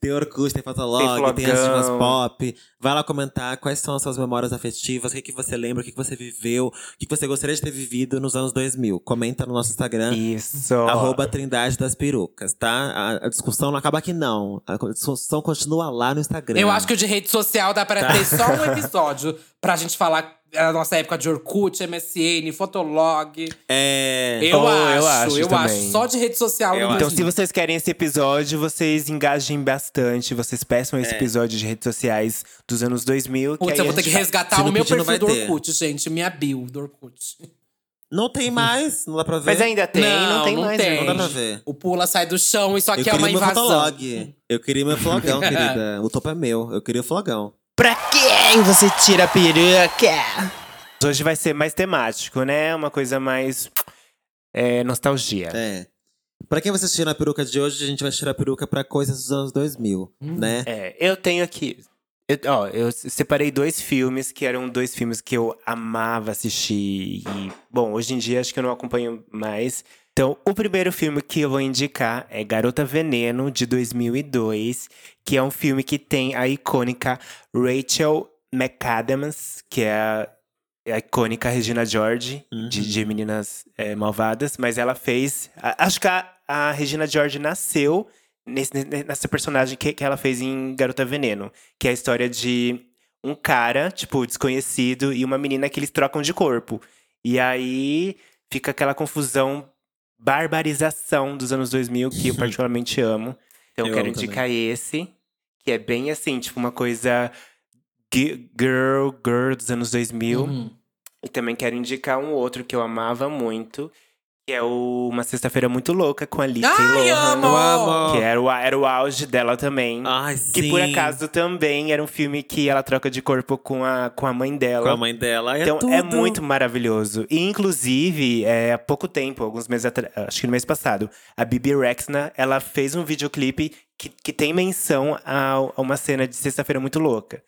Speaker 1: tem Orkut, tem
Speaker 3: Tem
Speaker 1: Fotolog,
Speaker 3: Flogão.
Speaker 1: tem, as divas pop. Vai lá comentar quais são as suas memórias afetivas, o que, que você lembra, o que, que você viveu, o que, que você gostaria de ter vivido nos anos 2000. Comenta no nosso Instagram.
Speaker 3: Isso.
Speaker 1: Arroba Trindade das Perucas, tá? A, a discussão não acaba aqui, não. A discussão continua lá no Instagram.
Speaker 2: Eu acho que o de rede social dá
Speaker 1: Tá.
Speaker 2: pra ter só um episódio pra gente falar a nossa época de Orkut, MSN, Fotolog.
Speaker 1: É.
Speaker 2: Eu,
Speaker 3: Oh,
Speaker 2: acho, eu
Speaker 3: eu
Speaker 2: acho,
Speaker 3: acho também.
Speaker 2: Só de rede social.
Speaker 1: Eu
Speaker 2: não
Speaker 1: acho.
Speaker 3: Então, se vocês querem esse episódio, vocês engajem bastante. Vocês peçam esse episódio de redes sociais dos anos 2000.
Speaker 2: É. Putz,
Speaker 3: aí
Speaker 2: eu
Speaker 3: a
Speaker 2: vou ter
Speaker 3: gente
Speaker 2: que
Speaker 3: vai-
Speaker 1: se
Speaker 2: resgatar o
Speaker 1: não
Speaker 2: meu
Speaker 1: pedir, não
Speaker 2: perfil do
Speaker 1: vai ter.
Speaker 2: Orkut, gente. Minha bio do Orkut.
Speaker 1: Não tem mais, não dá pra ver.
Speaker 3: Mas ainda
Speaker 2: tá
Speaker 3: tem, não, tem mais.
Speaker 1: não
Speaker 2: tem.
Speaker 1: dá pra ver.
Speaker 2: O pula sai do chão, isso aqui
Speaker 1: eu
Speaker 2: é
Speaker 1: queria
Speaker 2: uma
Speaker 1: meu
Speaker 2: invasão.
Speaker 1: fotolog. Eu queria meu flogão, querida. O topo é meu. Eu queria o flogão.
Speaker 4: Pra quem você tira a peruca?
Speaker 3: Hoje vai ser mais temático, né? Uma coisa mais. é, nostalgia.
Speaker 1: É. Pra quem vocês tiram a peruca de hoje, a gente vai tirar a peruca pra coisas dos anos 2000,
Speaker 2: Hum.
Speaker 1: né?
Speaker 3: É, eu tenho aqui. Eu, ó, eu separei dois filmes que eram dois filmes que eu amava assistir. E, bom, hoje em dia acho que eu não acompanho mais. Então, o primeiro filme que eu vou indicar é Garota Veneno, de 2002, que é um filme que tem a icônica Rachel McAdams, que é a, é a icônica Regina George, de, de Meninas eh, Malvadas, mas ela fez. a- acho que a- a Regina George nasceu nesse, ne- nessa personagem que, que ela fez em Garota Veneno, que é a história de um cara, tipo, desconhecido e uma menina que eles trocam de corpo. E aí fica aquela confusão, barbarização dos anos 2000 que eu particularmente amo. Então eu
Speaker 1: Eu
Speaker 3: quero
Speaker 1: amo também.
Speaker 3: indicar esse, que é bem assim, tipo, uma coisa gi- girl, girl dos anos 2000.
Speaker 2: Uhum.
Speaker 3: E também quero indicar um outro que eu amava muito, que é o Uma Sexta-feira Muito Louca com a Lindsay
Speaker 2: Ai,
Speaker 3: Lohan.
Speaker 2: amo!
Speaker 1: amo!
Speaker 3: Que era o, era o auge dela também.
Speaker 1: Ai,
Speaker 3: que
Speaker 1: sim.
Speaker 3: por acaso também era um filme que ela troca de corpo com a, com a mãe
Speaker 1: Com
Speaker 3: dela.
Speaker 1: a mãe dela. É
Speaker 3: então
Speaker 1: tudo.
Speaker 3: é muito maravilhoso. E inclusive, é, há pouco tempo, alguns meses atrás, acho que no mês passado, a Bibi Rexna, ela fez um videoclipe que, que tem menção a, a uma cena de Sexta-feira Muito Louca.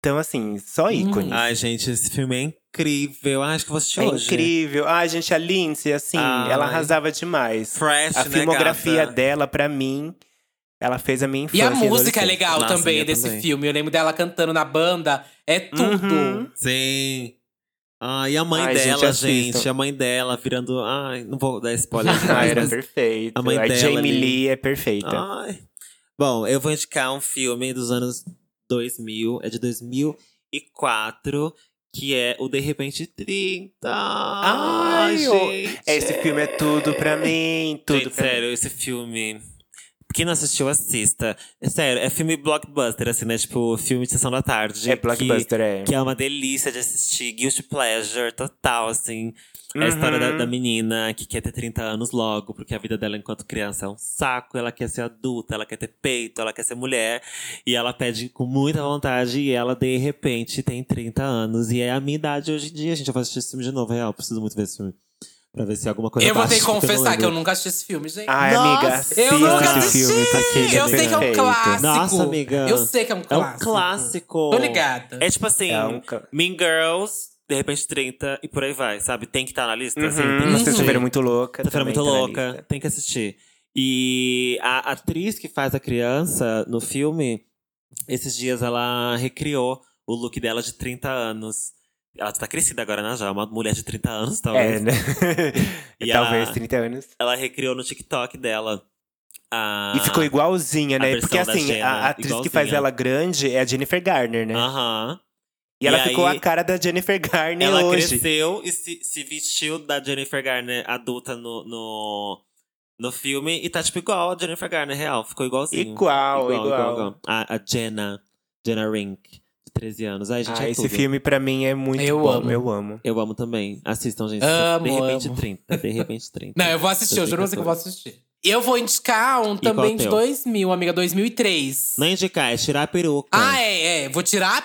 Speaker 3: Então assim, só ícones.
Speaker 1: Ai, gente, esse filme é incrível. Ai, acho que eu vou assistir
Speaker 3: É
Speaker 1: hoje.
Speaker 3: incrível. Ai, gente, a Lindsay, assim,
Speaker 1: Ai.
Speaker 3: ela arrasava demais.
Speaker 1: Fresh,
Speaker 3: a
Speaker 1: né,
Speaker 3: filmografia
Speaker 1: gata?
Speaker 3: dela, pra mim, ela fez a minha infância.
Speaker 2: E a música é
Speaker 3: adolescência.
Speaker 2: legal
Speaker 1: Nossa,
Speaker 2: também
Speaker 1: minha
Speaker 2: desse
Speaker 1: também.
Speaker 2: filme. Eu lembro dela cantando na banda. É tudo.
Speaker 3: Uhum.
Speaker 1: Sim. Ah, e a mãe
Speaker 3: Ai, gente,
Speaker 1: dela, gente,
Speaker 3: assistam.
Speaker 1: A mãe dela virando. Ai, não vou dar spoiler.
Speaker 3: Ah,
Speaker 1: mais,
Speaker 3: era
Speaker 1: mas-
Speaker 3: perfeita.
Speaker 1: a mãe dela
Speaker 3: Jamie
Speaker 1: ali.
Speaker 3: Lee é perfeita.
Speaker 1: Ai. Bom, eu vou indicar um filme dos anos 2000, é de 2004, que é O De Repente 30.
Speaker 3: Ai, eu- Esse filme é tudo pra mim, tudo
Speaker 1: Gente,
Speaker 3: pra mim. É
Speaker 1: sério, esse filme. Quem não assistiu, assista. É Sério, é filme blockbuster, assim, né? Tipo, filme de sessão da tarde.
Speaker 3: É
Speaker 1: que-
Speaker 3: blockbuster, é.
Speaker 1: Que é uma delícia de assistir. Guilty pleasure total, assim. É a
Speaker 3: Uhum.
Speaker 1: história da, da menina que quer ter 30 anos logo, porque a vida dela enquanto criança é um saco. Ela quer ser adulta, ela quer ter peito, ela quer ser mulher. E ela pede com muita vontade e ela, de repente, tem 30 anos. E é a minha idade hoje em dia, gente. Eu vou assistir esse filme de novo, é real. Preciso muito ver esse filme. Pra ver se alguma coisa
Speaker 2: Eu vou ter
Speaker 1: bate,
Speaker 2: que
Speaker 1: porque não
Speaker 2: confessar que é um eu
Speaker 1: lembro.
Speaker 2: nunca assisti esse filme, gente.
Speaker 1: Ah,
Speaker 3: Ai, amiga,
Speaker 1: Nossa,
Speaker 3: assista
Speaker 2: eu nunca
Speaker 3: esse
Speaker 2: assisti!
Speaker 3: filme, porque ele é
Speaker 2: eu sei que é um
Speaker 3: perfeito.
Speaker 2: clássico.
Speaker 1: Nossa, amiga.
Speaker 2: Eu sei que é um
Speaker 1: É
Speaker 2: clássico.
Speaker 1: um clássico.
Speaker 2: Tô ligada.
Speaker 1: É tipo assim,
Speaker 3: É um cla-
Speaker 1: Mean Girls, de repente 30 e por aí vai, sabe? Tem que estar na lista, assim. Tem que
Speaker 3: Uhum. Uma
Speaker 1: assistir.
Speaker 3: sexta-feira muito louca.
Speaker 1: Sexta-feira
Speaker 3: também
Speaker 1: muito
Speaker 3: tá na
Speaker 1: louca,
Speaker 3: lista.
Speaker 1: tem que assistir. E a atriz que faz a criança no filme, esses dias ela recriou o look dela de 30 anos. Ela tá crescida agora, né? Já é uma mulher de 30 anos, talvez.
Speaker 3: É, né?
Speaker 1: E
Speaker 3: Talvez
Speaker 1: a-
Speaker 3: 30 anos.
Speaker 1: Ela recriou no TikTok dela. a-
Speaker 3: E ficou igualzinha,
Speaker 1: a
Speaker 3: né?
Speaker 1: versão
Speaker 3: Porque
Speaker 1: da
Speaker 3: assim,
Speaker 1: Jenna,
Speaker 3: a atriz que
Speaker 1: igualzinha.
Speaker 3: faz ela grande é a Jennifer Garner, né?
Speaker 1: Aham.
Speaker 3: E ela
Speaker 1: E
Speaker 3: ficou
Speaker 1: aí-
Speaker 3: a cara da Jennifer Garner
Speaker 1: Ela
Speaker 3: hoje.
Speaker 1: cresceu e se, se vestiu da Jennifer Garner adulta no, no, no filme e tá tipo igual a Jennifer Garner, real. Ficou igualzinho.
Speaker 3: Igual, igual.
Speaker 1: A, a Jenna, Jenna Rink, de 13 anos. Ai, gente,
Speaker 3: Ah,
Speaker 1: é
Speaker 3: esse
Speaker 1: tudo.
Speaker 3: filme pra mim é muito
Speaker 2: Eu
Speaker 3: bom,
Speaker 2: amo.
Speaker 3: eu amo.
Speaker 1: Eu amo também. Assistam, gente.
Speaker 2: Amo,
Speaker 1: de repente
Speaker 2: amo.
Speaker 1: 30. De repente 30.
Speaker 2: Não, eu vou assistir, eu juro pra você que eu vou assistir. Eu vou indicar um
Speaker 1: qual
Speaker 2: também
Speaker 1: o
Speaker 2: de
Speaker 1: teu?
Speaker 2: 2000, amiga, 2003.
Speaker 1: Não indicar, é tirar a peruca.
Speaker 2: Ah, é, é. Vou tirar a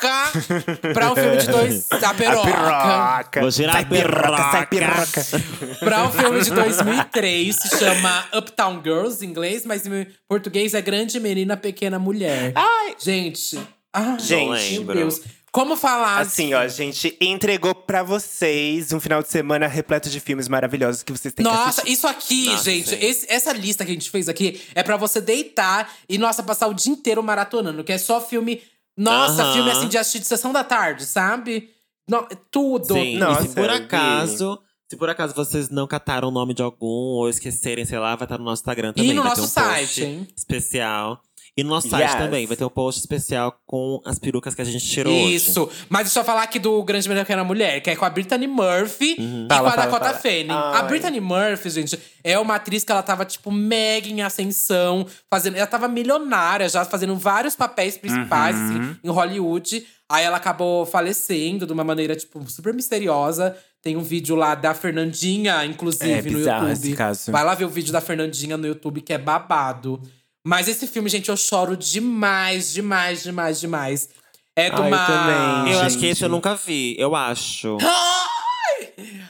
Speaker 2: peruca pra um filme de dois. A
Speaker 3: A
Speaker 2: peruca.
Speaker 3: piroca.
Speaker 1: Vou girar
Speaker 3: sai
Speaker 1: a
Speaker 3: piroca, sai
Speaker 1: piroca.
Speaker 3: piroca.
Speaker 2: pra um filme de 2003, se chama Uptown Girls em inglês, mas em português é Grande Menina Pequena Mulher. Ai! Gente. Ai,
Speaker 1: Gente.
Speaker 2: meu Deus. Como falar
Speaker 3: Assim, ó, a gente entregou pra vocês um final de semana repleto de filmes maravilhosos que vocês têm que
Speaker 2: Nossa,
Speaker 3: assistir.
Speaker 2: isso aqui,
Speaker 1: Nossa,
Speaker 2: gente,
Speaker 1: sim.
Speaker 2: esse- essa lista que a gente fez aqui é pra você deitar e, nossa, passar o dia inteiro maratonando, que é só filme. Nossa,
Speaker 1: Aham.
Speaker 2: filme assim de assistir de sessão da tarde, sabe? No- tudo.
Speaker 1: Sim, e
Speaker 3: Nossa,
Speaker 1: se por
Speaker 3: Gui.
Speaker 1: acaso. Se por acaso vocês não cataram o nome de algum ou esquecerem, sei lá, vai estar no nosso Instagram também.
Speaker 2: E no
Speaker 1: vai
Speaker 2: nosso
Speaker 1: ter um post
Speaker 2: site, hein?
Speaker 1: especial. E no nosso site
Speaker 3: Yes.
Speaker 1: também, vai ter um post especial com as perucas que a gente tirou hoje.
Speaker 2: Isso. Mas deixa eu falar aqui do Grande Melhor que era Mulher, que é com a Brittany Murphy e
Speaker 3: Uhum. Fala,
Speaker 2: com a
Speaker 3: fala,
Speaker 2: Dakota
Speaker 3: fala.
Speaker 2: Fanning. A
Speaker 3: Ai.
Speaker 2: Brittany Murphy, gente, é uma atriz que ela tava, tipo, mega em ascensão, fazendo. Ela tava milionária já, fazendo vários papéis principais
Speaker 3: Uhum.
Speaker 2: assim, em Hollywood. Aí ela acabou falecendo de uma maneira, tipo, super misteriosa. Tem um vídeo lá da Fernandinha, inclusive,
Speaker 3: É
Speaker 2: no
Speaker 3: bizarro
Speaker 2: YouTube.
Speaker 3: esse caso.
Speaker 2: Vai lá ver o vídeo da Fernandinha no YouTube, que é babado. Mas esse filme, gente, eu choro demais, demais, demais, demais. É de
Speaker 3: Ah, eu
Speaker 2: uma.
Speaker 3: também.
Speaker 1: Eu
Speaker 3: Gente.
Speaker 1: acho que esse eu nunca vi, eu acho.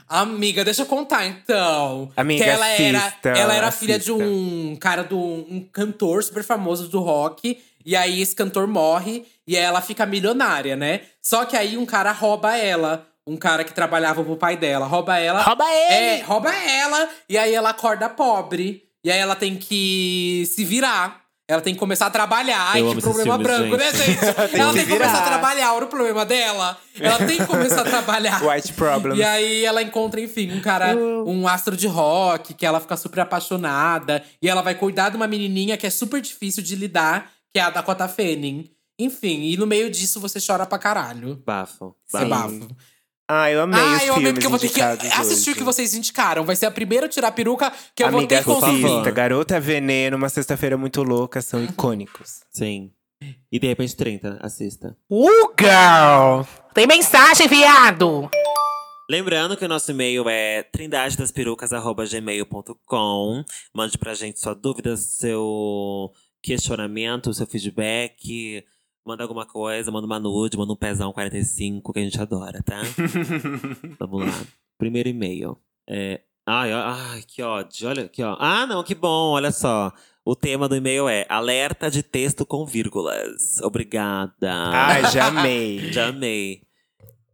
Speaker 2: Amiga, deixa eu contar então.
Speaker 3: Amiga,
Speaker 2: que ela
Speaker 3: assista,
Speaker 2: era, ela era
Speaker 3: assista.
Speaker 2: filha de um cara do um cantor super famoso do rock, e aí esse cantor morre e ela fica milionária, né? Só que aí um cara rouba ela, um cara que trabalhava pro pai dela, rouba ela.
Speaker 3: Rouba
Speaker 2: É,
Speaker 3: ele!
Speaker 2: rouba ela e aí ela acorda pobre. E aí ela tem que se virar. Ela tem que começar a trabalhar.
Speaker 1: Eu
Speaker 2: Ai,
Speaker 1: amo
Speaker 2: que
Speaker 1: esses
Speaker 2: problema
Speaker 1: filmes,
Speaker 2: branco,
Speaker 1: gente.
Speaker 2: né, gente? ela
Speaker 3: que
Speaker 2: tem que começar a
Speaker 3: virar.
Speaker 2: trabalhar. Olha o problema dela. Ela tem que começar a trabalhar.
Speaker 3: White Problems.
Speaker 2: E aí ela encontra, enfim, um cara, um astro de rock, que ela fica super apaixonada. E ela vai cuidar de uma menininha que é super difícil de lidar, que é a Dakota Fanning. Enfim, e no meio disso você chora pra caralho.
Speaker 1: Bafo.
Speaker 2: Você
Speaker 1: bafo.
Speaker 2: bafo.
Speaker 3: Ah, eu amei os
Speaker 2: Ah, eu
Speaker 3: filmes
Speaker 2: amei porque eu vou ter que
Speaker 3: indicados
Speaker 2: assistir o
Speaker 3: hoje.
Speaker 2: que vocês indicaram. Vai ser a primeira tirar a peruca que eu vou
Speaker 3: Amiga,
Speaker 2: ter que
Speaker 1: assista.
Speaker 2: consumir.
Speaker 3: assista. Garota Veneno, Uma Sexta-feira Muito Louca são icônicos.
Speaker 1: Sim. E de repente 30, assista.
Speaker 3: Uh, girl!
Speaker 5: Tem mensagem, viado!
Speaker 1: Lembrando que o nosso e-mail é trindadedasperucas.gmail.com. Mande pra gente sua dúvida, seu questionamento, seu feedback. Manda alguma coisa, manda uma nude, manda um pezão 45, que a gente adora, tá? Vamos lá. Primeiro e-mail. É... Ai, ó- ai, que ódio. Olha aqui, ó. Ah, não, que bom, olha só. O tema do e-mail é alerta de texto com vírgulas. Obrigada.
Speaker 3: Ai, já amei.
Speaker 1: Já amei.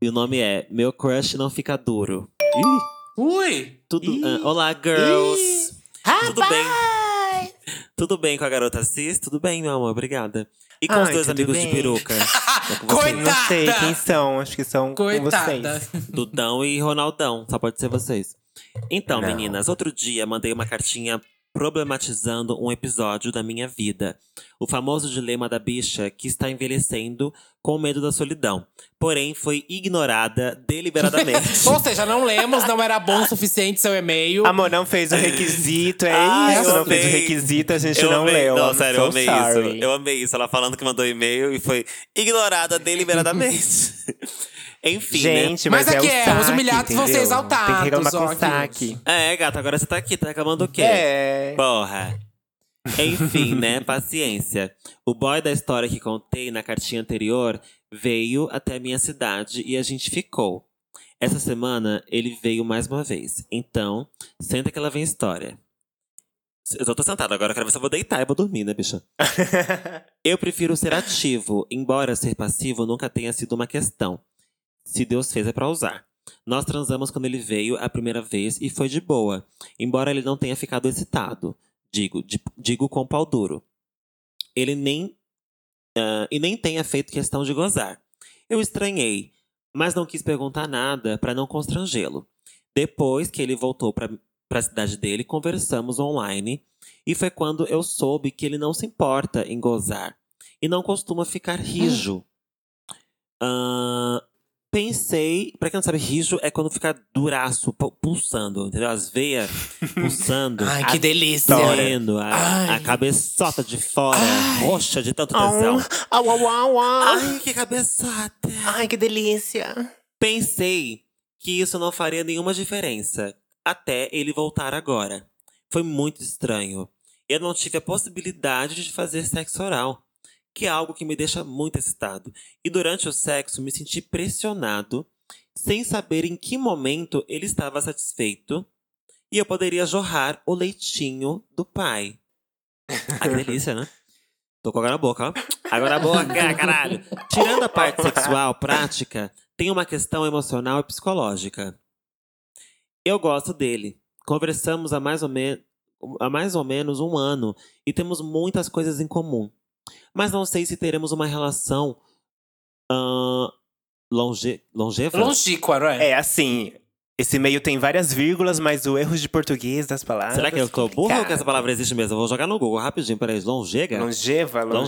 Speaker 1: E o nome é Meu Crush Não Fica Duro.
Speaker 2: Ui!
Speaker 1: Tudo.
Speaker 3: Ih.
Speaker 1: ah, olá, girls! Tudo bem? Tudo bem com a garota cis? Tudo bem, meu amor, obrigada. E com os
Speaker 3: Ai,
Speaker 1: dois
Speaker 3: tudo
Speaker 1: amigos de
Speaker 3: bem.
Speaker 1: peruca? É com vocês.
Speaker 2: Coitada!
Speaker 3: Não sei quem são, acho que são com
Speaker 2: Coitada.
Speaker 3: vocês.
Speaker 1: Dudão e Ronaldão, só pode ser vocês. Então,
Speaker 3: Não.
Speaker 1: meninas, outro dia mandei uma cartinha problematizando um episódio da minha vida. O famoso dilema da bicha que está envelhecendo com medo da solidão. Porém, foi ignorada deliberadamente.
Speaker 2: Ou seja, não lemos, não era bom o suficiente seu e-mail.
Speaker 3: Amor, não fez o requisito, é
Speaker 1: Ah,
Speaker 3: isso?
Speaker 1: eu
Speaker 3: Não fez o
Speaker 1: amei.
Speaker 3: requisito, a gente
Speaker 1: Eu
Speaker 3: não
Speaker 1: amei.
Speaker 3: leu.
Speaker 1: Não,
Speaker 3: I'm
Speaker 1: sério,
Speaker 3: so
Speaker 1: eu amei
Speaker 3: sorry.
Speaker 1: isso. Eu amei isso. Ela falando que mandou e-mail e foi ignorada deliberadamente. Enfim, né?
Speaker 3: Gente, mas,
Speaker 2: Mas aqui
Speaker 3: é, o
Speaker 2: é,
Speaker 3: saque,
Speaker 2: os humilhados vão ser
Speaker 3: entendeu? Tem
Speaker 2: exaltados,
Speaker 3: que reclamar
Speaker 2: ó,
Speaker 3: com
Speaker 2: aqui.
Speaker 3: saque.
Speaker 1: É, gata, agora você tá aqui, tá reclamando o quê?
Speaker 3: É.
Speaker 1: Porra. Enfim, né? Paciência. O boy da história que contei na cartinha anterior veio até a minha cidade e a gente ficou. Essa semana ele veio mais uma vez. Então, senta que ela vem história. Eu só tô sentada agora, eu quero ver se eu vou deitar e vou dormir, né, bicha? Eu prefiro ser ativo, embora ser passivo nunca tenha sido uma questão. Se Deus fez é pra usar. Nós transamos quando ele veio a primeira vez e foi de boa, embora ele não tenha ficado excitado. Digo, di- digo com pau duro. Ele nem. ah, e nem tenha feito questão de gozar. Eu estranhei, mas não quis perguntar nada pra não constrangê-lo. Depois que ele voltou pra pra cidade dele, conversamos online e foi quando eu soube que ele não se importa em gozar e não costuma ficar rijo. Ah, pensei, pra quem não sabe, rijo é quando fica duraço, pu- pulsando, entendeu? As veias pulsando.
Speaker 2: Ai, que
Speaker 1: a-
Speaker 2: delícia.
Speaker 1: doendo,
Speaker 2: Ai.
Speaker 1: a, a cabeçota de fora, roxa de tanto tesão.
Speaker 3: Au, au, au, au.
Speaker 1: Ai, que cabeçota!
Speaker 3: Ai, que delícia.
Speaker 1: Pensei que isso não faria nenhuma diferença até ele voltar agora. Foi muito estranho. Eu não tive a possibilidade de fazer sexo oral, que é algo que me deixa muito excitado. E durante o sexo me senti pressionado, sem saber em que momento ele estava satisfeito e eu poderia jorrar o leitinho do pai. Ai, que delícia, né? Tô com água na boca, ó. Água na boca, caralho! Tirando a parte sexual, prática, tem uma questão emocional e psicológica. Eu gosto dele. Conversamos há mais ou, me- há mais ou menos um ano e temos muitas coisas em comum. Mas não sei se teremos uma relação ahn, longe... longeva.
Speaker 2: Longíqua, não é?
Speaker 3: É assim. Esse e-mail tem várias vírgulas, mas o erro de português das
Speaker 2: Ah,
Speaker 3: palavras.
Speaker 2: é
Speaker 3: é
Speaker 1: Será que eu tô burro ou que
Speaker 3: complicado.
Speaker 1: essa palavra existe mesmo? Eu vou jogar no Google rapidinho, peraí. Longega?
Speaker 3: Longeva,
Speaker 1: Longeva,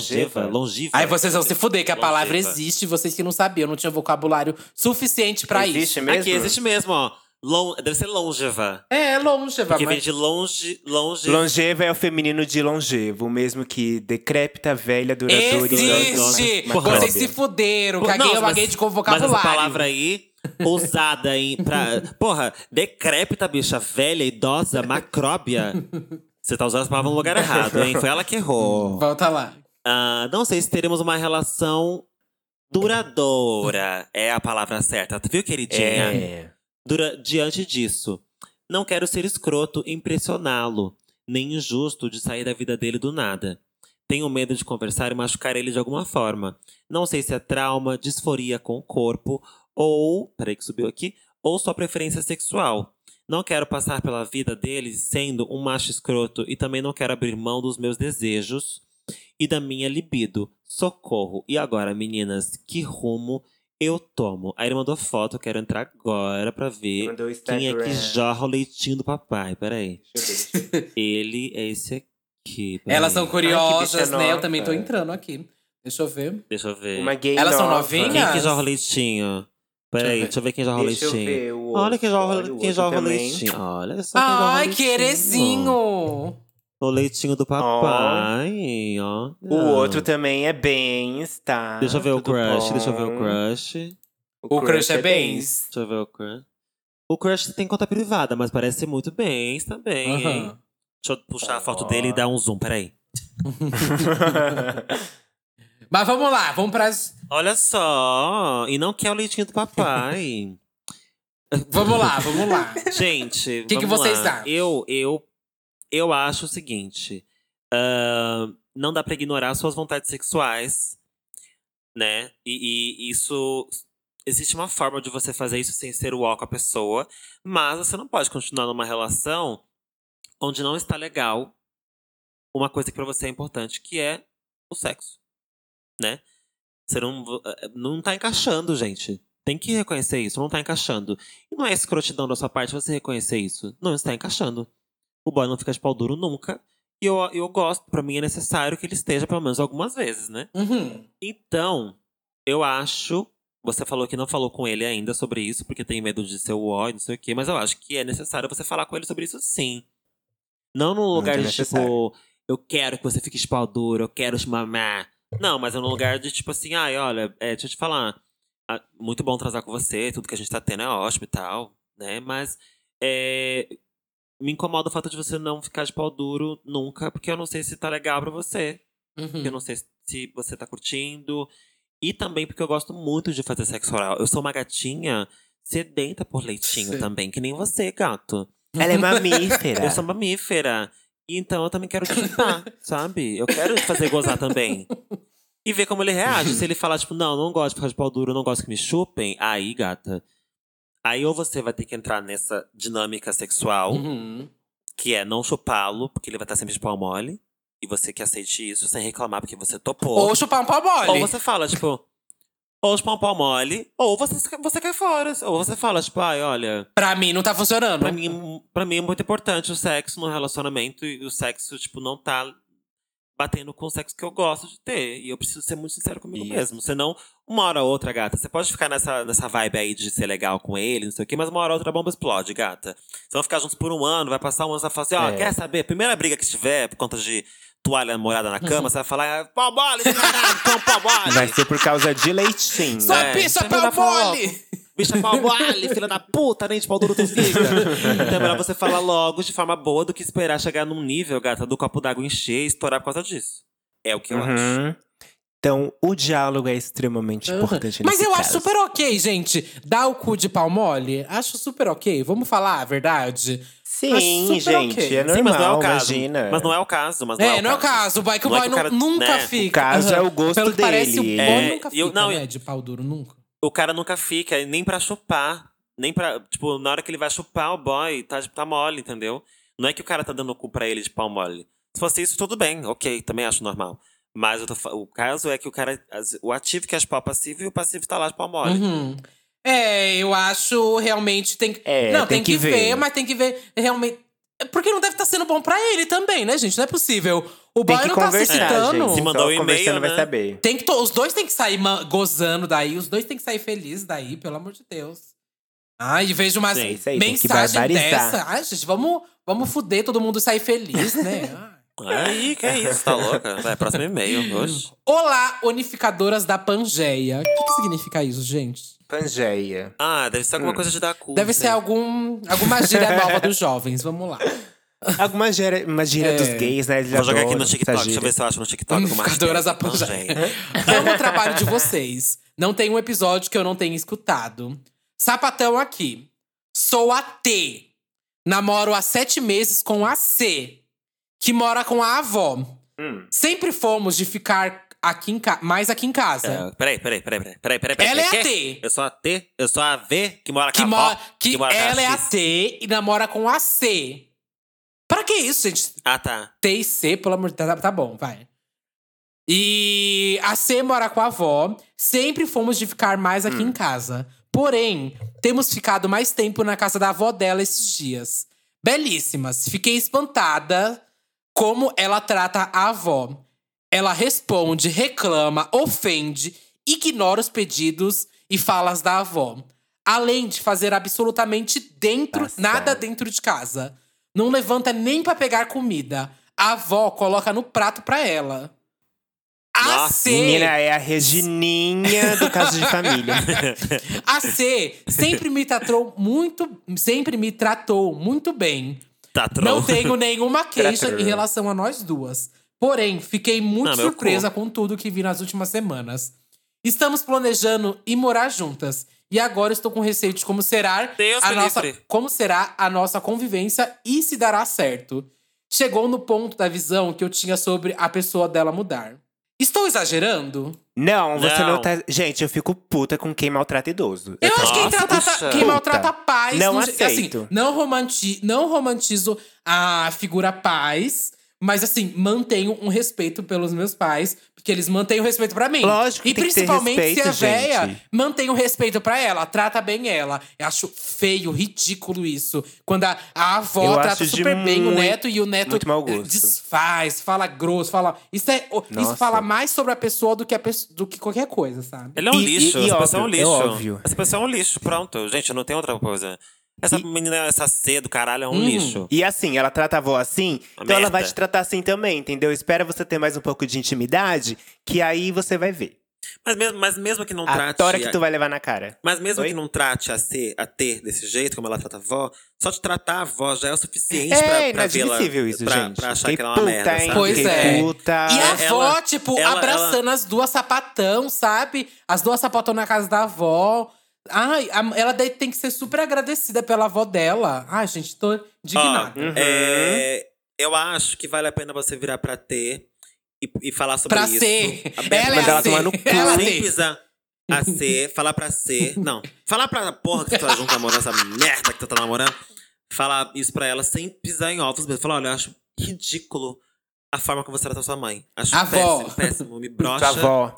Speaker 3: longeva.
Speaker 1: longiva.
Speaker 2: Aí vocês vão se fuder, que a palavra
Speaker 1: Longeva.
Speaker 2: existe, vocês que não sabiam, não tinha vocabulário suficiente pra isso.
Speaker 3: Existe mesmo?
Speaker 1: Aqui, existe mesmo, ó. Lon- Deve ser longeva.
Speaker 2: É, longeva,
Speaker 1: Porque vem
Speaker 2: mas...
Speaker 1: de longe, longe.
Speaker 3: Longeva é o feminino de longevo, o mesmo que decrépita, velha, duradoura e
Speaker 2: Existe!
Speaker 1: Porra,
Speaker 2: Vocês
Speaker 1: óbvio.
Speaker 2: se fuderam,
Speaker 1: Pô,
Speaker 2: caguei,
Speaker 1: não,
Speaker 2: eu
Speaker 1: mas-
Speaker 2: paguei de com
Speaker 1: Mas
Speaker 2: vocabulário.
Speaker 1: essa palavra aí, usada em. Pra, porra, decrépita, bicha, velha, idosa, macróbia. Você tá usando essa palavra no lugar errado, hein? Foi ela que errou.
Speaker 2: Volta lá.
Speaker 1: Ah, não sei se teremos uma relação duradoura. É a palavra certa, viu, queridinha?
Speaker 3: É.
Speaker 1: Dura- diante disso, não quero ser escroto, impressioná-lo, nem injusto de sair da vida dele do nada. Tenho medo de conversar e machucar ele de alguma forma. Não sei se é trauma, disforia com o corpo, ou. Peraí que subiu aqui. Ou só preferência sexual. Não quero passar pela vida dele sendo um macho escroto e também não quero abrir mão dos meus desejos e da minha libido. Socorro. E agora, meninas, que rumo eu tomo? Aí ele mandou foto, eu quero entrar agora pra ver
Speaker 3: Mandou o
Speaker 1: quem é que
Speaker 3: Instagram.
Speaker 1: jorra o leitinho do papai. Peraí.
Speaker 3: Deixa eu ver, deixa eu ver.
Speaker 1: Ele é esse aqui. peraí.
Speaker 2: Elas são
Speaker 3: Ai, que
Speaker 2: curiosas,
Speaker 3: bicha
Speaker 2: né? Eu
Speaker 3: nova.
Speaker 2: também tô entrando aqui. Deixa eu ver.
Speaker 1: Deixa eu ver.
Speaker 3: Uma gay
Speaker 2: Elas são
Speaker 3: nova.
Speaker 2: novinhas?
Speaker 1: Quem que jorra o leitinho? Peraí,
Speaker 2: ver.
Speaker 1: deixa eu ver quem jorra o
Speaker 3: Deixa eu
Speaker 1: leitinho.
Speaker 3: ver o
Speaker 1: Olha quem
Speaker 3: outro,
Speaker 1: joga,
Speaker 3: olha o
Speaker 1: quem
Speaker 3: outro
Speaker 1: joga o
Speaker 3: também.
Speaker 1: leitinho. Olha só. quem um joga o
Speaker 2: Ai,
Speaker 1: leitinho.
Speaker 2: querezinho!
Speaker 1: O leitinho do papai, ó.
Speaker 3: O outro também é bens, tá?
Speaker 1: Deixa eu ver o
Speaker 3: Tudo
Speaker 1: crush,
Speaker 3: bom.
Speaker 1: deixa eu ver o crush.
Speaker 2: O crush é bens.
Speaker 1: Deixa eu ver o crush. O crush tem conta privada, mas parece muito bem também, hein?
Speaker 2: Aham.
Speaker 1: Deixa eu puxar a foto dele e dar um zoom, peraí.
Speaker 2: Mas vamos lá, vamos pras.
Speaker 1: Olha só! E não quer o leitinho do papai.
Speaker 2: Vamos lá, vamos lá.
Speaker 1: Gente, o
Speaker 2: Que que vocês acham?
Speaker 1: Eu, eu, eu acho o seguinte: ahn, não dá pra ignorar suas vontades sexuais, né? E, e isso. Existe uma forma de você fazer isso sem ser o ó com a pessoa, mas você não pode continuar numa relação onde não está legal uma coisa que pra você é importante, que é o sexo, né? Você não, não tá encaixando, gente. Tem que reconhecer isso, não tá encaixando. E não é escrotidão da sua parte você reconhecer isso. Não está encaixando. O boy não fica de pau duro nunca. E eu, eu gosto, pra mim é necessário que ele esteja pelo menos algumas vezes, né?
Speaker 2: Uhum.
Speaker 1: Então, eu acho. Você falou que não falou com ele ainda sobre isso, porque tem medo de ser o ó e não sei o quê, mas eu acho que é necessário você falar com ele sobre isso sim. Não num lugar de tipo,
Speaker 3: necessário.
Speaker 1: eu quero que você fique de pau duro, eu quero te mamar. Não, mas é num lugar de tipo assim, ai, olha, é, deixa eu te falar. ah, Muito bom transar com você, tudo que a gente tá tendo é ótimo e tal, né? Mas é, me incomoda o fato de você não ficar de pau duro nunca, porque eu não sei se tá legal pra você. Porque Eu
Speaker 2: Uhum.
Speaker 1: não sei se você tá curtindo. E também porque eu gosto muito de fazer sexo oral. Eu sou uma gatinha sedenta por leitinho
Speaker 2: Sim.
Speaker 1: também, que nem você, gato.
Speaker 3: Ela é mamífera.
Speaker 1: Eu sou mamífera. E Então eu também quero te chutar, sabe? Eu quero te fazer gozar também. E ver como ele reage. Se ele falar, tipo, não, não gosto de ficar de pau duro, não gosto que me chupem. Aí, gata. Aí ou você vai ter que entrar nessa dinâmica sexual
Speaker 2: Uhum.
Speaker 1: que é não chupá-lo, porque ele vai estar sempre de pau mole. E você que aceite isso sem reclamar, porque você topou.
Speaker 2: Ou chupar um pau
Speaker 1: Ou
Speaker 2: mole.
Speaker 1: você fala, tipo, ou chupar um pau mole, ou você, você cai fora. Ou você fala, tipo, ai, olha,
Speaker 2: Pra mim não tá funcionando.
Speaker 1: pra mim, pra mim é muito importante o sexo no relacionamento. E o sexo, tipo, não tá batendo com o sexo que eu gosto de ter. E eu preciso ser muito sincero comigo mesmo. Senão, uma hora ou outra, gata, você pode ficar nessa, nessa vibe aí de ser legal com ele, não sei o quê, mas uma hora ou outra a bomba explode, gata. Vocês vão ficar juntos por um ano, vai passar um ano, você vai falar assim, ó, quer saber? Primeira briga que tiver, por conta de toalha molhada na cama, você vai falar, "É, pau mole, caralho, então pau mole.
Speaker 3: Vai ser por causa de leitinho.
Speaker 2: Só
Speaker 1: É,
Speaker 2: pizza
Speaker 1: você não
Speaker 2: pra
Speaker 1: dá pra-
Speaker 2: mole!
Speaker 1: Bicha pau mole, filha da puta, nem de pau duro tu fica. Então é melhor você falar logo de forma boa do que esperar chegar num nível, gata, do copo d'água encher e estourar por causa disso. É o que eu acho.
Speaker 3: Uhum. Então, o diálogo é extremamente importante
Speaker 2: Uhum. Mas
Speaker 3: nesse
Speaker 2: eu acho
Speaker 3: caso.
Speaker 2: super ok, gente. Dar o cu de pau mole, acho super ok. Vamos falar a verdade?
Speaker 3: Sim,
Speaker 2: acho super
Speaker 3: gente,
Speaker 2: ok.
Speaker 3: é normal,
Speaker 1: Sim, mas não é o caso.
Speaker 3: imagina.
Speaker 1: Mas não é o caso. Mas não
Speaker 2: é, não é o caso. O boy que o
Speaker 1: Não é
Speaker 2: boy
Speaker 1: que o cara-
Speaker 2: nu- nunca
Speaker 1: né, o
Speaker 2: fica.
Speaker 3: caso
Speaker 2: Aham.
Speaker 3: é o gosto
Speaker 2: Pelo que parece, o boy
Speaker 3: dele.
Speaker 1: É,
Speaker 2: nunca
Speaker 1: e eu-
Speaker 2: fica,
Speaker 1: não,
Speaker 2: né? De pau duro, nunca.
Speaker 1: O cara nunca fica, e nem pra chupar. Nem pra. Tipo, na hora que ele vai chupar o boy, tá, tá mole, entendeu? Não é que o cara tá dando o cu pra ele de pau mole. Se fosse isso, tudo bem, ok, também acho normal. Mas eu tô fa- o caso é que o cara. as- O ativo quer chupar o passivo e o passivo tá lá de pau mole.
Speaker 2: Uhum. É, eu acho realmente tem que.
Speaker 3: É,
Speaker 2: não,
Speaker 3: tem
Speaker 2: tem,
Speaker 3: que
Speaker 2: que, ver.
Speaker 3: ver.
Speaker 2: mas tem que ver realmente. Porque não deve estar sendo bom pra ele também, né, gente? Não é possível. O
Speaker 3: Tem
Speaker 2: boy
Speaker 3: que
Speaker 2: não tá se
Speaker 3: conversar,
Speaker 2: excitando.
Speaker 3: gente.
Speaker 1: Se mandar
Speaker 3: Só
Speaker 1: um e-mail,
Speaker 3: conversando vai
Speaker 1: né?
Speaker 3: saber.
Speaker 2: Tem que to- os dois têm que sair ma- gozando daí, os dois têm que sair felizes daí, pelo amor de Deus. Ai, e vejo umas
Speaker 1: Sim,
Speaker 3: isso aí, tem que
Speaker 2: mensagem
Speaker 3: barbarizar.
Speaker 2: dessa. Ai, gente, vamos, vamos fuder todo mundo e sair feliz, né? Ai.
Speaker 1: Aí, que é isso, tá louca? Vai, próximo e-mail, hoje.
Speaker 2: Olá, unificadoras da Pangeia. O que, que significa isso, gente?
Speaker 3: Pangeia.
Speaker 1: Ah, deve ser alguma coisa de dar cu.
Speaker 2: Deve
Speaker 1: sei.
Speaker 2: ser algum, alguma gíria nova dos jovens, vamos lá.
Speaker 3: Alguma gíria, uma gíria
Speaker 2: É.
Speaker 3: dos gays, né? Eles
Speaker 1: Vou jogar aqui
Speaker 3: adoram
Speaker 1: no
Speaker 3: essa
Speaker 1: TikTok, deixa
Speaker 3: gíria. Hum,
Speaker 1: eu ver se eu acho no TikTok. uma
Speaker 2: Unificadoras da
Speaker 1: hashtag. Não,
Speaker 2: Pangeia.
Speaker 1: gente.
Speaker 2: Amo o trabalho de vocês. Não tem um episódio que eu não tenha escutado. Sapatão aqui. Sou a T. Namoro há sete meses com a C, que mora com a avó.
Speaker 3: Hum.
Speaker 2: Sempre fomos de ficar aqui em ca... mais aqui em casa.
Speaker 1: É, Peraí, peraí, peraí, peraí, peraí, peraí. peraí,
Speaker 2: Ela é a
Speaker 1: quê?
Speaker 2: T.
Speaker 1: Eu sou a T, eu sou a V que mora
Speaker 2: Que,
Speaker 1: com
Speaker 2: mo
Speaker 1: a avó,
Speaker 2: que,
Speaker 1: mora com
Speaker 2: ela é a
Speaker 1: X.
Speaker 2: T e namora com a C. Pra que isso, gente?
Speaker 1: Ah, tá.
Speaker 2: T e C, pelo amor de Deus. Tá, tá bom, vai. E a C mora com a avó. Sempre fomos de ficar mais aqui em casa. Porém, temos ficado mais tempo na casa da avó dela esses dias. Belíssimas. Fiquei espantada como ela trata a avó. Ela responde, reclama, ofende, ignora os pedidos e falas da avó. Além de fazer absolutamente dentro,
Speaker 3: Passada.
Speaker 2: nada dentro de casa. Não levanta nem pra pegar comida. A avó coloca no prato pra ela. A
Speaker 1: Nossa,
Speaker 2: C,
Speaker 3: Menina, é a Regininha do caso de família.
Speaker 2: a C sempre me tratou muito, sempre me tratou muito bem.
Speaker 1: Tá troll.
Speaker 2: Não tenho nenhuma queixa
Speaker 3: Trator.
Speaker 2: em relação a nós duas. Porém, fiquei muito
Speaker 1: Ah, meu
Speaker 2: surpresa com tudo que vi nas últimas semanas. Estamos planejando ir morar juntas. E agora estou com receio de como será,
Speaker 1: Deus
Speaker 2: a
Speaker 1: me
Speaker 2: nossa,
Speaker 1: livre.
Speaker 2: como será a nossa convivência e se dará certo. Chegou no ponto da visão que eu tinha sobre a pessoa dela mudar. Estou exagerando?
Speaker 3: Não, você não.
Speaker 1: Não.
Speaker 3: tá. Gente, eu fico puta com quem maltrata idoso.
Speaker 2: Eu acho que quem,
Speaker 1: Nossa,
Speaker 2: trata,
Speaker 1: puxa.
Speaker 2: quem maltrata a paz.
Speaker 3: Não
Speaker 2: ge-
Speaker 3: aceito.
Speaker 2: Assim, não, romanti, não romantizo a figura paz, mas assim, mantenho um respeito pelos meus pais, porque eles mantêm o respeito pra mim.
Speaker 3: Lógico que
Speaker 2: E
Speaker 3: tem que ter
Speaker 2: principalmente se a
Speaker 3: respeito,
Speaker 2: véia
Speaker 3: gente.
Speaker 2: mantém o respeito pra ela, trata bem ela. Eu acho feio, ridículo isso. Quando a, a avó
Speaker 3: Eu
Speaker 2: trata
Speaker 3: acho de
Speaker 2: super bem o
Speaker 3: muito-
Speaker 2: neto e o neto
Speaker 3: muito mau gosto.
Speaker 2: eh, desfaz, fala grosso, fala. Isso, é,
Speaker 3: Nossa.
Speaker 2: isso fala mais sobre a pessoa do que, a pessoa, do que qualquer coisa, sabe?
Speaker 1: Ele é um
Speaker 3: E-
Speaker 1: lixo,
Speaker 3: e- e
Speaker 1: essa pessoa é um
Speaker 3: óbvio, é
Speaker 1: lixo.
Speaker 3: óbvio.
Speaker 1: Essa pessoa é um lixo, pronto. Gente, não tem outra coisa. Essa menina, essa C do caralho é um lixo.
Speaker 3: E assim, ela trata a avó assim,
Speaker 1: Uma
Speaker 3: então ela vai
Speaker 1: merda.
Speaker 3: te tratar assim também, entendeu? Espera você ter mais um pouco de intimidade, que aí você vai ver.
Speaker 1: Mas mesmo, mas mesmo que não
Speaker 3: A
Speaker 1: trate.
Speaker 3: tora que tá tu vai levar na cara.
Speaker 1: Mas mesmo
Speaker 3: Oi?
Speaker 1: que não trate a C, a T desse jeito, como ela trata a avó, só de tratar a avó já é o suficiente pra, pra vê-la-
Speaker 3: É inadmissível isso,
Speaker 1: pra,
Speaker 3: gente.
Speaker 1: pra achar
Speaker 3: Fiquei
Speaker 1: que ela é uma
Speaker 3: puta,
Speaker 1: merda,
Speaker 3: hein?
Speaker 1: sabe?
Speaker 2: Pois
Speaker 3: Fiquei
Speaker 2: é.
Speaker 3: puta.
Speaker 2: E a
Speaker 1: É,
Speaker 2: avó,
Speaker 1: ela-
Speaker 2: tipo,
Speaker 1: ela-
Speaker 2: abraçando as duas sapatão, sabe? As duas sapatão na casa da avó. Ai, a- ela daí tem que ser super agradecida pela avó dela. Ai, gente, tô indignada.
Speaker 3: Uhum.
Speaker 1: Ó, é, eu acho que vale a pena você virar pra T e, e falar sobre
Speaker 2: Pra
Speaker 1: isso.
Speaker 2: C.
Speaker 1: Aberto-
Speaker 2: Ela é
Speaker 3: Mandar ela
Speaker 1: assim.
Speaker 2: a C.
Speaker 3: tomar no cu.
Speaker 2: Ela
Speaker 1: Sem
Speaker 2: tem.
Speaker 1: pisar a C, falar pra C. Não, falar pra porra que tu tá junto namorando, essa merda que tu tá namorando. Falar isso pra ela sem pisar em ovos mesmo. Falar, olha, eu acho ridículo a forma como você trata sua mãe. Acho
Speaker 2: Avó.
Speaker 1: péssimo, péssimo. Me
Speaker 3: Tua
Speaker 1: brocha.
Speaker 3: avó.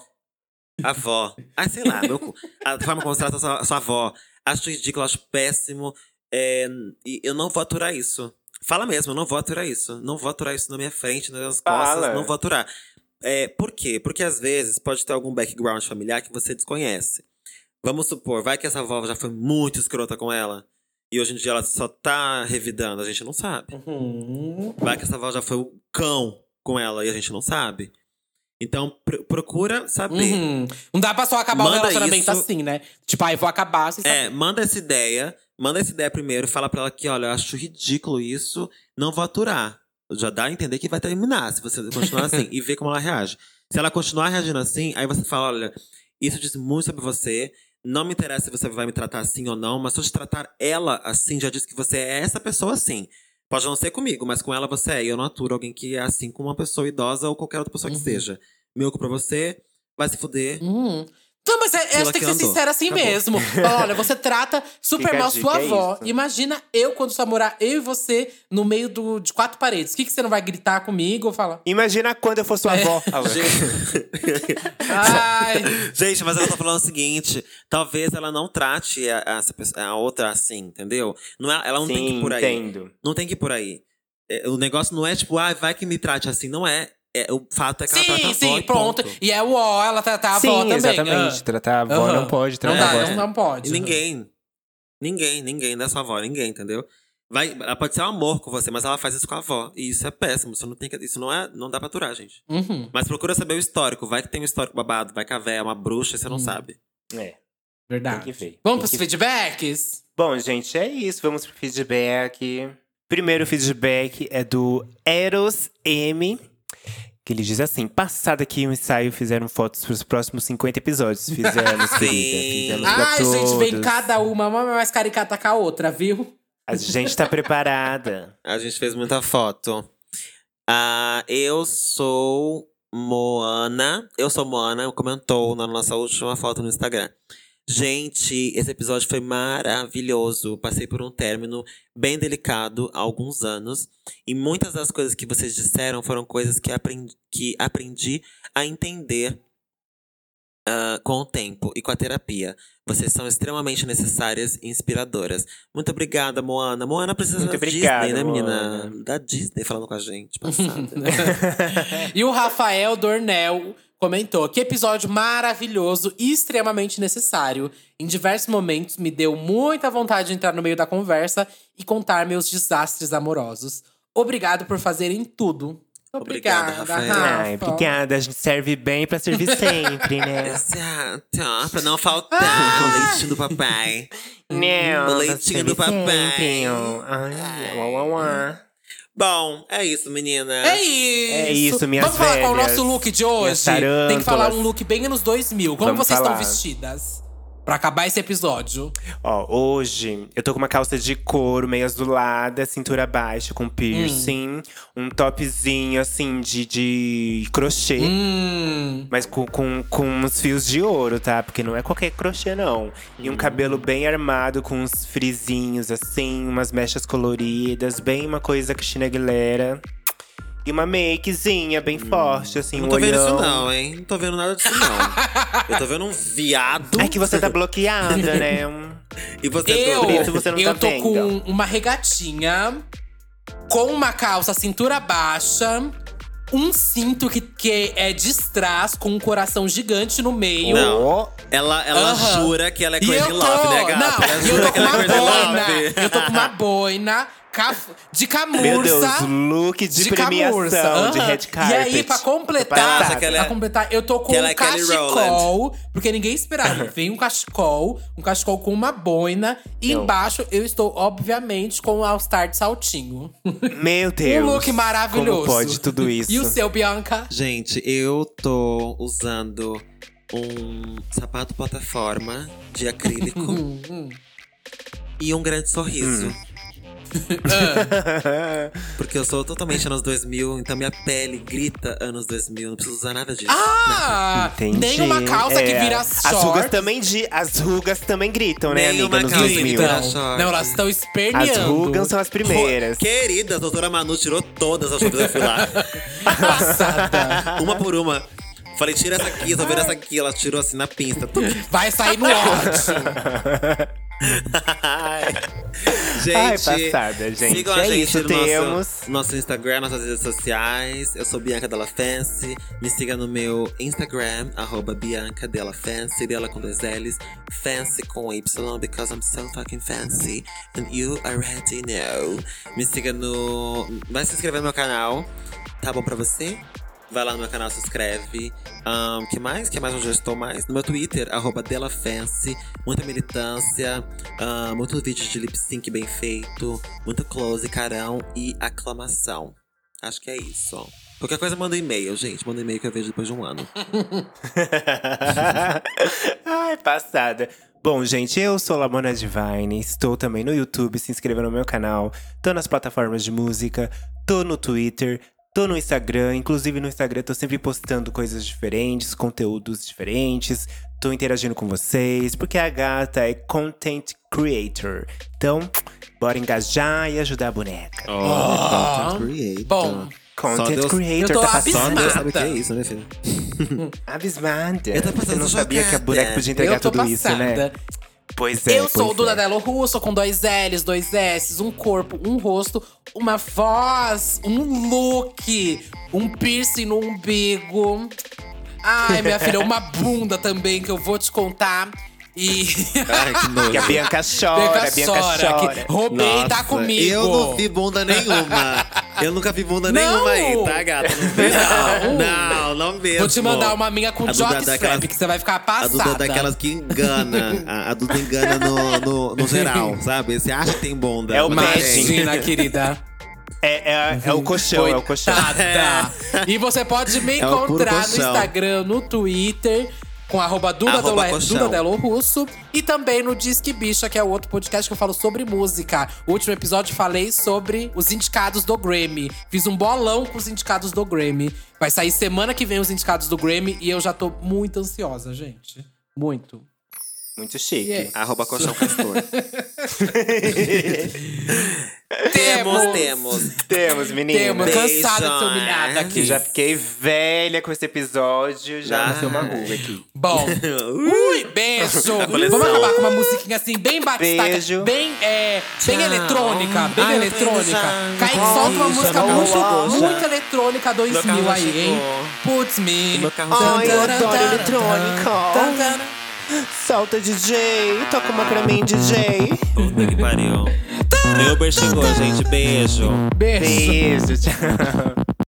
Speaker 1: Avó. Ah, sei lá, meu cu. A forma como você trata sua, sua avó. Acho ridículo, acho péssimo. É, e eu não vou aturar isso. Fala mesmo, eu não vou aturar isso. Não vou aturar isso na minha frente, nas minhas
Speaker 3: Fala.
Speaker 1: costas, não vou aturar. É, por quê? Porque às vezes pode ter algum background familiar que você desconhece. Vamos supor, vai que essa vovó já foi muito escrota com ela. E hoje em dia ela só tá revidando, a gente não sabe. Vai que essa vó já foi o cão com ela e a gente não sabe. Então pr- procura saber.
Speaker 2: Uhum. Não dá pra só acabar
Speaker 1: Manda
Speaker 2: o relacionamento
Speaker 1: isso-
Speaker 2: assim, né? Tipo, ai, vou acabar, vocês sabem.
Speaker 1: É, manda essa ideia. Manda essa ideia primeiro e fala pra ela que, olha, eu acho ridículo isso, não vou aturar. Já dá a entender que vai terminar se você continuar assim e ver como ela reage. Se ela continuar reagindo assim, aí você fala: olha, isso diz muito sobre você. Não me interessa se você vai me tratar assim ou não, mas só de tratar ela assim já diz que você é essa pessoa assim. Pode não ser comigo, mas com ela você é. E eu não aturo alguém que é assim com uma pessoa idosa ou qualquer outra pessoa que seja. Meu cu pra você, vai se fuder.
Speaker 2: Uhum. Então, mas é,
Speaker 1: Aquilo
Speaker 2: é, tem
Speaker 1: que
Speaker 2: que ser
Speaker 1: andou.
Speaker 2: sincera assim
Speaker 1: Acabou.
Speaker 2: mesmo. Fala, Olha, você trata super
Speaker 3: Fica a
Speaker 2: mal
Speaker 3: dica,
Speaker 2: sua
Speaker 3: é
Speaker 2: avó.
Speaker 3: isso.
Speaker 2: Imagina eu quando só morar eu e você no meio do, de quatro paredes. O que, que você não vai gritar comigo ou falar?
Speaker 3: Imagina quando eu for
Speaker 2: É.
Speaker 3: sua avó. Alan.
Speaker 2: Ai,
Speaker 1: Gente, mas ela tá falando o seguinte: talvez ela não trate a, a essa pessoa- a outra assim, entendeu? Não é- ela não tem que
Speaker 3: Sim,
Speaker 1: ir por aí.
Speaker 3: entendo.
Speaker 1: Não tem que ir por aí. É, o negócio não é tipo, ah, vai que me trate assim. Não é. É, o fato é que ela trata a
Speaker 2: sim,
Speaker 1: avó
Speaker 2: sim,
Speaker 1: e
Speaker 2: pronto.
Speaker 1: ponto.
Speaker 2: E é o ó, ela trata a avó
Speaker 3: Sim,
Speaker 2: também.
Speaker 3: exatamente.
Speaker 2: Ah.
Speaker 3: Tratar a avó
Speaker 2: Aham.
Speaker 3: não pode.
Speaker 2: Não
Speaker 1: Não
Speaker 3: Tratar
Speaker 2: dá,
Speaker 3: a avó assim.
Speaker 1: gosta.
Speaker 2: não, não pode.
Speaker 1: E ninguém. Ninguém, ninguém dessa avó, ninguém, entendeu? Vai, ela pode ser um amor com você, mas ela faz isso com a avó. E isso é péssimo. Isso não, tem que- isso não, é, não dá pra aturar, gente.
Speaker 2: Uhum.
Speaker 1: Mas procura saber o histórico. Vai que tem um histórico babado, vai que a véia é uma bruxa e
Speaker 2: Hum.
Speaker 1: você não sabe.
Speaker 3: É, tem
Speaker 2: Verdade.
Speaker 3: que ver.
Speaker 2: Vamos
Speaker 3: Tem
Speaker 2: pros
Speaker 3: que
Speaker 2: feedbacks?
Speaker 3: Bom, gente, é isso. Vamos pro feedback. Primeiro feedback é do Eros M. Que ele diz assim: passado aqui um ensaio, fizeram fotos pros próximos 50 episódios. Fizemos,
Speaker 1: Sim.
Speaker 3: querida. Fizemos pra
Speaker 2: Ai, gente, vem
Speaker 3: todos.
Speaker 2: cada uma, uma mais caricata que a outra, viu?
Speaker 3: A gente tá preparada.
Speaker 1: A gente fez muita foto. Ah, eu sou Moana. Eu sou Moana, comentou na nossa última foto no Instagram. Gente, esse episódio foi maravilhoso. Passei por um término bem delicado há alguns anos. E muitas das coisas que vocês disseram foram coisas que aprendi, que aprendi a entender ah, com o tempo e com a terapia. Vocês são extremamente necessárias e inspiradoras. Muito obrigada, Moana. Moana precisa
Speaker 3: Muito
Speaker 1: da
Speaker 3: obrigado,
Speaker 1: Disney, né,
Speaker 3: Moana.
Speaker 1: menina? Da Disney falando com a gente. Passada.
Speaker 2: E o Rafael Dornel comentou: que episódio maravilhoso e extremamente necessário. Em diversos momentos me deu muita vontade de entrar no meio da conversa e contar meus desastres amorosos. Obrigado por fazerem tudo.
Speaker 1: Obrigado,
Speaker 2: Obrigada,
Speaker 1: Rafael.
Speaker 2: Rafa.
Speaker 3: Ai, obrigada. A gente serve bem pra servir sempre, né?
Speaker 1: Exato, Assim, ah, tá, pra não
Speaker 2: Ah!
Speaker 1: faltar o leitinho do papai.
Speaker 2: Hum,
Speaker 3: Não,
Speaker 1: O leitinho do papai.
Speaker 3: Ai, uau, uau, uau.
Speaker 1: Bom, é isso, menina.
Speaker 2: É isso.
Speaker 3: É isso, minhas
Speaker 2: Vamos falar qual é o
Speaker 3: velhas.
Speaker 2: nosso look de hoje?
Speaker 3: Minhas
Speaker 2: Tem que falar
Speaker 3: tarântulas.
Speaker 2: um look bem anos 2000. Como
Speaker 3: Vamos
Speaker 2: vocês
Speaker 3: falar.
Speaker 2: estão vestidas? Pra acabar esse episódio.
Speaker 3: Ó, hoje eu tô com uma calça de couro, meio azulada, cintura baixa, com piercing. Um topzinho, assim, de, de crochê.
Speaker 2: Hum.
Speaker 3: Mas com, com, com uns fios de ouro, tá? Porque não é qualquer crochê, não. E
Speaker 1: Hum.
Speaker 3: um cabelo bem armado, com uns frisinhos, assim. Umas mechas coloridas, bem uma coisa Cristina Aguilera. E uma makezinha bem forte, assim,
Speaker 1: Hum. Não
Speaker 3: um
Speaker 1: tô
Speaker 3: olhão.
Speaker 1: vendo isso, não, hein? Não tô vendo nada disso, não. Eu tô vendo um viado.
Speaker 3: É que você tá bloqueada, né? Um-
Speaker 1: E você é
Speaker 2: Eu,
Speaker 1: todo.
Speaker 3: isso você não
Speaker 2: eu
Speaker 3: tá
Speaker 2: tô
Speaker 3: vendo.
Speaker 2: com uma regatinha, com uma calça cintura baixa, um cinto que, que é de strass com um coração gigante no meio.
Speaker 1: Não.
Speaker 3: Ó,
Speaker 1: Ela, ela
Speaker 2: Aham.
Speaker 1: jura que ela é
Speaker 2: E
Speaker 1: crazy
Speaker 2: eu tô,
Speaker 1: love, né, gata?
Speaker 2: não,
Speaker 1: ela
Speaker 2: e eu
Speaker 1: jura
Speaker 2: tô
Speaker 1: que
Speaker 2: com
Speaker 1: ela é
Speaker 2: uma
Speaker 1: crazy
Speaker 2: boina. Eu
Speaker 1: love.
Speaker 2: tô com uma boina caf- de camurça.
Speaker 3: Meu Deus, look de,
Speaker 2: de camurça.
Speaker 3: premiação, de
Speaker 2: aham.
Speaker 3: red carpet.
Speaker 2: E aí, pra
Speaker 3: Tô
Speaker 2: completar,
Speaker 1: Nossa,
Speaker 3: passada.
Speaker 1: que ela é-
Speaker 2: pra completar, eu tô com
Speaker 1: que ela
Speaker 2: um
Speaker 1: é Kelly
Speaker 2: cachecol, porque ninguém esperava. Vem um cachecol, um cachecol com uma boina. E
Speaker 3: Eu.
Speaker 2: embaixo eu estou, obviamente, com o All-Star de saltinho.
Speaker 3: Meu Deus.
Speaker 2: um look maravilhoso.
Speaker 3: Como pode tudo isso?
Speaker 2: E o seu, Bianca?
Speaker 1: Gente, eu tô usando um sapato plataforma de acrílico
Speaker 2: Hum, hum.
Speaker 1: e um grande sorriso.
Speaker 2: Ah,
Speaker 1: Porque eu sou totalmente anos 2000, então minha pele grita anos 2000. Não preciso usar nada disso.
Speaker 2: Ah!
Speaker 3: Entendi.
Speaker 2: Nem uma calça que
Speaker 3: É,
Speaker 2: vira
Speaker 3: As rugas
Speaker 2: short.
Speaker 3: também, di- as rugas também gritam, né,
Speaker 1: Nenhuma
Speaker 3: amiga, nos
Speaker 1: calça
Speaker 3: 2000.
Speaker 1: grita.
Speaker 2: Não,
Speaker 1: short.
Speaker 2: não, elas estão esperneando.
Speaker 3: As rugas são as primeiras.
Speaker 1: Querida, a doutora Manu tirou todas as roupas, eu fui lá.
Speaker 2: Passada.
Speaker 1: uma por uma. Falei, tira essa aqui, tô vendo essa aqui. Ela tirou assim na pinça.
Speaker 2: Vai sair no ódio.
Speaker 1: gente,
Speaker 3: Ai, passada, gente.
Speaker 1: Sigam a
Speaker 3: É
Speaker 1: gente
Speaker 3: isso,
Speaker 1: no
Speaker 3: temos.
Speaker 1: Nosso, nosso Instagram, nossas redes sociais. Eu sou Bianca Della Fancy. Me siga no meu Instagram, arroba Bianca Della Fancy, dela com dois L's, fancy com Y, because I'm so fucking fancy. And you already know. Me siga no. Vai se inscrever no meu canal. Tá bom pra você? Vai lá no meu canal, se inscreve. Ahn, que mais? Que mais onde eu estou mais? No meu Twitter, arroba DelaFancy. Muita militância, ahn, muito vídeo de lip sync bem feito, muito close, carão e aclamação. Acho que é isso. Qualquer coisa, manda um e-mail, gente. Manda um e-mail que eu vejo depois de um ano.
Speaker 3: Ai, passada. Bom, gente, eu sou Lamona Divine, estou também no YouTube, se inscreva no meu canal, tô nas plataformas de música, tô no Twitter, tô no Instagram, inclusive no Instagram tô sempre postando coisas diferentes, conteúdos diferentes, tô interagindo com vocês, porque a gata é content creator. Então, bora engajar e ajudar a boneca.
Speaker 1: Oh,
Speaker 2: Bom,
Speaker 1: Só
Speaker 3: Content
Speaker 1: Deus-
Speaker 3: creator,
Speaker 2: Eu tô
Speaker 3: tá passando.
Speaker 1: Só Deus sabe o que é
Speaker 2: Nada.
Speaker 1: isso, né, filho?
Speaker 3: Abismada.
Speaker 1: Eu tô passando é.
Speaker 3: Você não sabia
Speaker 1: chocada.
Speaker 3: que a boneca podia entregar
Speaker 2: eu tô
Speaker 3: tudo
Speaker 2: passada.
Speaker 3: isso, né? Pois é.
Speaker 2: eu sou o
Speaker 3: pois
Speaker 2: Duda
Speaker 3: é.
Speaker 2: Delo Russo, com dois L's, dois S's, um corpo, um rosto, uma voz, um look, um piercing no umbigo. Ai, minha filha, uma bunda também que eu vou te contar. E.
Speaker 1: Ai, que nojo.
Speaker 3: E a Bianca chora,
Speaker 2: Bianca
Speaker 3: a Bianca
Speaker 2: Sora, que
Speaker 3: chora.
Speaker 2: roubei e tá comigo.
Speaker 1: Eu não vi bunda nenhuma. Eu nunca vi bunda
Speaker 2: Não!
Speaker 1: nenhuma aí, tá, gata? Não, vi, não, não, não mesmo.
Speaker 2: Vou te mandar uma minha com
Speaker 1: A Duda
Speaker 2: jockstrap,
Speaker 1: daquelas-
Speaker 2: que tá você vai ficar
Speaker 1: A
Speaker 2: passada.
Speaker 1: Duda é daquelas que engana. A, a Duda engana no, no, no geral, sabe? Você acha que tem bunda.
Speaker 3: É o
Speaker 1: mas não
Speaker 3: matching.
Speaker 1: tem.
Speaker 2: Imagina, querida.
Speaker 3: É, é, é o colchão, é o colchão.
Speaker 2: Coitada. E você pode me
Speaker 1: É o puro
Speaker 2: encontrar no
Speaker 1: colchão.
Speaker 2: Instagram, no Twitter, com arroba Duda,
Speaker 1: Arroba
Speaker 2: Delo-
Speaker 1: colchão.
Speaker 2: Duda Delo Russo. E também no Disque Bicha, que é o outro podcast que eu falo sobre música. O último episódio falei sobre os indicados do Grammy. Fiz um bolão com os indicados do Grammy. Vai sair semana que vem os indicados do Grammy. E eu já tô muito ansiosa, gente. Muito.
Speaker 3: Muito chique.
Speaker 2: E é.
Speaker 1: Arroba colchão castor.
Speaker 2: Temos.
Speaker 1: temos, temos.
Speaker 3: Temos, menina.
Speaker 2: Temos.
Speaker 1: Beijo,
Speaker 2: Cansada de ser humilhada
Speaker 1: hein?
Speaker 2: aqui.
Speaker 3: Eu já fiquei velha com esse episódio, já
Speaker 1: Ah.
Speaker 3: nasceu uma ruga aqui.
Speaker 2: Bom.
Speaker 1: Uh,
Speaker 2: Ui, beijo! Vamos acabar com uma musiquinha assim, bem batista,
Speaker 3: Beijo.
Speaker 2: bem, é, bem
Speaker 1: Tchau.
Speaker 2: eletrônica, bem
Speaker 1: Ai, eu tô indo
Speaker 2: eletrônica.
Speaker 1: já.
Speaker 2: Kaique,
Speaker 1: Vou
Speaker 2: solta uma
Speaker 1: ir, já
Speaker 2: música
Speaker 1: vou
Speaker 2: muito,
Speaker 1: lá, já.
Speaker 2: muito eletrônica 2000
Speaker 1: carro já
Speaker 2: aí, hein? Putz me.
Speaker 1: Meu carro já
Speaker 2: Tan,
Speaker 4: Ai, eu
Speaker 2: tan,
Speaker 4: adoro
Speaker 2: tan,
Speaker 4: eletrônica.
Speaker 2: tan, tan.
Speaker 4: Solta DJ, toca uma pra mim, DJ.
Speaker 1: Puta que pariu. Meu Uber chegou, gente. Beijo.
Speaker 2: Beijo.
Speaker 3: Beijo, tchau.